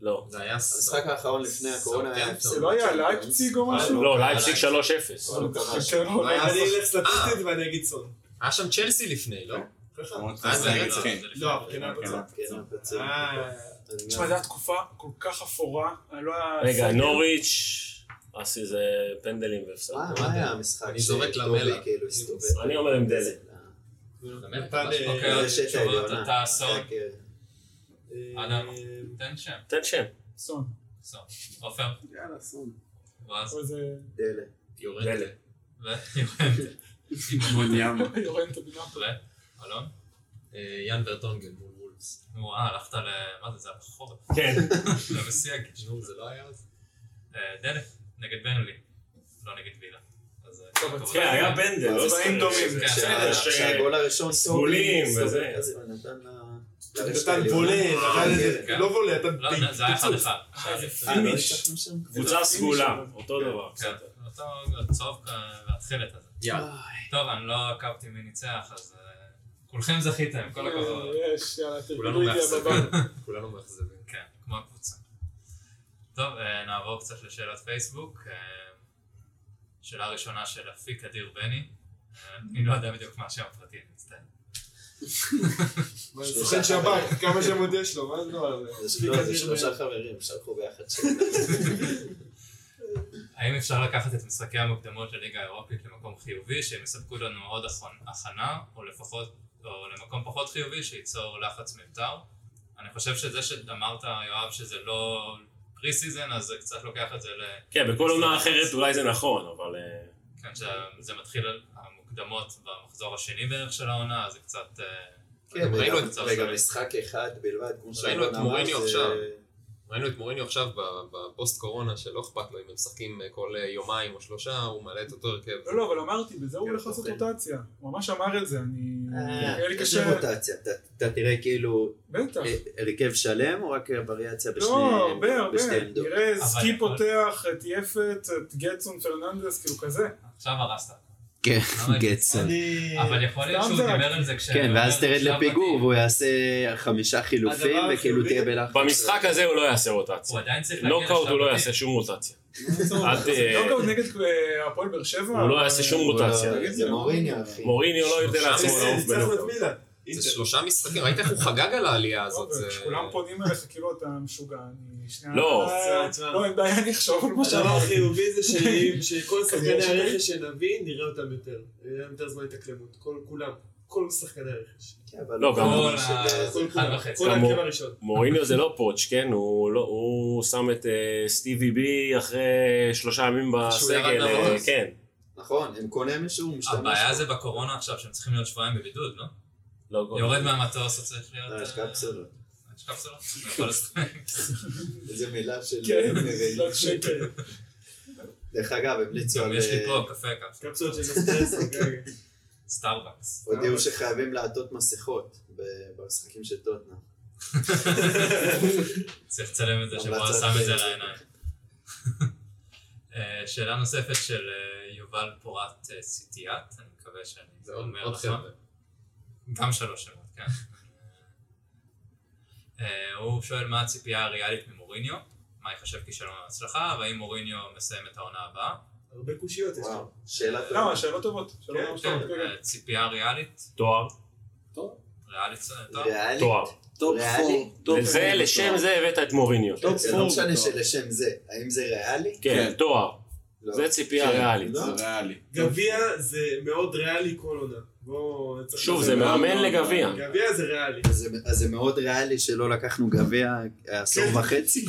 [SPEAKER 7] לא.
[SPEAKER 2] זה היה
[SPEAKER 3] המשחק האחרון לפני הקורונה היה
[SPEAKER 2] סאוטהמפטון.
[SPEAKER 6] זה לא היה לייפציג או משהו?
[SPEAKER 7] אה, לא, לייפסיק 3-0.
[SPEAKER 6] אבל קשה לו,
[SPEAKER 2] לא היה
[SPEAKER 5] אני
[SPEAKER 2] הפוך.
[SPEAKER 5] אלך סטטיסטית ואני אגיד סון.
[SPEAKER 2] היה שם צ'לסי לפני, לא?
[SPEAKER 1] אה, זה היה
[SPEAKER 2] לא,
[SPEAKER 1] לפני.
[SPEAKER 5] לא, מבחינת
[SPEAKER 1] כן.
[SPEAKER 5] הצבא.
[SPEAKER 3] כן,
[SPEAKER 5] אה,
[SPEAKER 3] הפצוע.
[SPEAKER 6] תשמע, זו הייתה תקופה כל כך אפורה. לא היה
[SPEAKER 7] רגע,
[SPEAKER 6] סגל.
[SPEAKER 7] נוריץ', עשי זה פנדלים והפסד.
[SPEAKER 3] מה אה, מה היה המשחק?
[SPEAKER 2] אני זורק
[SPEAKER 3] שטובי
[SPEAKER 2] למלח.
[SPEAKER 3] כאילו הסתובב. אה.
[SPEAKER 7] אני אומר עם דלה.
[SPEAKER 5] נתן... אה,
[SPEAKER 1] אוקיי,
[SPEAKER 5] אה,
[SPEAKER 1] אז
[SPEAKER 3] רשת
[SPEAKER 1] תשובות,
[SPEAKER 3] העליונה.
[SPEAKER 1] אתה סון.
[SPEAKER 3] אחרי הקרן.
[SPEAKER 1] אדם.
[SPEAKER 5] כן,
[SPEAKER 1] תן שם.
[SPEAKER 7] תן שם.
[SPEAKER 6] סון.
[SPEAKER 1] סון. עופר.
[SPEAKER 4] יאללה, סון.
[SPEAKER 1] ואז.
[SPEAKER 6] או איזה...
[SPEAKER 3] דלה.
[SPEAKER 7] דלה.
[SPEAKER 1] ויורנטה.
[SPEAKER 4] מוניאמה.
[SPEAKER 6] יורן את הבינה.
[SPEAKER 1] אלון?
[SPEAKER 2] אה, יאן ברטונגן מול וולפס.
[SPEAKER 1] נו, אה, הלכת ל... מה זה, זה היה בחורף.
[SPEAKER 7] כן.
[SPEAKER 1] זה היה בשיא הגש.
[SPEAKER 2] נו, זה לא היה אז?
[SPEAKER 1] אה, דלף, נגד ברנלי. לא נגד וילה. אז, אה,
[SPEAKER 6] טוב,
[SPEAKER 1] הכבוד.
[SPEAKER 7] כן, היה פנדל. לא סתם.
[SPEAKER 6] צבעים דומים.
[SPEAKER 1] כן,
[SPEAKER 7] בסדר, ש-
[SPEAKER 3] כשהגול אה, הראשון
[SPEAKER 7] סגולים
[SPEAKER 3] טוב,
[SPEAKER 7] וזה.
[SPEAKER 3] כזה, ונתן לה... לרשת
[SPEAKER 5] נתן
[SPEAKER 3] העליונה.
[SPEAKER 5] וולה, נתן איזה...
[SPEAKER 1] כן.
[SPEAKER 5] לא וולה, אתה...
[SPEAKER 1] לא, זה- זה היה אחד אחד.
[SPEAKER 3] אה, לא
[SPEAKER 7] פיניש.
[SPEAKER 3] ניצחנו שם?
[SPEAKER 7] קבוצה סגולה, אותו דבר. בסדר.
[SPEAKER 1] כן. אותו צהוב כ- והתכלת הזה.
[SPEAKER 2] יאללה.
[SPEAKER 1] טוב, אני לא עקבתי מי ניצח, אז אה, כולכם זכיתם, כל הכבוד.
[SPEAKER 6] אה, יש, יאללה,
[SPEAKER 2] כולנו
[SPEAKER 6] תרקדו איתי הבבא.
[SPEAKER 2] מאכזבים. כולנו מאכזבים.
[SPEAKER 1] כן, כמו הקבוצה. טוב, אה, נעבור קצת לשאלת פייסבוק. אה, שאלה ראשונה של אפיק אדיר בני. אה, אני לא יודע בדיוק מה השם הפרטי, אני מצטער.
[SPEAKER 5] מה, סוכן שב"כ, כמה שמות יש לו, מה זה לא...
[SPEAKER 3] זה לא, זה שלושה חברים, שלחו ביחד שם.
[SPEAKER 1] האם אפשר לקחת את משחקי המוקדמות של ליגה האירופית למקום חיובי, שהם יספקו לנו עוד הכ- הכנה, או לפחות, או למקום פחות חיובי, שייצור לחץ מיותר? אני חושב שזה שאמרת, יואב, שזה לא פרי סיזן, אז זה קצת לוקח את זה ל...
[SPEAKER 7] כן, בכל עונה אחרת אולי זה נכון, אבל... אה,
[SPEAKER 1] כן, שזה מתחיל על המוקדמות במחזור השני בערך של העונה, אז זה קצת... אה,
[SPEAKER 3] כן,
[SPEAKER 1] ראינו
[SPEAKER 3] וגם-
[SPEAKER 1] את הצד
[SPEAKER 3] וגם
[SPEAKER 1] שלהם.
[SPEAKER 3] משחק אחד בלבד, כמו
[SPEAKER 2] ראינו את
[SPEAKER 3] שאלון אמר,
[SPEAKER 2] מוריניו
[SPEAKER 3] זה- אה,
[SPEAKER 2] עכשיו. ראינו את מוריניו עכשיו ב- בפוסט קורונה, שלא אכפת לו אם הם משחקים אה, כל אה, יומיים או שלושה, הוא מעלה את אותו הרכב.
[SPEAKER 6] לא, לא, אבל אמרתי, בזה הוא
[SPEAKER 2] כן,
[SPEAKER 6] הולך לעשות
[SPEAKER 2] אוקיי.
[SPEAKER 6] רוטציה. הוא ממש אמר את זה, אני...
[SPEAKER 3] אה,
[SPEAKER 6] היה אה, לי
[SPEAKER 3] איזה
[SPEAKER 6] קשה...
[SPEAKER 3] רוטציה, אתה- אתה תראה כאילו
[SPEAKER 6] בטח.
[SPEAKER 3] אה, הרכב שלם או רק וריאציה בשני
[SPEAKER 6] לא, הרבה, הרבה.
[SPEAKER 3] בשתי עמדות?
[SPEAKER 6] נראה
[SPEAKER 1] אבל-
[SPEAKER 6] סקי פותח את יפת, את גטסון פרננדס, כאילו כזה.
[SPEAKER 1] עכשיו הרסת.
[SPEAKER 3] כן,
[SPEAKER 1] אבל-
[SPEAKER 3] גטסון.
[SPEAKER 5] אני...
[SPEAKER 1] אבל יכול להיות
[SPEAKER 6] סתם
[SPEAKER 1] שהוא
[SPEAKER 6] זרקתי.
[SPEAKER 1] דיבר על זה כש...
[SPEAKER 3] כן, ואז תרד
[SPEAKER 1] עכשיו
[SPEAKER 3] לפיגור
[SPEAKER 1] מתאים.
[SPEAKER 3] והוא יעשה חמישה חילופים
[SPEAKER 5] הדבר
[SPEAKER 3] וכאילו
[SPEAKER 5] החיובי-
[SPEAKER 3] תהיה בלחץ.
[SPEAKER 7] במשחק הזה הוא לא יעשה
[SPEAKER 1] הוא
[SPEAKER 7] רוטציה.
[SPEAKER 1] עדיין צריך להגיע
[SPEAKER 7] נוקאוט הוא
[SPEAKER 1] לשלב
[SPEAKER 7] לא
[SPEAKER 1] בתים.
[SPEAKER 7] יעשה שום רוטציה. אה, אל ת-
[SPEAKER 6] נוקאוט לא נגד אה, הפועל באר שבע.
[SPEAKER 7] הוא לא יעשה שום רוטציה.
[SPEAKER 6] תגיד,
[SPEAKER 9] זה מוריניו, אחי.
[SPEAKER 7] מוריניו לא
[SPEAKER 5] אה,
[SPEAKER 7] ירדה לעצמו לעוף
[SPEAKER 5] ניצחנו את
[SPEAKER 7] בנוקאוט.
[SPEAKER 5] מילאן.
[SPEAKER 2] זה
[SPEAKER 5] אינטר.
[SPEAKER 2] שלושה משחקים, ראית איך הוא חגג על העלייה הזאת? זה-
[SPEAKER 6] כולם לא, פונים אליך כאילו אתה משוגע, אני שנייה...
[SPEAKER 7] לא.
[SPEAKER 6] אה,
[SPEAKER 5] תשמע.
[SPEAKER 6] לא, אין בעיה, אני אחשוב על מה
[SPEAKER 5] הדבר
[SPEAKER 6] שאמרתי.
[SPEAKER 5] החיובי זה ש- שכל שחקני הרכש שנביא, נראה אותם יותר. יהיה להם יותר זמן התאקלמות. כל- כולם. כל שחקני הרכש.
[SPEAKER 9] כן,
[SPEAKER 7] לא, גם
[SPEAKER 1] כל ה-
[SPEAKER 5] כל
[SPEAKER 1] אחד
[SPEAKER 5] כולם.
[SPEAKER 1] וחצי.
[SPEAKER 7] גם
[SPEAKER 5] כל ההרכב
[SPEAKER 7] הוא.
[SPEAKER 5] הראשון.
[SPEAKER 7] מוריניו זה לא פוטש, כן? הוא לא- הוא שם את אה, סטיבי בי אחרי שלושה ימים
[SPEAKER 2] ירד
[SPEAKER 7] בסגל. אה,
[SPEAKER 2] מהעוז.
[SPEAKER 7] כן.
[SPEAKER 9] נכון, הם קונה מישהו, הוא משתמש.
[SPEAKER 1] הבעיה זה בקורונה עכשיו, שהם צריכים להיות שבועיים בבידוד, לא?
[SPEAKER 7] לא גול.
[SPEAKER 1] יורד מהמטוס, הוא צריך להיות...
[SPEAKER 9] אה, יש
[SPEAKER 1] אה,
[SPEAKER 9] קפסולות.
[SPEAKER 1] יש קפסולות? הוא יכול לשחק.
[SPEAKER 9] איזה מילה של...
[SPEAKER 6] כן,
[SPEAKER 9] מבין.
[SPEAKER 6] לא שקל.
[SPEAKER 9] דרך אגב, המליצו על...
[SPEAKER 1] יש לי
[SPEAKER 9] אה,
[SPEAKER 1] פה קפה, קפה.
[SPEAKER 5] קפסולות של אוקיי. אספרסו. רגע.
[SPEAKER 1] סטארבקס.
[SPEAKER 9] הודיעו שחייבים לעטות מסכות ב- במשחקים של טוטנה.
[SPEAKER 1] צריך לצלם את זה שבועז
[SPEAKER 9] המלצה
[SPEAKER 1] שם את
[SPEAKER 9] של-
[SPEAKER 1] זה על העיניים. אה, שאלה נוספת של אה, יובל פורת אה, סיטיאט, אני מקווה שאני
[SPEAKER 2] זה עוד-
[SPEAKER 1] אומר
[SPEAKER 2] עוד
[SPEAKER 1] נכון.
[SPEAKER 2] חבר'ה.
[SPEAKER 1] גם שלוש שמות, כן. אה, הוא שואל מה הציפייה הריאלית ממוריניו, מה ייחשב כישלון והצלחה, והאם מוריניו מסיים את העונה הבאה.
[SPEAKER 5] הרבה קושיות יש
[SPEAKER 9] וואו,
[SPEAKER 5] שם.
[SPEAKER 9] שאלה טובה.
[SPEAKER 6] למה, שאלות טובות. שאלות
[SPEAKER 5] כן,
[SPEAKER 6] ממש
[SPEAKER 1] כן,
[SPEAKER 6] טובות, כן, כן.
[SPEAKER 1] אה, ציפייה ריאלית,
[SPEAKER 7] תואר.
[SPEAKER 1] ריאלית זה טוב.
[SPEAKER 9] ריאלי?
[SPEAKER 7] תואר.
[SPEAKER 4] טופ
[SPEAKER 9] ריאלי?
[SPEAKER 4] פור. טופ
[SPEAKER 7] לזה,
[SPEAKER 4] פור.
[SPEAKER 7] לשם זה הבאת את מוריניו.
[SPEAKER 4] טופ
[SPEAKER 9] זה
[SPEAKER 4] פור.
[SPEAKER 9] לא משנה שלשם זה. האם זה ריאלי?
[SPEAKER 7] כן,
[SPEAKER 4] כן. לא.
[SPEAKER 7] תואר.
[SPEAKER 9] לא.
[SPEAKER 7] זה ציפייה
[SPEAKER 9] כן.
[SPEAKER 7] ריאלית.
[SPEAKER 4] זה
[SPEAKER 3] לא?
[SPEAKER 4] ריאלי.
[SPEAKER 5] גביע זה מאוד ריאלי כל עונה. בואו... צריך-
[SPEAKER 7] שוב, זה מאמן לגביע.
[SPEAKER 5] גביע זה ריאלי.
[SPEAKER 9] אז זה- אז זה מאוד ריאלי שלא לקחנו גביע אה, עשור
[SPEAKER 5] כן.
[SPEAKER 9] וחצי.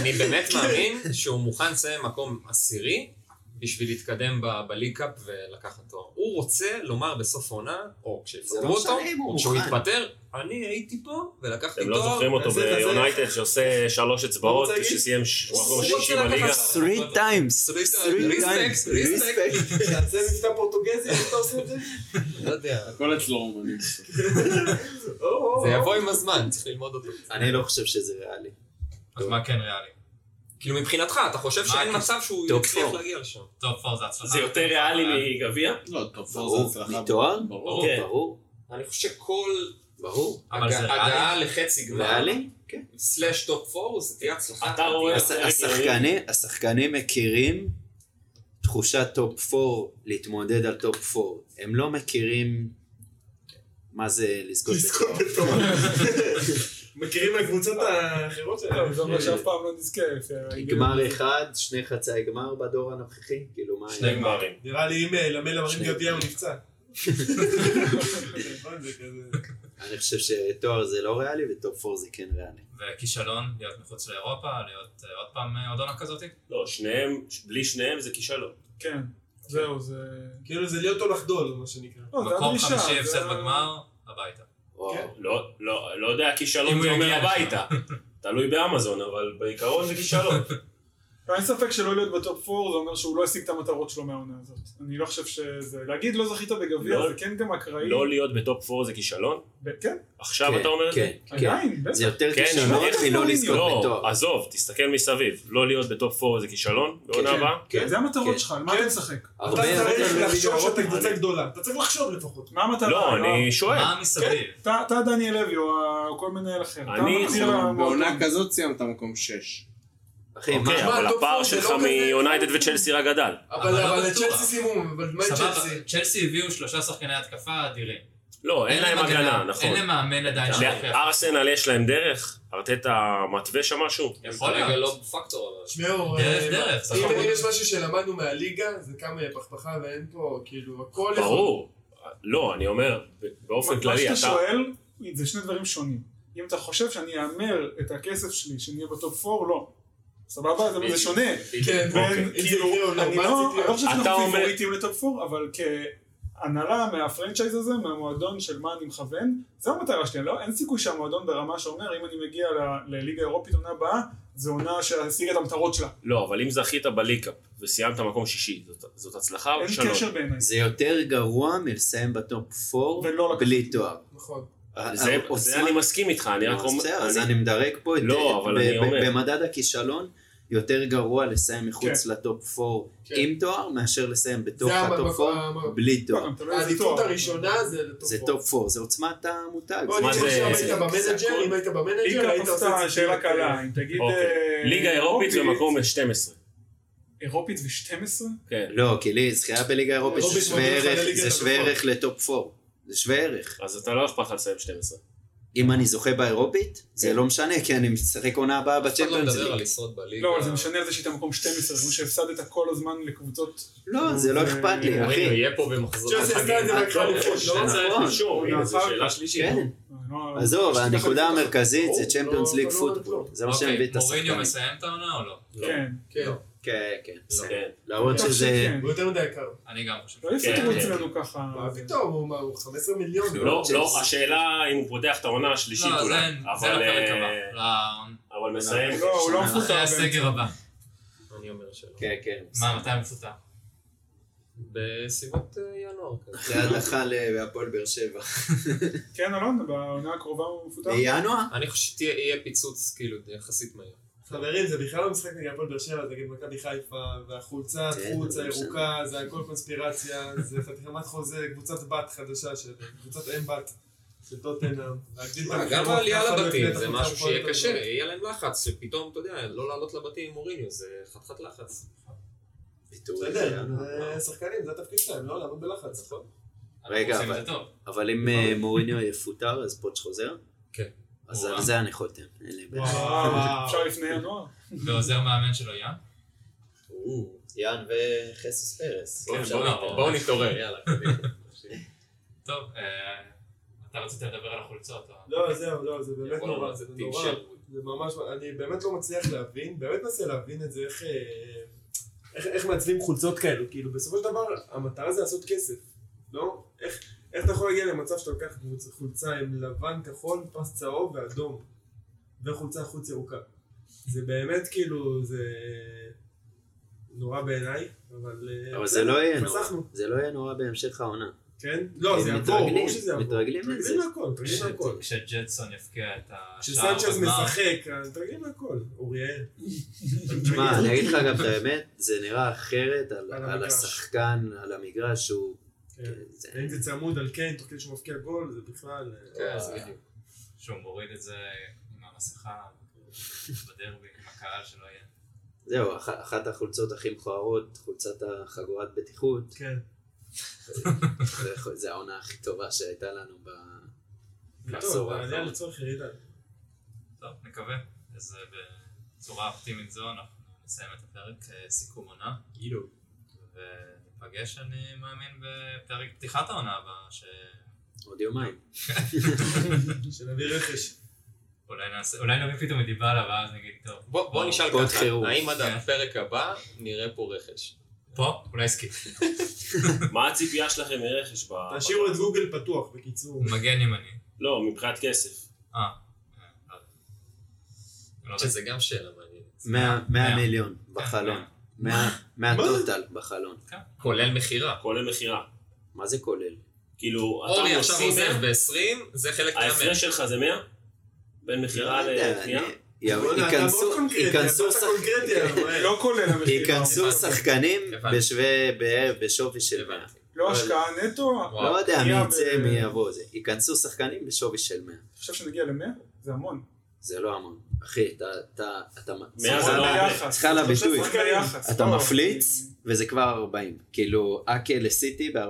[SPEAKER 2] אני באמת מאמין שהוא מוכן לסיים מקום עשירי בשביל להתקדם ב- בליג קאפ ולקחת תואר. הוא רוצה לומר בסוף עונה, או
[SPEAKER 9] זה
[SPEAKER 2] כשיפטרו
[SPEAKER 9] לא
[SPEAKER 2] אותו,
[SPEAKER 9] משנה אם הוא
[SPEAKER 2] או כשהוא
[SPEAKER 9] מוכן.
[SPEAKER 2] יתפטר, אני הייתי פה ולקחתי
[SPEAKER 7] אתם לא
[SPEAKER 2] תואר.
[SPEAKER 7] זוכרים אותו
[SPEAKER 5] אז זה- אז זה-
[SPEAKER 7] ביונייטד שעושה שלוש אצבעות,
[SPEAKER 5] רוצה להגיד?
[SPEAKER 7] שסיים ש-
[SPEAKER 2] הוא
[SPEAKER 7] מקום
[SPEAKER 2] רוצה
[SPEAKER 7] שישי
[SPEAKER 2] לקחת
[SPEAKER 7] בליגה.
[SPEAKER 2] תואר.
[SPEAKER 3] Three times. Three
[SPEAKER 2] ריספקט,
[SPEAKER 3] times.
[SPEAKER 2] ריספקט.
[SPEAKER 5] זה מבטא פורטוגזי, איך אתה עושה את זה?
[SPEAKER 2] לא יודע.
[SPEAKER 8] הכל אצלו אומנים.
[SPEAKER 5] או, או,
[SPEAKER 2] זה
[SPEAKER 5] או.
[SPEAKER 2] יבוא עם הזמן, צריך ללמוד אותו.
[SPEAKER 3] אני לא חושב שזה ריאלי.
[SPEAKER 1] אז מה כן ריאלי?
[SPEAKER 2] כאילו מבחינתך, אתה חושב
[SPEAKER 1] מה
[SPEAKER 2] שאין
[SPEAKER 1] הקשר?
[SPEAKER 2] מצב שהוא
[SPEAKER 3] טופ
[SPEAKER 2] יצליח
[SPEAKER 3] פור.
[SPEAKER 2] להגיע לשם.
[SPEAKER 1] טופ פור זה הצלחה. אה,
[SPEAKER 7] זה יותר ריאלי מגביע?
[SPEAKER 4] לא, טופ פור
[SPEAKER 3] ברור.
[SPEAKER 4] זה הצלחה.
[SPEAKER 3] מתואר?
[SPEAKER 4] ברור.
[SPEAKER 7] כן.
[SPEAKER 3] ברור.
[SPEAKER 2] אני חושב שכל
[SPEAKER 3] ברור.
[SPEAKER 1] אבל זה
[SPEAKER 2] הגע-
[SPEAKER 1] ריאלי?
[SPEAKER 2] הגעה לחצי גמר,
[SPEAKER 3] ריאלי? כן.
[SPEAKER 2] סלאש טופ פור, זה תהיה הצלחה.
[SPEAKER 7] אתה רואה-
[SPEAKER 3] הש-
[SPEAKER 7] רגע,
[SPEAKER 3] השחקני- השחקנים מכירים תחושת טופ 4 להתמודד על טופ 4. הם לא מכירים מה זה לזכות בתואר.
[SPEAKER 5] מכירים מהקבוצות האחרות
[SPEAKER 6] לא,
[SPEAKER 5] שלהם?
[SPEAKER 6] זה אומר שאף פעם לא נזכה. לפי ההיגיון.
[SPEAKER 3] גמר אחד, שני חצאי גמר בדור הנוכחי? כאילו מה...
[SPEAKER 1] שני גמרים.
[SPEAKER 5] נראה לי אם אה, למל אמרים
[SPEAKER 3] שני.
[SPEAKER 5] גביע הוא נפצע. נכון, זה כזה.
[SPEAKER 3] אני חושב שתואר זה לא ריאלי וטופ 4 זה כן ריאלי.
[SPEAKER 1] וכישלון, להיות מחוץ לאירופה, להיות אה, עוד פעם אה, עוד עונה כזאת.
[SPEAKER 7] לא, שניהם, בלי שניהם זה כישלון.
[SPEAKER 6] כן, זהו, זה...
[SPEAKER 5] כאילו זה להיות או לחדול, מה שנקרא.
[SPEAKER 6] לא, זה
[SPEAKER 1] מקום
[SPEAKER 6] הדרישה.
[SPEAKER 1] חמישי
[SPEAKER 6] זה
[SPEAKER 1] הפסד
[SPEAKER 6] ה-
[SPEAKER 1] בגמר, הביתה.
[SPEAKER 3] וואו.
[SPEAKER 7] לא, לא, לא יודע,
[SPEAKER 1] אם
[SPEAKER 7] כישלון
[SPEAKER 1] הוא
[SPEAKER 7] זה אומר
[SPEAKER 1] יגיע לשם.
[SPEAKER 7] הביתה. תלוי באמזון, אבל בעיקרון זה כישלון.
[SPEAKER 6] אין ספק שלא להיות בטופ 4 זה אומר שהוא לא השיג את המטרות שלו מהעונה הזאת. אני לא חושב שזה... להגיד לא זכית בגביע
[SPEAKER 7] לא.
[SPEAKER 6] זה כן גם אקראי.
[SPEAKER 7] לא להיות בטופ 4 זה כישלון?
[SPEAKER 6] ב- כן,
[SPEAKER 7] עכשיו
[SPEAKER 3] כן,
[SPEAKER 7] אתה אומר את זה?
[SPEAKER 3] כן, כן.
[SPEAKER 6] עדיין, בטח.
[SPEAKER 3] זה יותר
[SPEAKER 7] כן,
[SPEAKER 3] כישלון
[SPEAKER 7] שמע,
[SPEAKER 6] איך
[SPEAKER 3] מלא לזכות
[SPEAKER 7] לא,
[SPEAKER 3] בתואר.
[SPEAKER 7] עזוב, תסתכל מסביב. לא להיות בטופ 4 זה כישלון? בעונה
[SPEAKER 6] כן.
[SPEAKER 7] הבאה?
[SPEAKER 3] כן,
[SPEAKER 6] זה
[SPEAKER 3] כן.
[SPEAKER 6] המטרות שלך, על מה אתה משחק?
[SPEAKER 5] אתה
[SPEAKER 3] הרבה
[SPEAKER 5] צריך
[SPEAKER 3] יותר
[SPEAKER 5] לחשוב שאתה
[SPEAKER 6] אני-
[SPEAKER 5] קבוצה גדולה. אתה צריך לחשוב לפחות.
[SPEAKER 6] מה המטרה?
[SPEAKER 7] לא, אני שואל.
[SPEAKER 1] מה מסביב?
[SPEAKER 6] אתה אתה דניאל לוי או ה- כל מנהל אחר. אתה
[SPEAKER 7] אני-
[SPEAKER 6] מחזיר למועדון.
[SPEAKER 4] בעונה כזאת סיימת מקום 6.
[SPEAKER 3] אחי, מה?
[SPEAKER 7] אוקיי,
[SPEAKER 9] מה,
[SPEAKER 7] אבל
[SPEAKER 9] הטופ
[SPEAKER 7] הפער
[SPEAKER 9] פור זה
[SPEAKER 7] שלך
[SPEAKER 9] לא כזה-
[SPEAKER 7] מיונייטד וצ'לסי רק גדל.
[SPEAKER 1] אבל לא בטוח.
[SPEAKER 9] סיימו, אבל
[SPEAKER 6] כן,
[SPEAKER 9] מה
[SPEAKER 1] סבבה, צ'לסי הביאו שלושה שחקני התקפה אדירים.
[SPEAKER 7] לא, אין להם הגנה, נכון. אה,
[SPEAKER 1] אין להם אוקיי, מאמן עדיין שהוכיח.
[SPEAKER 7] לארסנל יש להם דרך? ארטטה מתווה שם משהו?
[SPEAKER 1] יכול
[SPEAKER 2] כרגע
[SPEAKER 1] להיות.
[SPEAKER 2] לא פקטור, אבל...
[SPEAKER 10] תשמעו,
[SPEAKER 1] דרך
[SPEAKER 10] אה,
[SPEAKER 1] דרך, זה
[SPEAKER 10] אם
[SPEAKER 1] חמוד.
[SPEAKER 10] יש משהו שלמדנו מהליגה, זה כמה פכפכה ואין פה, כאילו, הכל... יכול-
[SPEAKER 7] ברור. לא, אני אומר, באופן
[SPEAKER 6] מה
[SPEAKER 7] כללי,
[SPEAKER 6] שאתה
[SPEAKER 7] אתה...
[SPEAKER 6] שואל, זה שני דברים שונים. אם אתה חושב שאני אאמר את הכסף שלי, שנהיה בטופ 4, לא. סבבה? זה- זה שונה.
[SPEAKER 10] כן,
[SPEAKER 6] בין,
[SPEAKER 10] אוקיי. אם זה
[SPEAKER 6] כאילו,
[SPEAKER 10] יקרה או לא,
[SPEAKER 6] אני
[SPEAKER 10] מה
[SPEAKER 6] לא
[SPEAKER 10] רציתי-
[SPEAKER 6] אני לא חושב
[SPEAKER 7] אתה
[SPEAKER 6] שאנחנו
[SPEAKER 7] אומר-
[SPEAKER 6] פיבוריטים לטופ 4, אבל הנהלה מהפרנצ'ייז הזה, מהמועדון של מה אני מכוון, זו המטרה שלי, לא, אין סיכוי שהמועדון ברמה שאומר, אם אני מגיע ל- לליגה האירופית עונה הבאה, זו עונה שהשיגה את המטרות שלה.
[SPEAKER 7] לא, אבל אם זכית בליקאפ וסיימת מקום שישי, זאת, זאת הצלחה
[SPEAKER 6] אין
[SPEAKER 7] ראשונה.
[SPEAKER 6] קשר בעיניי.
[SPEAKER 3] זה יותר גרוע מלסיים בטופ 4
[SPEAKER 6] ולא לקחת.
[SPEAKER 3] בלי תואר.
[SPEAKER 5] נכון.
[SPEAKER 3] אה,
[SPEAKER 7] זה, זה אני מסכים איתך, אני רק
[SPEAKER 3] לא, אז בסדר,
[SPEAKER 7] אומר...
[SPEAKER 3] אז
[SPEAKER 7] אני-
[SPEAKER 3] אני מדרג פה את...
[SPEAKER 7] לא, אבל
[SPEAKER 3] ב-
[SPEAKER 7] אני
[SPEAKER 3] ב-
[SPEAKER 7] אומר.
[SPEAKER 3] במדד הכישלון, יותר גרוע לסיים מחוץ לטופ 4
[SPEAKER 5] כן.
[SPEAKER 3] עם תואר, מאשר לסיים בתוך
[SPEAKER 5] זה המ-
[SPEAKER 3] הטופ 4
[SPEAKER 5] המ-
[SPEAKER 2] לא,
[SPEAKER 3] בלי תואר.
[SPEAKER 6] גם תלוי איזה
[SPEAKER 5] העדיפות
[SPEAKER 6] תואר.
[SPEAKER 5] הראשונה זה לטופ
[SPEAKER 3] זה
[SPEAKER 5] פור.
[SPEAKER 3] טופ 4, זה עוצמת המותג.
[SPEAKER 5] בוא,
[SPEAKER 7] מה
[SPEAKER 5] אני חושב
[SPEAKER 7] זה-
[SPEAKER 5] שאם
[SPEAKER 7] זה-
[SPEAKER 5] היית במנג'ר, אם היית במנג'ר,
[SPEAKER 6] ליגה
[SPEAKER 5] היית עושה
[SPEAKER 6] קפצה
[SPEAKER 5] את זה.
[SPEAKER 6] שאלה קלה, אם תגיד...
[SPEAKER 7] אוקיי.
[SPEAKER 6] אה,
[SPEAKER 7] ליגה אירופית
[SPEAKER 6] אירופית-
[SPEAKER 7] ומקום 12.
[SPEAKER 6] אירופית ו-12?
[SPEAKER 7] כן.
[SPEAKER 3] לא, כי לי, זכייה בליגה האירופית זה
[SPEAKER 5] אירופית
[SPEAKER 3] שווה
[SPEAKER 5] מודד לך
[SPEAKER 3] ערך-
[SPEAKER 5] לליגת
[SPEAKER 3] זה שווה
[SPEAKER 5] הטופ
[SPEAKER 3] ערך לטופ 4. זה שווה ערך.
[SPEAKER 7] אז אתה לא אכפת לך לסיים 12.
[SPEAKER 3] אם אני זוכה באירופית, זה לא משנה, כי אני משחק עונה הבאה
[SPEAKER 2] כן. אף אחד לא
[SPEAKER 3] בצ'מפיונס
[SPEAKER 2] מדבר על
[SPEAKER 3] ליג.
[SPEAKER 2] לשרוד בליגה.
[SPEAKER 6] לא, אבל זה משנה על זה שאתה מקום 12, זה מה שהפסדת כל הזמן לקבוצות...
[SPEAKER 3] לא, זה לא
[SPEAKER 6] זה-
[SPEAKER 3] אכפת לי,
[SPEAKER 2] אומרים,
[SPEAKER 3] אחי.
[SPEAKER 2] יהיה פה במחזור
[SPEAKER 5] ג'וזי
[SPEAKER 2] החגים.
[SPEAKER 5] עשתה את זה
[SPEAKER 2] הכל.
[SPEAKER 5] בהתחלה לפני
[SPEAKER 7] לא
[SPEAKER 3] נכון.
[SPEAKER 7] צריך לשאול, הנה, זו שאלה שלישית.
[SPEAKER 3] כן,
[SPEAKER 6] אה, לא-
[SPEAKER 3] עזוב,
[SPEAKER 6] שתי
[SPEAKER 3] הנקודה
[SPEAKER 6] חלוצות.
[SPEAKER 3] המרכזית זה
[SPEAKER 5] לא,
[SPEAKER 3] צ'מפיונס
[SPEAKER 5] לא,
[SPEAKER 3] ליג
[SPEAKER 5] לא,
[SPEAKER 3] פוטבול.
[SPEAKER 5] לא.
[SPEAKER 3] זה מה שמביא
[SPEAKER 1] אוקיי,
[SPEAKER 3] את השחקנים.
[SPEAKER 1] מוריניו לא. מסיים את העונה או לא?
[SPEAKER 6] כן.
[SPEAKER 5] כן.
[SPEAKER 3] כן, כן, בסדר.
[SPEAKER 7] כן.
[SPEAKER 3] למרות
[SPEAKER 6] אני חושב
[SPEAKER 3] שזה...
[SPEAKER 6] שכן.
[SPEAKER 5] הוא יותר מדי יקר.
[SPEAKER 1] אני גם חושב.
[SPEAKER 6] לא
[SPEAKER 7] כן,
[SPEAKER 6] יפטרו
[SPEAKER 7] כן.
[SPEAKER 6] אצלנו ככה.
[SPEAKER 5] מה פתאום, הוא- מה, הוא 15 מיליון.
[SPEAKER 7] לא, לא, השאלה אם הוא פותח את העונה השלישית
[SPEAKER 1] לא,
[SPEAKER 7] אולי.
[SPEAKER 1] זה- זה
[SPEAKER 7] אבל,
[SPEAKER 1] לפרק
[SPEAKER 7] אה,
[SPEAKER 1] הבא. ל-
[SPEAKER 7] אבל מסיים.
[SPEAKER 6] לא, הוא לא
[SPEAKER 3] אחרי
[SPEAKER 6] מפוטר.
[SPEAKER 1] אחרי
[SPEAKER 6] בעצם.
[SPEAKER 1] הסגר הבא.
[SPEAKER 2] אני אומר שלא.
[SPEAKER 3] כן, כן.
[SPEAKER 1] מה, מתי הוא מפוטר?
[SPEAKER 2] בסביבות אה, ינואר כזה.
[SPEAKER 3] זה הדחה להפועל באר שבע.
[SPEAKER 6] כן, אלון, בעונה הקרובה הוא מפוטר.
[SPEAKER 3] בינואר?
[SPEAKER 2] אני חושב שיהיה פיצוץ כאילו יחסית מהר.
[SPEAKER 5] חברים, זה בכלל לא משחק נגד הפועל באר שבע, זה נגד מכבי חיפה, והחולצה,
[SPEAKER 3] כן,
[SPEAKER 5] החוץ,
[SPEAKER 3] זה
[SPEAKER 2] לא
[SPEAKER 5] הירוקה, זה הכל קונספירציה, זה חתימת חוזה, קבוצת בת חדשה של... קבוצת אם בת של טוטנאם. להגדיל את
[SPEAKER 2] מה,
[SPEAKER 5] המכירות,
[SPEAKER 2] אה, גם העלייה
[SPEAKER 5] אף אחד לא
[SPEAKER 2] לבתים
[SPEAKER 5] יקנה
[SPEAKER 2] זה
[SPEAKER 5] את
[SPEAKER 2] משהו
[SPEAKER 5] חולצה הפועל
[SPEAKER 2] שיהיה
[SPEAKER 5] באר
[SPEAKER 2] קשה,
[SPEAKER 5] שבע.
[SPEAKER 2] יהיה להם לחץ, שפתאום, אתה יודע, לא לעלות לבתים עם מוריניו זה חתיכת לחץ.
[SPEAKER 5] בסדר, זה שחקנים, זה התפקיד שלהם, לא לעמוד בלחץ, נכון?
[SPEAKER 3] רגע,
[SPEAKER 1] עושים את
[SPEAKER 3] אבל-
[SPEAKER 1] זה טוב.
[SPEAKER 3] אבל אם אה, מוריניו יפוטר, אז פוטש חוזר?
[SPEAKER 2] כן.
[SPEAKER 3] אז
[SPEAKER 1] וואו.
[SPEAKER 3] על זה אני חותם. אין לי בעיה.
[SPEAKER 5] וואו.
[SPEAKER 6] אה, אפשר לפני ינואר?
[SPEAKER 1] ועוזר מאמן שלו, יא?
[SPEAKER 11] יאן וחסס פרס.
[SPEAKER 1] כן,
[SPEAKER 2] אפשר
[SPEAKER 1] בוא
[SPEAKER 2] להתעורר.
[SPEAKER 1] נעבור.
[SPEAKER 2] בואו נתעורר, יאללה. קדימה.
[SPEAKER 1] טוב, אה, אתה רצית לדבר על החולצות. או-
[SPEAKER 5] לא, זהו, לא, זה באמת
[SPEAKER 2] יכול
[SPEAKER 5] נורא,
[SPEAKER 2] לומר,
[SPEAKER 5] זה
[SPEAKER 2] זה טיפ
[SPEAKER 5] נורא.
[SPEAKER 2] של-
[SPEAKER 5] זה ממש, אני באמת לא מצליח להבין, באמת מנסה להבין את זה, איך, אה, איך, איך מעצבים חולצות כאלו, כאילו בסופו של דבר המטרה זה לעשות כסף, לא? איך, איך אתה יכול להגיע למצב שאתה לוקח קבוצ- חולצה עם לבן, כחול, פס צהוב ואדום, וחולצה חוץ ירוקה. זה באמת כאילו, זה נורא בעיניי, אבל... אה,
[SPEAKER 3] אבל זה לא יהיה נורא.
[SPEAKER 5] פסחנו,
[SPEAKER 3] זה לא יהיה נורא בהמשך העונה.
[SPEAKER 5] כן? לא,
[SPEAKER 3] הם
[SPEAKER 5] זה יעבור,
[SPEAKER 3] מתרגלים,
[SPEAKER 5] ברור שזה יעבור.
[SPEAKER 3] מתרגלים לזה.
[SPEAKER 5] מתרגלים להכל, מתרגלים
[SPEAKER 1] כש-
[SPEAKER 5] להכל.
[SPEAKER 1] כשג'טסון יפקיע את השער
[SPEAKER 5] כשסנצ'ז
[SPEAKER 1] בגמר,
[SPEAKER 5] משחק, אז מתרגלים להכל, אוריאל.
[SPEAKER 3] תשמע, אני אגיד לך גם את האמת, זה נראה אחרת על-
[SPEAKER 5] על
[SPEAKER 3] על
[SPEAKER 5] המגרש.
[SPEAKER 3] השחקן, על המגרש, שהוא...
[SPEAKER 5] כן.
[SPEAKER 3] זה-
[SPEAKER 5] אם זה צמוד על קיין, תוך כדי שהוא מבקיע גול, זה בכלל...
[SPEAKER 2] כן, זה בדיוק.
[SPEAKER 1] שהוא מוריד את זה עם המסכה בדרבי, עם הקהל שלא יהיה.
[SPEAKER 3] זהו, אח- אחת החולצות הכי מכוערות, חולצת החגורת בטיחות,
[SPEAKER 5] כן.
[SPEAKER 3] זה- זה העונה הכי טובה שהייתה לנו ב-
[SPEAKER 5] טוב,
[SPEAKER 3] בעשור
[SPEAKER 5] אבל אני
[SPEAKER 3] האחרון.
[SPEAKER 5] על צורך ירידה.
[SPEAKER 1] טוב, נקווה. אז אה, בצורה אופטימית זו אנחנו נסיים את הפרק אה, סיכום עונה. אילו. וניפגש, אני מאמין, בפרק פתיחת העונה הבאה, שאולי
[SPEAKER 3] עוד יומיים.
[SPEAKER 5] שנביא רכש.
[SPEAKER 1] נעשה, אולי נביא פתאום את דיבלה ואז נגיד, טוב,
[SPEAKER 2] בוא בוא נשאל
[SPEAKER 3] עוד
[SPEAKER 2] ככה,
[SPEAKER 3] חירום.
[SPEAKER 2] האם עד הפרק הבא נראה פה רכש?
[SPEAKER 1] פה? אולי סקיפ.
[SPEAKER 7] מה הציפייה שלכם מרכש? ב-
[SPEAKER 5] תשאירו את גוגל פתוח, בקיצור.
[SPEAKER 1] מגן ימני.
[SPEAKER 7] לא, מבחינת כסף.
[SPEAKER 1] אה. אה, לא. לא יודע.
[SPEAKER 2] שזה גם שאלה מעניינת.
[SPEAKER 3] 100 מיליון בחלון.
[SPEAKER 1] כן,
[SPEAKER 3] 100 טוטל בחלון.
[SPEAKER 2] כולל מכירה.
[SPEAKER 7] כולל מכירה.
[SPEAKER 3] מה זה כולל?
[SPEAKER 7] כאילו,
[SPEAKER 2] אורי
[SPEAKER 7] אתה
[SPEAKER 2] עכשיו
[SPEAKER 7] מוסיף...
[SPEAKER 2] עוזב ב-20, זה חלק מהמאה.
[SPEAKER 7] ההפרש שלך זה 100? בין מכירה
[SPEAKER 3] לא יודע,
[SPEAKER 7] לקנייה?
[SPEAKER 3] אני- יאו,
[SPEAKER 5] בוא'נה, אתה
[SPEAKER 3] ייכנסו-
[SPEAKER 5] מאוד קונקרטי,
[SPEAKER 3] ייכנסו
[SPEAKER 5] אתה
[SPEAKER 3] שחק-
[SPEAKER 5] קונקרטי היום, אה.
[SPEAKER 6] לא כולל לא המכירה.
[SPEAKER 3] ייכנסו שחקנים
[SPEAKER 2] הבנתי.
[SPEAKER 3] בשווה בערב בשווי של 100.
[SPEAKER 2] הבנתי.
[SPEAKER 6] לא השקעה נטו,
[SPEAKER 2] וואו.
[SPEAKER 3] לא יודע מי
[SPEAKER 6] קנייה
[SPEAKER 3] יצא,
[SPEAKER 6] ב-
[SPEAKER 3] מי יבוא. זה. ייכנסו שחקנים בשווי של 100.
[SPEAKER 6] אני חושב שנגיע ל-100? זה המון.
[SPEAKER 3] זה לא המון. אחי, אתה... אתה... אתה...
[SPEAKER 7] מאה זה
[SPEAKER 6] זה
[SPEAKER 7] לא הרבה.
[SPEAKER 6] ביחס.
[SPEAKER 3] סליחה על הביטוי.
[SPEAKER 6] זה ביחס.
[SPEAKER 3] אתה
[SPEAKER 6] לא,
[SPEAKER 3] מפליץ, וזה כבר 40. כאילו, אקה לסיטי ב-41.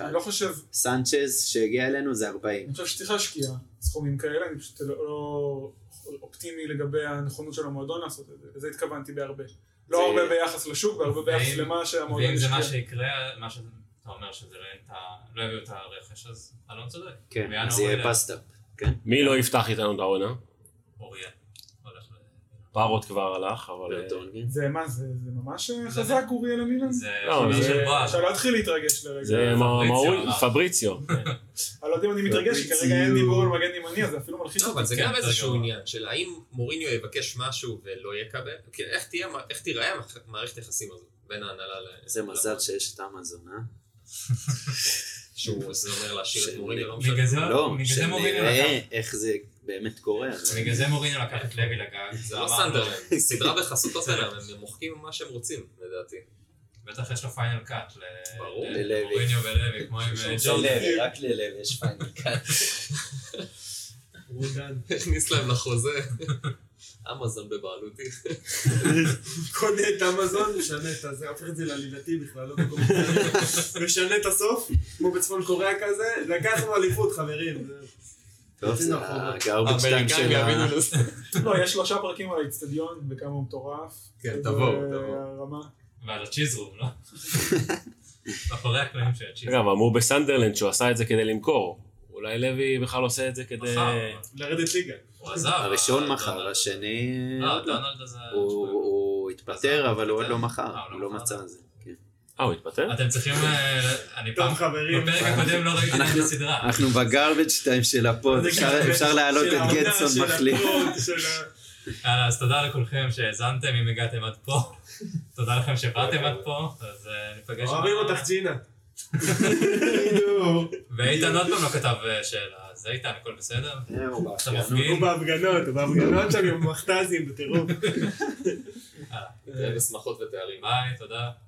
[SPEAKER 6] אני לא חושב,
[SPEAKER 3] סנצ'ז שהגיע אלינו זה 40.
[SPEAKER 6] אני חושב שצריך להשקיע סכומים כאלה, אני פשוט לא לא אופטימי לגבי הנכונות של המועדון לעשות את זה, לזה התכוונתי בהרבה. לא
[SPEAKER 3] זה-
[SPEAKER 6] הרבה ביחס לשוק, והרבה ביחס
[SPEAKER 1] ואם-
[SPEAKER 6] למה שהמועדון
[SPEAKER 1] ואם זה מה
[SPEAKER 6] השקיע.
[SPEAKER 1] שיקרה, מה שאתה אומר שזה לא- אתה- לא יביאו את הרכש, אז אלון צודק.
[SPEAKER 3] כן,
[SPEAKER 1] בינואר
[SPEAKER 3] אז יהיה
[SPEAKER 1] אלה.
[SPEAKER 3] פסטה.
[SPEAKER 7] מי לא יפתח איתנו את העונה?
[SPEAKER 1] אוריאל. הולך ל-
[SPEAKER 7] פארוט כבר הלך, אבל... אה,
[SPEAKER 3] ברטון, כן?
[SPEAKER 6] זה מה, זה זה ממש חזק אוריאל המילן?
[SPEAKER 1] זה
[SPEAKER 7] לא,
[SPEAKER 1] חילון
[SPEAKER 7] זה-
[SPEAKER 1] של בראש.
[SPEAKER 6] אפשר להתחיל להתרגש לרגע.
[SPEAKER 7] זה מה-
[SPEAKER 1] פבריציו
[SPEAKER 7] מאורי-
[SPEAKER 1] הלך.
[SPEAKER 7] פבריציו.
[SPEAKER 6] אני לא יודע אם אני מתרגש, כי כרגע אין דיבור על מגן ימני, אז זה אפילו מלחיץ
[SPEAKER 2] לא,
[SPEAKER 6] אותי.
[SPEAKER 2] אבל זה
[SPEAKER 1] כן,
[SPEAKER 2] גם
[SPEAKER 1] יותר
[SPEAKER 2] איזשהו
[SPEAKER 1] גרוע.
[SPEAKER 2] עניין של האם מוריניו יבקש משהו ולא יקבל? כאילו, איך תהיה, איך תיראה מערכת היחסים הזאת בין ההנהלה ל...
[SPEAKER 3] איזה מזל שיש את אמזון, אה?
[SPEAKER 2] שהוא זה אומר להשאיר את
[SPEAKER 3] של-
[SPEAKER 2] מוריניו, לא משנה.
[SPEAKER 1] בגלל זה-
[SPEAKER 3] לא,
[SPEAKER 1] בגלל זה מוריניו לקח-
[SPEAKER 3] שנראה איך זה באמת קורה. אבל-
[SPEAKER 1] בגלל זה מוריניו לקח את לוי לגג.
[SPEAKER 2] זה
[SPEAKER 1] אמר
[SPEAKER 2] לא
[SPEAKER 1] לו,
[SPEAKER 2] סנדרלנד, סדרה בחסות אופנהאם, הם מוחקים מה שהם רוצים, לדעתי.
[SPEAKER 1] בטח יש לו פיינל קאט ל-
[SPEAKER 2] ברור.
[SPEAKER 1] ל- למוריניו ולוי, כמו עם אה, ג'ורדן.
[SPEAKER 9] ללב, רק ללב יש פיינל קאט.
[SPEAKER 5] רודן.
[SPEAKER 2] הכניס להם לחוזה. אמזון בבעלותי.
[SPEAKER 5] קונה את אמזון, משנה את הזה, הופך את זה לעלילתי בכלל, לא במקום אחר. משנה את הסוף, כמו בצפון קוריאה כזה, לקחנו אליפות חברים. זה- נכון,
[SPEAKER 3] טוב, זה
[SPEAKER 5] יוצאים לרחובות.
[SPEAKER 3] הגרבג' טיים של ה...
[SPEAKER 2] לזה.
[SPEAKER 6] לא, יש שלושה פרקים על האיצטדיון, וכמה הוא מטורף.
[SPEAKER 2] כן,
[SPEAKER 6] וזה
[SPEAKER 2] תבואו, תבואו.
[SPEAKER 6] הרמה.
[SPEAKER 1] ועל הצ'יזרום, לא? מאחורי הקלעים של הצ'יזרום.
[SPEAKER 7] אגב, אמרו בסנדרלנד שהוא עשה את זה כדי למכור. אולי לוי בכלל עושה את זה כדי...
[SPEAKER 1] מחר,
[SPEAKER 5] לרדת ליגה.
[SPEAKER 1] הוא עזב.
[SPEAKER 3] אה, הראשון
[SPEAKER 1] הדונלד.
[SPEAKER 3] מכר, השני...
[SPEAKER 1] אה,
[SPEAKER 3] עוד לא.
[SPEAKER 1] דונלד הזה...
[SPEAKER 3] הוא- הוא התפטר, אבל הוא עוד לא מכר,
[SPEAKER 1] אה, הוא לא
[SPEAKER 3] הוא לא
[SPEAKER 1] מכר.
[SPEAKER 3] מצא את זה. כן.
[SPEAKER 7] אה, הוא התפטר?
[SPEAKER 1] אתם צריכים... אה, אני פעם...
[SPEAKER 5] טוב חברים.
[SPEAKER 1] בפרק הקודם לא ראיתי את
[SPEAKER 3] אנחנו-
[SPEAKER 1] הסדרה.
[SPEAKER 3] אנחנו בגרבג' טיים של הפוד, אפשר- אפשר להעלות
[SPEAKER 5] של
[SPEAKER 3] את
[SPEAKER 5] העונה, של
[SPEAKER 3] גדסון מחליף.
[SPEAKER 5] הפוד, של ה-
[SPEAKER 1] יאללה, אה, אז תודה לכולכם שהאזנתם, אם הגעתם עד פה. תודה לכם שבאתם עד פה, אז אה, ניפגש...
[SPEAKER 5] אוהבים
[SPEAKER 1] מחר.
[SPEAKER 5] אותך ג'ינה.
[SPEAKER 1] ואיתן עוד פעם לא כתב אה, שאלה, אז איתן, הכל בסדר? אתה
[SPEAKER 5] הוא
[SPEAKER 1] מפגין?
[SPEAKER 5] בהפגנות, הוא בהפגנות שם עם המכת"זים בטירוף.
[SPEAKER 2] אה, בשמחות ותארים.
[SPEAKER 1] ביי, תודה.